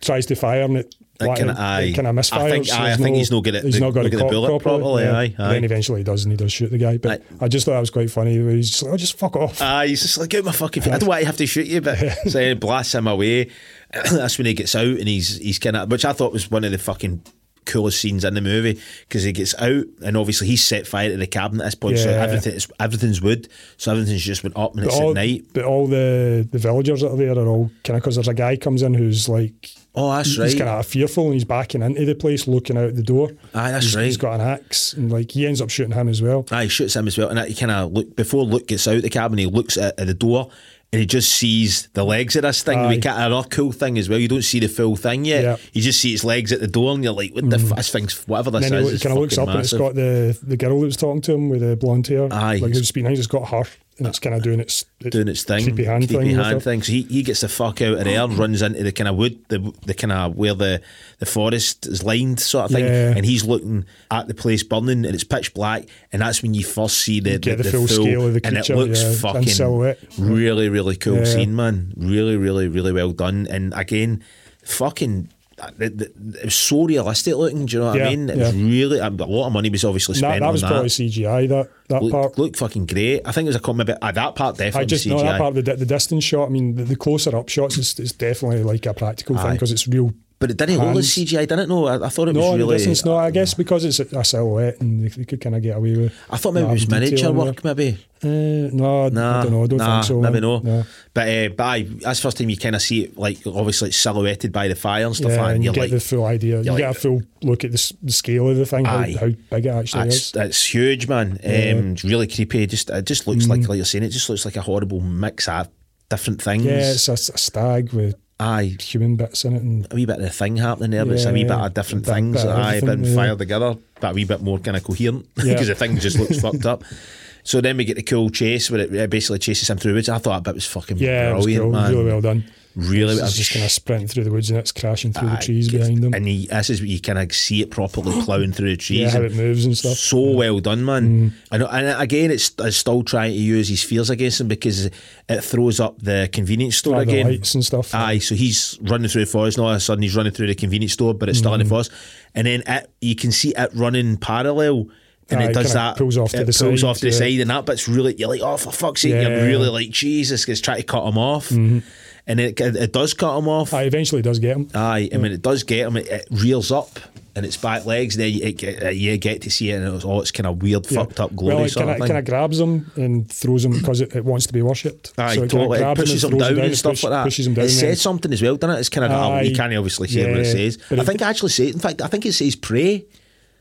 [SPEAKER 1] tries to fire and it.
[SPEAKER 2] It
[SPEAKER 1] like,
[SPEAKER 2] kinda-
[SPEAKER 1] it- it
[SPEAKER 2] aye.
[SPEAKER 1] kinda
[SPEAKER 2] I
[SPEAKER 1] misfires.
[SPEAKER 2] think-
[SPEAKER 1] so
[SPEAKER 2] aye, I
[SPEAKER 1] there's
[SPEAKER 2] think
[SPEAKER 1] no-
[SPEAKER 2] he's no good at
[SPEAKER 1] he's
[SPEAKER 2] the-
[SPEAKER 1] not got
[SPEAKER 2] no
[SPEAKER 1] it
[SPEAKER 2] good at the
[SPEAKER 1] cocked
[SPEAKER 2] bullet properly, aye,
[SPEAKER 1] But
[SPEAKER 2] aye.
[SPEAKER 1] Then eventually he does, and he does shoot the guy. But I just thought that was quite funny. Where he's just like, "Oh, just fuck off."
[SPEAKER 2] Aye, Ah, he's just like, get my fucking feet. I don't want to have to shoot you, but so he blasts him away. That's when he gets out and he's he's kind of, which I thought was one of the fucking coolest scenes in the movie because he gets out and obviously he's set fire to the cabin at this point. So
[SPEAKER 1] Yeah.
[SPEAKER 2] everything, it's, everything's wood. So everything's just went up and
[SPEAKER 1] but
[SPEAKER 2] it's
[SPEAKER 1] all,
[SPEAKER 2] at night.
[SPEAKER 1] but all the, the villagers that are there are all kind of because there's a guy comes in who's like
[SPEAKER 2] Oh, that's
[SPEAKER 1] he's
[SPEAKER 2] right.
[SPEAKER 1] kind of fearful and he's backing into the place looking out the door.
[SPEAKER 2] Aye, that's
[SPEAKER 1] He's- He's
[SPEAKER 2] right.
[SPEAKER 1] got an axe and like he ends up shooting him as well.
[SPEAKER 2] Aye, he shoots him as well. And he kind of look before Luke gets out the cabin, he looks at, at the door and he just sees the legs of this thing. We
[SPEAKER 1] Aye.
[SPEAKER 2] got another cool thing as well. You don't see the full thing yet.
[SPEAKER 1] Yeah. Mm.
[SPEAKER 2] You just see its legs at the door, and you're like, "What the f- this thing's whatever this
[SPEAKER 1] And then
[SPEAKER 2] is?"
[SPEAKER 1] he,
[SPEAKER 2] is
[SPEAKER 1] kind of looks
[SPEAKER 2] fucking
[SPEAKER 1] up and it's
[SPEAKER 2] massive."
[SPEAKER 1] got the, the girl that was talking to him with the blonde hair.
[SPEAKER 2] Aye.
[SPEAKER 1] Like who's speaking, it's got her and it's kind of doing its, its
[SPEAKER 2] doing its thing,
[SPEAKER 1] Creepy hand thing. with her.
[SPEAKER 2] thing. So he, he gets the fuck out of there and runs into the kind of wood, the the kind of where the, the forest is lined sort of thing.
[SPEAKER 1] Yeah.
[SPEAKER 2] And he's looking at the place burning and it's pitch black. And that's when you first see the,
[SPEAKER 1] get the full scale of the
[SPEAKER 2] and
[SPEAKER 1] creature,
[SPEAKER 2] it looks
[SPEAKER 1] yeah, and
[SPEAKER 2] fucking
[SPEAKER 1] silhouette.
[SPEAKER 2] really, really cool
[SPEAKER 1] Yeah.
[SPEAKER 2] scene, man. Really, really, really well done. And again, fucking. The, the, it was so realistic looking, do you know what I
[SPEAKER 1] Yeah,
[SPEAKER 2] mean? It
[SPEAKER 1] yeah.
[SPEAKER 2] was really a lot of money was obviously
[SPEAKER 1] And That,
[SPEAKER 2] spent
[SPEAKER 1] that
[SPEAKER 2] on
[SPEAKER 1] was
[SPEAKER 2] that.
[SPEAKER 1] probably CGI. That that
[SPEAKER 2] Looked-
[SPEAKER 1] part.
[SPEAKER 2] looked fucking great. I think it was a comment about ah, that part definitely
[SPEAKER 1] I just
[SPEAKER 2] CGI.
[SPEAKER 1] know that part of the, the distance shot. I mean, the, the closer up shots is, is definitely like a practical thing
[SPEAKER 2] Aye.
[SPEAKER 1] because it's real.
[SPEAKER 2] But it didn't look like
[SPEAKER 1] hands.
[SPEAKER 2] CGI, didn't it? No, I, I thought it
[SPEAKER 1] No,
[SPEAKER 2] was
[SPEAKER 1] the
[SPEAKER 2] really.
[SPEAKER 1] distance. No, I guess because it's a, a silhouette and they, they could kind of get away with.
[SPEAKER 2] I thought maybe it
[SPEAKER 1] not
[SPEAKER 2] was
[SPEAKER 1] having detail
[SPEAKER 2] miniature
[SPEAKER 1] in
[SPEAKER 2] work, maybe.
[SPEAKER 1] there. Uh, no,
[SPEAKER 2] Nah,
[SPEAKER 1] I don't know. I don't
[SPEAKER 2] nah,
[SPEAKER 1] think so.
[SPEAKER 2] maybe
[SPEAKER 1] man.
[SPEAKER 2] no.
[SPEAKER 1] Nah.
[SPEAKER 2] But uh, but aye, that's the first time you kind of see it, like obviously it's silhouetted by the fire and stuff,
[SPEAKER 1] Yeah,
[SPEAKER 2] and
[SPEAKER 1] and you
[SPEAKER 2] you're
[SPEAKER 1] get
[SPEAKER 2] like,
[SPEAKER 1] the full idea. You
[SPEAKER 2] you're
[SPEAKER 1] get
[SPEAKER 2] like-
[SPEAKER 1] a full look at the, s- the scale of the thing, how,
[SPEAKER 2] Aye.
[SPEAKER 1] how big it actually
[SPEAKER 2] that's
[SPEAKER 1] is.
[SPEAKER 2] that's huge, man. Um, It's really creepy. It just it just looks
[SPEAKER 1] Mm.
[SPEAKER 2] like like you're saying, it just looks like a horrible mix of different things.
[SPEAKER 1] Yeah, it's a, a stag with
[SPEAKER 2] aye.
[SPEAKER 1] human bits in it, and
[SPEAKER 2] A wee bit of the thing happening there, but it's a
[SPEAKER 1] Yeah,
[SPEAKER 2] wee bit
[SPEAKER 1] yeah.
[SPEAKER 2] of different
[SPEAKER 1] Bit-
[SPEAKER 2] things.
[SPEAKER 1] bit of
[SPEAKER 2] aye, been
[SPEAKER 1] everything, yeah.
[SPEAKER 2] fired together, but a wee bit more kind of coherent
[SPEAKER 1] Yeah.
[SPEAKER 2] because the thing just looks fucked up. So then we get the cool chase where it uh, basically chases him through, which I thought that was fucking
[SPEAKER 1] yeah, it was
[SPEAKER 2] brilliant,
[SPEAKER 1] cool,
[SPEAKER 2] man.
[SPEAKER 1] really well done.
[SPEAKER 2] Really,
[SPEAKER 1] It's
[SPEAKER 2] I was
[SPEAKER 1] just kind of sprinting through the woods and it's crashing through
[SPEAKER 2] Aye,
[SPEAKER 1] the trees
[SPEAKER 2] gets-
[SPEAKER 1] behind them.
[SPEAKER 2] And he, this is what you kind of see it properly plowing through the trees.
[SPEAKER 1] Yeah, how
[SPEAKER 2] and
[SPEAKER 1] it moves and stuff. Mm.
[SPEAKER 2] So well done, man. And, and again, it's, it's still trying to use his fears against him because it throws up the convenience store
[SPEAKER 1] Aye, the
[SPEAKER 2] again.
[SPEAKER 1] lights and stuff.
[SPEAKER 2] Aye, so he's running through the forest, and all of a sudden he's running through the convenience store, but it's still
[SPEAKER 1] Mm.
[SPEAKER 2] in the forest. And then it, you can see it running parallel. And
[SPEAKER 1] Aye,
[SPEAKER 2] it
[SPEAKER 1] it
[SPEAKER 2] does
[SPEAKER 1] kinda
[SPEAKER 2] that.
[SPEAKER 1] pulls off to
[SPEAKER 2] it
[SPEAKER 1] the
[SPEAKER 2] pulls
[SPEAKER 1] side,
[SPEAKER 2] off to the
[SPEAKER 1] yeah.
[SPEAKER 2] side, and that bit's really you're like, oh for fuck's sake!
[SPEAKER 1] Yeah. Mm-hmm.
[SPEAKER 2] You're really like Jesus, because try to cut him off, and it, it does cut him off.
[SPEAKER 1] I Ah, eventually does get him.
[SPEAKER 2] Aye, I mean, it does get him. It, it reels up and its back legs. Then you, it, get- uh, you get to see it, and it was all it's kind of weird, fucked up, glory
[SPEAKER 1] well, it
[SPEAKER 2] sort
[SPEAKER 1] kind
[SPEAKER 2] of
[SPEAKER 1] of,
[SPEAKER 2] thing.
[SPEAKER 1] kind of grabs him and throws him because it, it wants to be worshipped.
[SPEAKER 2] Aye,
[SPEAKER 1] so it kinda
[SPEAKER 2] totally. It
[SPEAKER 1] grabs
[SPEAKER 2] pushes him
[SPEAKER 1] throws
[SPEAKER 2] down, and
[SPEAKER 1] it
[SPEAKER 2] stuff
[SPEAKER 1] push-
[SPEAKER 2] like that.
[SPEAKER 1] Pushes him down.
[SPEAKER 2] it
[SPEAKER 1] and
[SPEAKER 2] says something as well, doesn't it? It's kind of oh, you
[SPEAKER 1] Aye,
[SPEAKER 2] can't obviously say what it
[SPEAKER 1] yeah,
[SPEAKER 2] says.
[SPEAKER 1] but
[SPEAKER 2] I
[SPEAKER 1] it-
[SPEAKER 2] think it actually says. In fact, I think it says pray.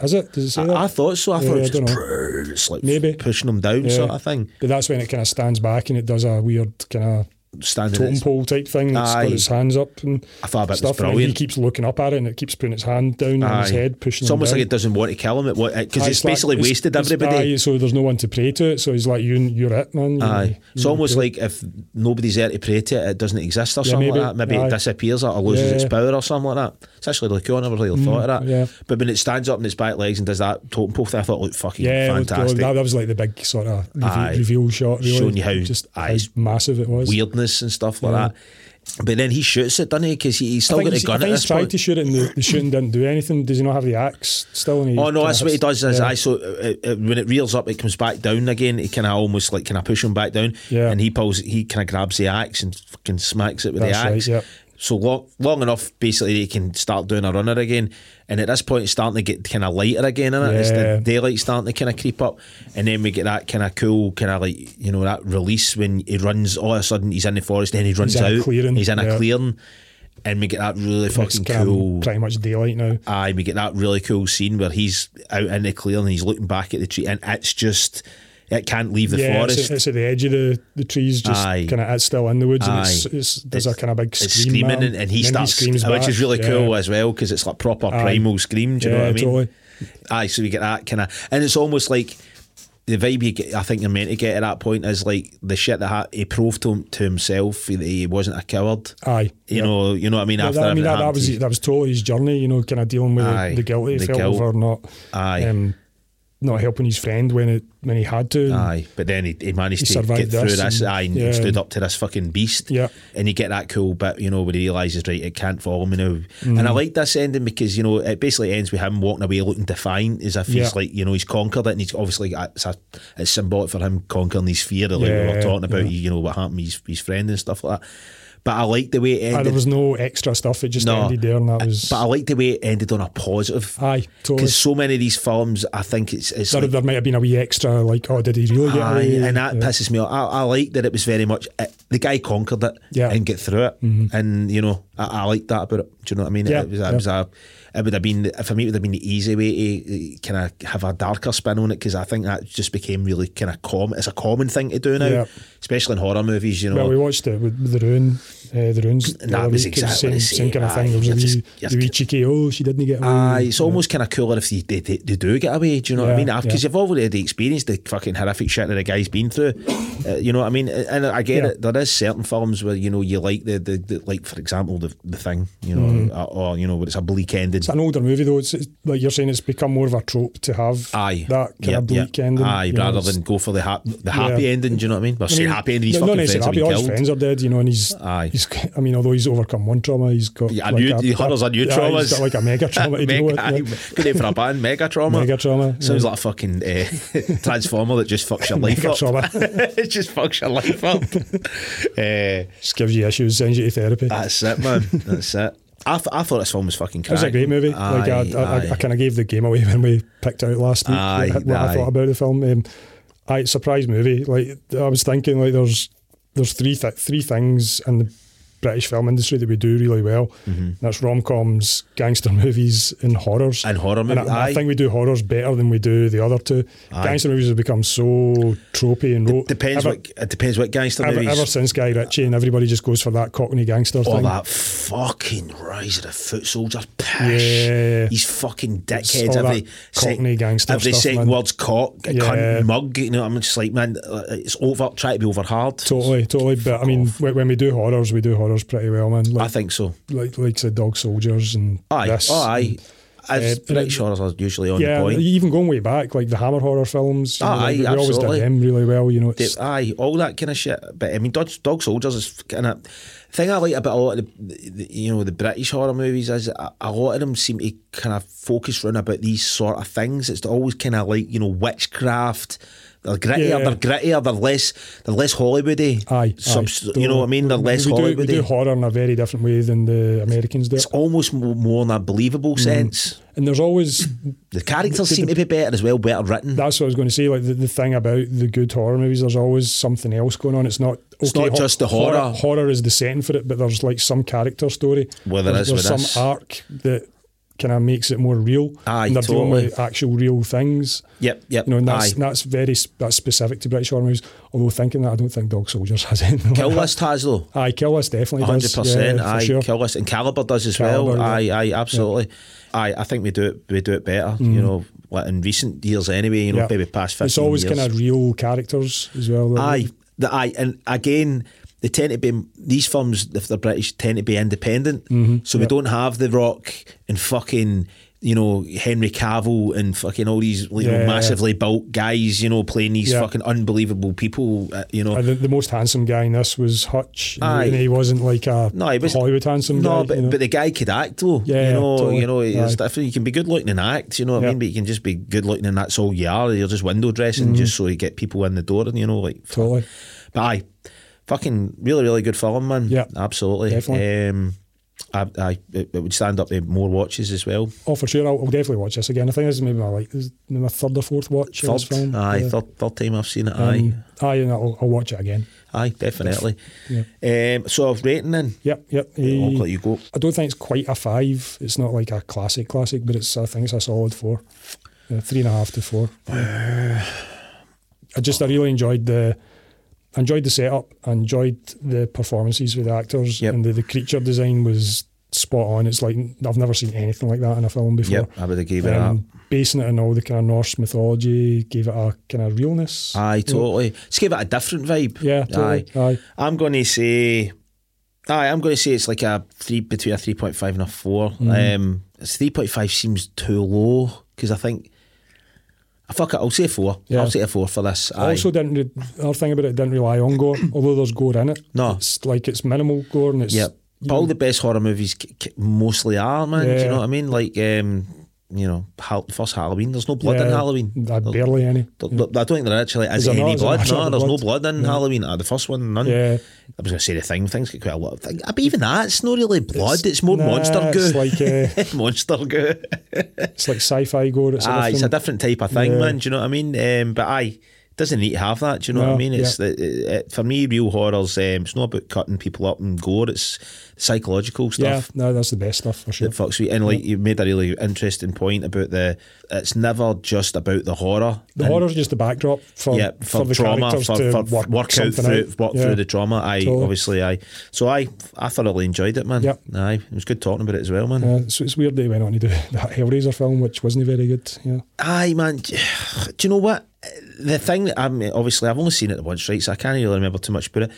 [SPEAKER 1] Is it? Does it say that?
[SPEAKER 2] I, I thought so. I
[SPEAKER 1] Yeah,
[SPEAKER 2] thought it was
[SPEAKER 1] I don't
[SPEAKER 2] just
[SPEAKER 1] know.
[SPEAKER 2] pray. It's like
[SPEAKER 1] Maybe.
[SPEAKER 2] pushing him down,
[SPEAKER 1] Yeah.
[SPEAKER 2] sort of thing.
[SPEAKER 1] But that's when it kind of stands back and it does a weird kind of
[SPEAKER 2] standing.
[SPEAKER 1] totem
[SPEAKER 2] it's-
[SPEAKER 1] pole type thing that's
[SPEAKER 2] Aye.
[SPEAKER 1] got its hands up and
[SPEAKER 2] I thought that was
[SPEAKER 1] stuff. And he
[SPEAKER 2] brilliant.
[SPEAKER 1] keeps looking up at it and it keeps putting its hand down on his
[SPEAKER 2] Aye.
[SPEAKER 1] head, pushing
[SPEAKER 2] It's
[SPEAKER 1] him
[SPEAKER 2] almost
[SPEAKER 1] down.
[SPEAKER 2] like it doesn't want to kill him because
[SPEAKER 1] Aye,
[SPEAKER 2] it's
[SPEAKER 1] like-
[SPEAKER 2] basically wasted
[SPEAKER 1] it's-
[SPEAKER 2] everybody.
[SPEAKER 1] Aye, so there's no one to pray to it. So he's like, you, you're it, man. You- you
[SPEAKER 2] Aye. It's
[SPEAKER 1] need
[SPEAKER 2] almost
[SPEAKER 1] to do it."
[SPEAKER 2] like if nobody's there to pray to it, it doesn't exist or
[SPEAKER 1] Yeah,
[SPEAKER 2] something
[SPEAKER 1] maybe.
[SPEAKER 2] like that. Maybe
[SPEAKER 1] Aye.
[SPEAKER 2] it disappears or, or loses
[SPEAKER 1] Yeah,
[SPEAKER 2] its
[SPEAKER 1] yeah. Mm,
[SPEAKER 2] power or something like that. It's actually like, oh, I never really thought of that.
[SPEAKER 1] yeah.
[SPEAKER 2] But when it stands up on its back legs and does that totem pole thing, I thought, look, fucking
[SPEAKER 1] yeah, look,
[SPEAKER 2] fantastic.
[SPEAKER 1] That, that was like the big sort of
[SPEAKER 2] Aye.
[SPEAKER 1] reveal, reveal shot, really.
[SPEAKER 2] Showing you how-
[SPEAKER 1] just
[SPEAKER 2] aye, it's
[SPEAKER 1] how massive it was.
[SPEAKER 2] Weirdness and stuff like
[SPEAKER 1] Yeah.
[SPEAKER 2] that. But then he shoots it, doesn't he? Because he,
[SPEAKER 1] I
[SPEAKER 2] he's still
[SPEAKER 1] think
[SPEAKER 2] got a
[SPEAKER 1] he's, I
[SPEAKER 2] gun at
[SPEAKER 1] think he's
[SPEAKER 2] this
[SPEAKER 1] tried
[SPEAKER 2] point.
[SPEAKER 1] to shoot it and the, the shooting didn't do anything. Does he not have the axe still? And he
[SPEAKER 2] Oh no,
[SPEAKER 1] kinda
[SPEAKER 2] that's what he
[SPEAKER 1] hits-
[SPEAKER 2] does. Is
[SPEAKER 1] yeah.
[SPEAKER 2] I so uh, uh, when it reels up, it comes back down again. It kind of almost like kind of push him back down.
[SPEAKER 1] Yeah.
[SPEAKER 2] And he pulls, he kind of grabs the axe and fucking smacks it with
[SPEAKER 1] That's
[SPEAKER 2] the
[SPEAKER 1] right,
[SPEAKER 2] axe.
[SPEAKER 1] yep.
[SPEAKER 2] So long, long enough, basically, he can start doing a runner again. And at this point, it's starting to get kind of lighter again, is It's
[SPEAKER 1] Yeah.
[SPEAKER 2] the daylight starting to kind of creep up, and then we get that kind of cool, kind of like you know that release when he runs. All of a sudden, he's in the forest. Then he runs
[SPEAKER 1] in a
[SPEAKER 2] out.
[SPEAKER 1] clearing,
[SPEAKER 2] He's in a
[SPEAKER 1] yeah.
[SPEAKER 2] clearing, and we get that really
[SPEAKER 1] It's
[SPEAKER 2] fucking
[SPEAKER 1] kinda
[SPEAKER 2] cool.
[SPEAKER 1] Pretty much daylight now.
[SPEAKER 2] Aye, we get that really cool scene where he's out in the clearing and he's looking back at the tree, and it's just it can't leave the
[SPEAKER 1] yeah,
[SPEAKER 2] forest.
[SPEAKER 1] It's, it's at the edge of the, the trees, just
[SPEAKER 2] Aye.
[SPEAKER 1] kind of it's still in the woods, and it's,
[SPEAKER 2] Aye.
[SPEAKER 1] it's there's
[SPEAKER 2] It's-
[SPEAKER 1] a kind of big
[SPEAKER 2] it's
[SPEAKER 1] scream
[SPEAKER 2] screaming,
[SPEAKER 1] man,
[SPEAKER 2] and, and he
[SPEAKER 1] then
[SPEAKER 2] starts,
[SPEAKER 1] screams
[SPEAKER 2] which
[SPEAKER 1] back.
[SPEAKER 2] is really
[SPEAKER 1] yeah.
[SPEAKER 2] cool as well because it's like proper
[SPEAKER 1] Aye.
[SPEAKER 2] primal scream. Do you know
[SPEAKER 1] Yeah,
[SPEAKER 2] what I mean?
[SPEAKER 1] totally.
[SPEAKER 2] Aye, so we get that kind of, and it's almost like the vibe you get. I think you're meant to get at that point is like the shit that ha- he proved to, him, to himself that he wasn't a coward.
[SPEAKER 1] Aye,
[SPEAKER 2] You know, you know what I mean.
[SPEAKER 1] But
[SPEAKER 2] After
[SPEAKER 1] that, I mean
[SPEAKER 2] everything
[SPEAKER 1] that, that
[SPEAKER 2] happened to
[SPEAKER 1] was
[SPEAKER 2] you.
[SPEAKER 1] that was totally his journey, you know, kind of dealing with
[SPEAKER 2] Aye,
[SPEAKER 1] the, the guilt that he
[SPEAKER 2] the
[SPEAKER 1] felt
[SPEAKER 2] guilt.
[SPEAKER 1] over not,
[SPEAKER 2] Aye.
[SPEAKER 1] um, not helping his friend when it when he had to.
[SPEAKER 2] Aye, but then he, he managed
[SPEAKER 1] Mm. He
[SPEAKER 2] to get
[SPEAKER 1] survived
[SPEAKER 2] through
[SPEAKER 1] this
[SPEAKER 2] this.
[SPEAKER 1] and-
[SPEAKER 2] aye, and
[SPEAKER 1] yeah.
[SPEAKER 2] stood up to this fucking beast.
[SPEAKER 1] Yeah.
[SPEAKER 2] and you get that cool bit, you know, where he realizes right, it can't follow me now. And
[SPEAKER 1] Mm.
[SPEAKER 2] I like this ending because you know it basically ends with him walking away looking defiant, as if
[SPEAKER 1] Yeah.
[SPEAKER 2] he's like you know he's conquered it, and he's obviously uh, it's, a, it's symbolic for him conquering his fear. Like we were
[SPEAKER 1] Yeah,
[SPEAKER 2] talking about,
[SPEAKER 1] yeah.
[SPEAKER 2] you know, what happened, to his his friend and stuff like that. But I like the way it
[SPEAKER 1] Aye,
[SPEAKER 2] ended.
[SPEAKER 1] there was no extra stuff. It just
[SPEAKER 2] No. Uh,
[SPEAKER 1] ended there, and that was
[SPEAKER 2] but I like the way it ended on a positive.
[SPEAKER 1] aye, totally.
[SPEAKER 2] Because so many of these films, I think it's it's
[SPEAKER 1] There,
[SPEAKER 2] like-
[SPEAKER 1] there might have been a wee extra, like, oh, did he really get
[SPEAKER 2] Aye,
[SPEAKER 1] away?
[SPEAKER 2] and that
[SPEAKER 1] Yeah.
[SPEAKER 2] pisses me off. I, I like that it was very much it, the guy conquered it
[SPEAKER 1] Yeah. Mm-hmm.
[SPEAKER 2] and get through it, and you know I, I like that about it. Do you know what I mean?
[SPEAKER 1] Yeah,
[SPEAKER 2] it was, it
[SPEAKER 1] yeah.
[SPEAKER 2] was a, it would have been for me it would have been the easy way to kind of have a darker spin on it because I think that just became really kind of common. It's a common thing to do now,
[SPEAKER 1] Yeah.
[SPEAKER 2] especially in horror movies. You know,
[SPEAKER 1] Well, we watched it with with the ruin, uh, the ruins.
[SPEAKER 2] And that was exactly
[SPEAKER 1] same,
[SPEAKER 2] the same,
[SPEAKER 1] same kind of thing. There
[SPEAKER 2] aye.
[SPEAKER 1] was a
[SPEAKER 2] You're
[SPEAKER 1] wee,
[SPEAKER 2] just- you're
[SPEAKER 1] the wee
[SPEAKER 2] just-
[SPEAKER 1] cheeky. Oh, she didn't get away.
[SPEAKER 2] Aye, it's almost kind of cooler if they, they, they, they do get away. Do you know what I
[SPEAKER 1] Yeah,
[SPEAKER 2] mean? Because
[SPEAKER 1] yeah.
[SPEAKER 2] you've already experienced the fucking horrific shit that the guy's been through. Uh, you know what I mean? And I get
[SPEAKER 1] Yeah.
[SPEAKER 2] it. There is certain films where you know you like the, the, the like for example the the thing. You know, or, or, you know, where it's a bleak ending.
[SPEAKER 1] Mm-hmm. It's an older movie though. It's, it's like you're saying. It's become more of a trope to have
[SPEAKER 2] Aye,
[SPEAKER 1] that kind
[SPEAKER 2] Yeah,
[SPEAKER 1] of bleak
[SPEAKER 2] yeah.
[SPEAKER 1] ending.
[SPEAKER 2] Aye,
[SPEAKER 1] you know,
[SPEAKER 2] rather
[SPEAKER 1] it's-
[SPEAKER 2] than go for the hap- the happy
[SPEAKER 1] Yeah.
[SPEAKER 2] ending. Do you know what I mean? Well, say happy ending. He's
[SPEAKER 1] no,
[SPEAKER 2] fucking
[SPEAKER 1] no,
[SPEAKER 2] friends
[SPEAKER 1] necessarily happy.
[SPEAKER 2] have been
[SPEAKER 1] All his
[SPEAKER 2] killed.
[SPEAKER 1] friends are dead, you know, and he's,
[SPEAKER 2] Aye.
[SPEAKER 1] he's. I mean, although he's overcome one trauma, he's got.
[SPEAKER 2] Yeah, a new,
[SPEAKER 1] a-
[SPEAKER 2] the horror's are new
[SPEAKER 1] yeah,
[SPEAKER 2] traumas.
[SPEAKER 1] He's got like a mega trauma to deal with.
[SPEAKER 2] Mega-
[SPEAKER 1] yeah.
[SPEAKER 2] Good name for a band, mega trauma.
[SPEAKER 1] Mega trauma,
[SPEAKER 2] Sounds
[SPEAKER 1] yeah.
[SPEAKER 2] like a fucking uh, transformer that just fucks your life
[SPEAKER 1] Mega
[SPEAKER 2] up.
[SPEAKER 1] trauma.
[SPEAKER 2] it just fucks your life up. uh,
[SPEAKER 1] Just gives you issues, sends you to therapy.
[SPEAKER 2] that's it, man. That's it. I, th- I thought this film was fucking
[SPEAKER 1] It was a great
[SPEAKER 2] cracking.
[SPEAKER 1] movie. like I, I, I,
[SPEAKER 2] aye.
[SPEAKER 1] kind of gave the game away when we picked out last week.
[SPEAKER 2] Aye,
[SPEAKER 1] what what
[SPEAKER 2] aye.
[SPEAKER 1] I thought about the film. Um, I surprise movie. Like I was thinking, like there's there's three th- three things in the British film industry that we do really well.
[SPEAKER 2] Mm-hmm.
[SPEAKER 1] That's rom coms, gangster movies, and horrors.
[SPEAKER 2] And horror
[SPEAKER 1] And I,
[SPEAKER 2] movie, aye.
[SPEAKER 1] I think we do horrors better than we do the other two. Gangster movies have become so tropey and rote.
[SPEAKER 2] depends
[SPEAKER 1] ever,
[SPEAKER 2] what it depends what gangster
[SPEAKER 1] ever,
[SPEAKER 2] movies.
[SPEAKER 1] ever since Guy Ritchie, and everybody just goes for that Cockney gangster
[SPEAKER 2] Oh,
[SPEAKER 1] thing.
[SPEAKER 2] that fucking rise of the foot soldier pish.
[SPEAKER 1] Yeah.
[SPEAKER 2] He's fucking
[SPEAKER 1] It's
[SPEAKER 2] dickheads.
[SPEAKER 1] all
[SPEAKER 2] Every
[SPEAKER 1] that Cockney gangster
[SPEAKER 2] Every
[SPEAKER 1] stuff, man.
[SPEAKER 2] second word's cock,
[SPEAKER 1] Yeah.
[SPEAKER 2] cunt, mug. You know, I'm just like, man, uh, it's over. Try to be over hard.
[SPEAKER 1] Totally, totally. But I mean, when, when we do horrors, we do horrors pretty well, man.
[SPEAKER 2] I
[SPEAKER 1] Like,
[SPEAKER 2] think so.
[SPEAKER 1] like, like said, Dog Soldiers and
[SPEAKER 2] Aye,
[SPEAKER 1] this.
[SPEAKER 2] oh, aye. I'm
[SPEAKER 1] Uh,
[SPEAKER 2] pretty sure I was usually on
[SPEAKER 1] Yeah,
[SPEAKER 2] the point.
[SPEAKER 1] even going way back, like the Hammer horror films. you
[SPEAKER 2] Ah,
[SPEAKER 1] know, like,
[SPEAKER 2] aye,
[SPEAKER 1] we always
[SPEAKER 2] absolutely.
[SPEAKER 1] did them really well. You know, it's,
[SPEAKER 2] They- aye, all that kind of shit. But I mean, Dog, Dog Soldiers is kind of thing I like about a lot of the, the you know the British horror movies is a, a lot of them seem to kind of focus around about these sort of things. It's always kind of like you know witchcraft. They're grittier.
[SPEAKER 1] Yeah.
[SPEAKER 2] They're grittier. They're less. They're less Hollywoody.
[SPEAKER 1] aye,
[SPEAKER 2] Some-
[SPEAKER 1] aye,
[SPEAKER 2] you know what I mean. They're less
[SPEAKER 1] we do,
[SPEAKER 2] Hollywoody.
[SPEAKER 1] we do horror in a very different way than the Americans do.
[SPEAKER 2] it's almost mo- more in a believable
[SPEAKER 1] Mm.
[SPEAKER 2] sense.
[SPEAKER 1] And there's always
[SPEAKER 2] The characters seem to be better as well, better written.
[SPEAKER 1] that's what I was going to say. Like the, the thing about the good horror movies, there's always something else going on. It's not okay,
[SPEAKER 2] not just the horror.
[SPEAKER 1] horror. Horror is the setting for it, but there's like some character story.
[SPEAKER 2] Well, there
[SPEAKER 1] there's,
[SPEAKER 2] is
[SPEAKER 1] there's some
[SPEAKER 2] with this.
[SPEAKER 1] arc that kind of makes it more real.
[SPEAKER 2] Aye,
[SPEAKER 1] and they're dealing with
[SPEAKER 2] totally.
[SPEAKER 1] actual real things.
[SPEAKER 2] Yep, yep.
[SPEAKER 1] You know, and that's,
[SPEAKER 2] aye.
[SPEAKER 1] that's very s- that's specific to British Armies. Although thinking that, I don't think Dog Soldiers has anything.
[SPEAKER 2] Kill
[SPEAKER 1] like that.
[SPEAKER 2] List has though.
[SPEAKER 1] Aye, Kill List definitely does.
[SPEAKER 2] hundred percent.
[SPEAKER 1] yeah, for
[SPEAKER 2] Aye,
[SPEAKER 1] sure.
[SPEAKER 2] kill list and Caliber does as
[SPEAKER 1] Calibre,
[SPEAKER 2] well.
[SPEAKER 1] yeah. Mm.
[SPEAKER 2] Aye, aye, absolutely. Aye, I think we do it. We do it better. You know, like in recent years anyway. You know,
[SPEAKER 1] Yeah.
[SPEAKER 2] maybe past fifteen.
[SPEAKER 1] It's always
[SPEAKER 2] years.
[SPEAKER 1] kind of real characters as well. though.
[SPEAKER 2] Aye, the, aye, and again, they tend to be these films. If they're British, tend to be independent,
[SPEAKER 1] Mm-hmm.
[SPEAKER 2] so we don't have the Rock and fucking. You know Henry Cavill and fucking all these you know,
[SPEAKER 1] Yeah.
[SPEAKER 2] massively built guys, you know, playing these
[SPEAKER 1] Yeah.
[SPEAKER 2] fucking unbelievable people. Uh, you know,
[SPEAKER 1] Uh, the, the most handsome guy in this was Hutch, and
[SPEAKER 2] Aye.
[SPEAKER 1] he- and he wasn't like a
[SPEAKER 2] No, he was
[SPEAKER 1] Hollywood handsome
[SPEAKER 2] No,
[SPEAKER 1] guy.
[SPEAKER 2] but,
[SPEAKER 1] you know.
[SPEAKER 2] but the guy could act though.
[SPEAKER 1] Yeah,
[SPEAKER 2] you know,
[SPEAKER 1] totally.
[SPEAKER 2] you know, it's
[SPEAKER 1] Aye.
[SPEAKER 2] different. You can be good looking and act. You know what I
[SPEAKER 1] Yeah.
[SPEAKER 2] mean? But you can just be good looking and that's all you are. You're just window dressing
[SPEAKER 1] Mm-hmm.
[SPEAKER 2] just so you get people in the door and you know, like. fuck.
[SPEAKER 1] totally.
[SPEAKER 2] But aye, fucking really, really good film, man.
[SPEAKER 1] Yeah,
[SPEAKER 2] absolutely.
[SPEAKER 1] definitely.
[SPEAKER 2] Um, I, I, it, it would stand up to more watches as well.
[SPEAKER 1] Oh, for sure. I'll, I'll definitely watch this again. I think this is maybe my like this is my third or fourth watch of
[SPEAKER 2] Third,
[SPEAKER 1] this film.
[SPEAKER 2] aye,
[SPEAKER 1] Yeah.
[SPEAKER 2] third, third time I've seen it. aye,
[SPEAKER 1] Um, aye, and I'll, I'll watch it again.
[SPEAKER 2] aye, definitely. Um, so I've rating then.
[SPEAKER 1] Yep, yep.
[SPEAKER 2] I'll
[SPEAKER 1] eh,
[SPEAKER 2] let you go.
[SPEAKER 1] I don't think it's quite a five. It's not like a classic classic, but it's I think it's a solid four, Uh, three and a half to four. I just I really enjoyed the I enjoyed the setup, I enjoyed the performances with the actors,
[SPEAKER 2] Yep.
[SPEAKER 1] and the, the creature design was spot on. It's like I've never seen anything like that in a film before.
[SPEAKER 2] Yep, I would agree with that.
[SPEAKER 1] Um, basing it on all the kind of Norse mythology gave it a kind of realness.
[SPEAKER 2] Aye, totally. Just give it a different vibe.
[SPEAKER 1] Yeah, totally. Aye.
[SPEAKER 2] I'm going to say, aye, I'm going to say it's like a three between a three point five and a four.
[SPEAKER 1] Mm.
[SPEAKER 2] Um, it's three point five seems too low because I think, I fuck it, I'll say four.
[SPEAKER 1] Yeah.
[SPEAKER 2] I'll say a four for this.
[SPEAKER 1] I
[SPEAKER 2] Aye.
[SPEAKER 1] also didn't. Re- our thing about it didn't rely on gore, although there's gore in it.
[SPEAKER 2] No.
[SPEAKER 1] it's like it's minimal gore and it's
[SPEAKER 2] Yep. But all the best horror movies c- c- mostly are, man. Do you
[SPEAKER 1] Yeah.
[SPEAKER 2] know what I mean? Like, um, you know, Hal- first Halloween. There's no blood in
[SPEAKER 1] Yeah,
[SPEAKER 2] Halloween. hmm.
[SPEAKER 1] I
[SPEAKER 2] There's-
[SPEAKER 1] uh, barely any.
[SPEAKER 2] Th- th- I don't think there actually is
[SPEAKER 1] there
[SPEAKER 2] any
[SPEAKER 1] not? Is there
[SPEAKER 2] blood.
[SPEAKER 1] not
[SPEAKER 2] No,
[SPEAKER 1] actual
[SPEAKER 2] there's no
[SPEAKER 1] blood?
[SPEAKER 2] blood in Halloween. Ah, the first one, none.
[SPEAKER 1] Yeah.
[SPEAKER 2] I was going to say the thing. Things get quite a lot of things. But even that, it's not really blood. It's, more
[SPEAKER 1] nah,
[SPEAKER 2] monster goo.
[SPEAKER 1] It's like uh,
[SPEAKER 2] monster goo.
[SPEAKER 1] it's like sci-fi gore. It's a
[SPEAKER 2] aye, it's a
[SPEAKER 1] different-
[SPEAKER 2] different type of thing,
[SPEAKER 1] Yeah.
[SPEAKER 2] man. Do you know what I mean? Um, but aye, it doesn't need to have that. Do you know what I
[SPEAKER 1] No,
[SPEAKER 2] mean? It's
[SPEAKER 1] yeah.
[SPEAKER 2] the, it, it- for me, real horrors. Um, it's not about cutting people up and gore. It's psychological stuff.
[SPEAKER 1] yeah, no, that's the best stuff for sure.
[SPEAKER 2] That fucks with you. And like you made a really interesting point about the. It's never just about the horror.
[SPEAKER 1] the
[SPEAKER 2] And-
[SPEAKER 1] horror's just the backdrop for
[SPEAKER 2] yeah,
[SPEAKER 1] for,
[SPEAKER 2] for,
[SPEAKER 1] the
[SPEAKER 2] trauma,
[SPEAKER 1] characters
[SPEAKER 2] for,
[SPEAKER 1] to
[SPEAKER 2] for
[SPEAKER 1] work,
[SPEAKER 2] work, out
[SPEAKER 1] something
[SPEAKER 2] through, work
[SPEAKER 1] Yeah.
[SPEAKER 2] through the trauma. I
[SPEAKER 1] Totally.
[SPEAKER 2] obviously, I so I, I thoroughly enjoyed it, man.
[SPEAKER 1] Yep.
[SPEAKER 2] Aye, it was good talking about it as well, man.
[SPEAKER 1] Yeah, so it's weird they went on to do that Hellraiser film, which wasn't very good. Yeah,
[SPEAKER 2] Aye, man. Do you know what? The thing that I'm obviously I've only seen it once, right? So I can't really remember too much about it.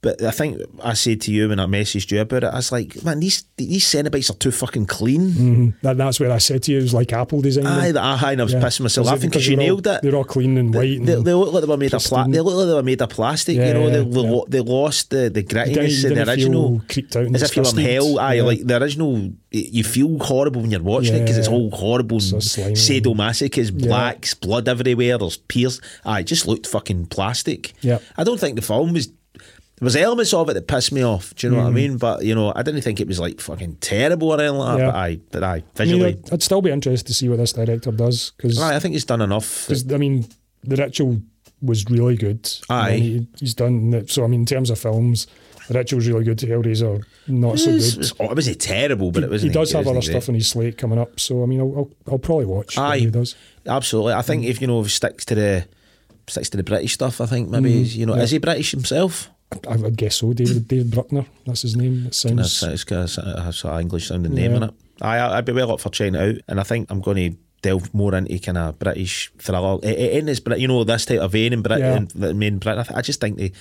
[SPEAKER 2] But I think I said to you when I messaged you about it, I was like, man, these these Cenobites are too fucking clean.
[SPEAKER 1] that, that's where I said to you, it was like Apple design.
[SPEAKER 2] Aye, the, aye, and I was
[SPEAKER 1] Mm-hmm. Yeah.
[SPEAKER 2] pissing myself
[SPEAKER 1] Was it
[SPEAKER 2] laughing because
[SPEAKER 1] because
[SPEAKER 2] you
[SPEAKER 1] they're all-
[SPEAKER 2] nailed it.
[SPEAKER 1] They're all clean and white. And
[SPEAKER 2] They, they look like they were made of pla-
[SPEAKER 1] Pristine.
[SPEAKER 2] They look like they were made of plastic.
[SPEAKER 1] Yeah,
[SPEAKER 2] you know, they,
[SPEAKER 1] yeah,
[SPEAKER 2] they,
[SPEAKER 1] yeah.
[SPEAKER 2] lo- they lost the the
[SPEAKER 1] You didn't-
[SPEAKER 2] grittiness
[SPEAKER 1] you
[SPEAKER 2] of the
[SPEAKER 1] didn't
[SPEAKER 2] original.
[SPEAKER 1] feel creeped out and
[SPEAKER 2] As if you were in
[SPEAKER 1] disgusted.
[SPEAKER 2] hell. Aye,
[SPEAKER 1] Yeah.
[SPEAKER 2] like the original. You feel horrible when you're watching it 'cause it because it's
[SPEAKER 1] Yeah.
[SPEAKER 2] all horrible.
[SPEAKER 1] So
[SPEAKER 2] and
[SPEAKER 1] slimy.
[SPEAKER 2] sadomasochism, blacks, blood everywhere. There's pierce. Aye, it just looked fucking plastic.
[SPEAKER 1] Yeah.
[SPEAKER 2] I don't think the film was. There was elements of it that pissed me off. Do you know
[SPEAKER 1] Mm.
[SPEAKER 2] what I mean? But you know, I didn't think it was like fucking terrible or anything like that.
[SPEAKER 1] Yeah.
[SPEAKER 2] But aye, but aye,
[SPEAKER 1] I mean,
[SPEAKER 2] visually,
[SPEAKER 1] I'd, I'd still be interested to see what this director does because
[SPEAKER 2] aye, I think he's done enough.
[SPEAKER 1] Because I mean, the ritual was really good.
[SPEAKER 2] Aye.
[SPEAKER 1] And he, he's done that. So I mean, in terms of films, the ritual was really good. Hellraiser, not so
[SPEAKER 2] It was,
[SPEAKER 1] good.
[SPEAKER 2] it was terrible, but it was.
[SPEAKER 1] He does have other stuff on his slate coming up. So I mean, I'll, I'll, I'll probably watch. what
[SPEAKER 2] Aye,
[SPEAKER 1] he does. Mm.
[SPEAKER 2] Absolutely, I think if you know if he sticks to the sticks to the British stuff, I think
[SPEAKER 1] Mm.
[SPEAKER 2] maybe he's you know is he British himself?
[SPEAKER 1] I would guess so. David David Bruckner, that's his name. It
[SPEAKER 2] That's
[SPEAKER 1] sounds.
[SPEAKER 2] it's got a sort of- has an English sounding name
[SPEAKER 1] Yeah.
[SPEAKER 2] in it. I I'd be well up for trying it out, and I think I'm going to delve more into kind of British thriller i- i- in this, Brit- you know, this type of vein in Britain, the main Britain. I, th- I just think they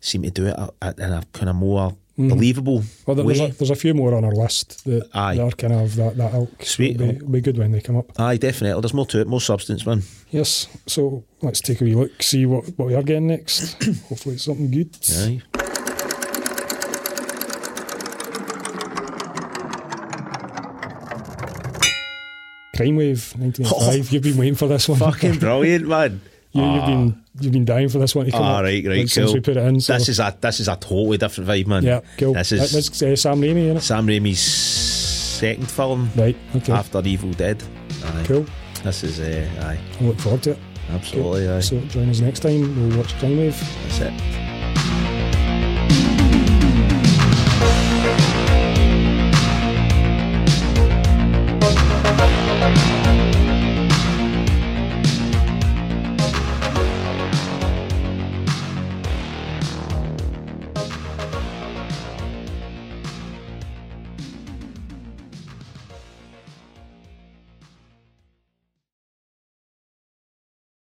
[SPEAKER 2] seem to do it a- a- in a kind of more believable
[SPEAKER 1] Mm. Well, there-
[SPEAKER 2] way.
[SPEAKER 1] there's a, there's a few more on our list that,
[SPEAKER 2] Aye.
[SPEAKER 1] that are kind of that, that ilk.
[SPEAKER 2] Sweet.
[SPEAKER 1] It'll be, it'll be good when they come up.
[SPEAKER 2] Aye, definitely. There's more to it, more substance, man.
[SPEAKER 1] Yes. So let's take a wee look, see what, what we are getting next. Hopefully, it's something good.
[SPEAKER 2] Aye.
[SPEAKER 1] Crime Wave 1985. You've been waiting for this one.
[SPEAKER 2] Oh, Fucking brilliant, man.
[SPEAKER 1] You, you've been you've been dying for this one to come.
[SPEAKER 2] Ah,
[SPEAKER 1] up,
[SPEAKER 2] right, right,
[SPEAKER 1] like,
[SPEAKER 2] cool.
[SPEAKER 1] Since we put it in, so
[SPEAKER 2] This is a this is a totally different vibe, man.
[SPEAKER 1] yeah, cool.
[SPEAKER 2] This
[SPEAKER 1] That-
[SPEAKER 2] is
[SPEAKER 1] that's uh, Sam Raimi, innit?
[SPEAKER 2] Sam Raimi's second film
[SPEAKER 1] Right, okay,
[SPEAKER 2] after Evil Dead. Aye.
[SPEAKER 1] cool.
[SPEAKER 2] This is uh, aye,
[SPEAKER 1] I look forward to it.
[SPEAKER 2] absolutely aye.
[SPEAKER 1] So join us next time. We'll watch Crime Wave.
[SPEAKER 2] That's it.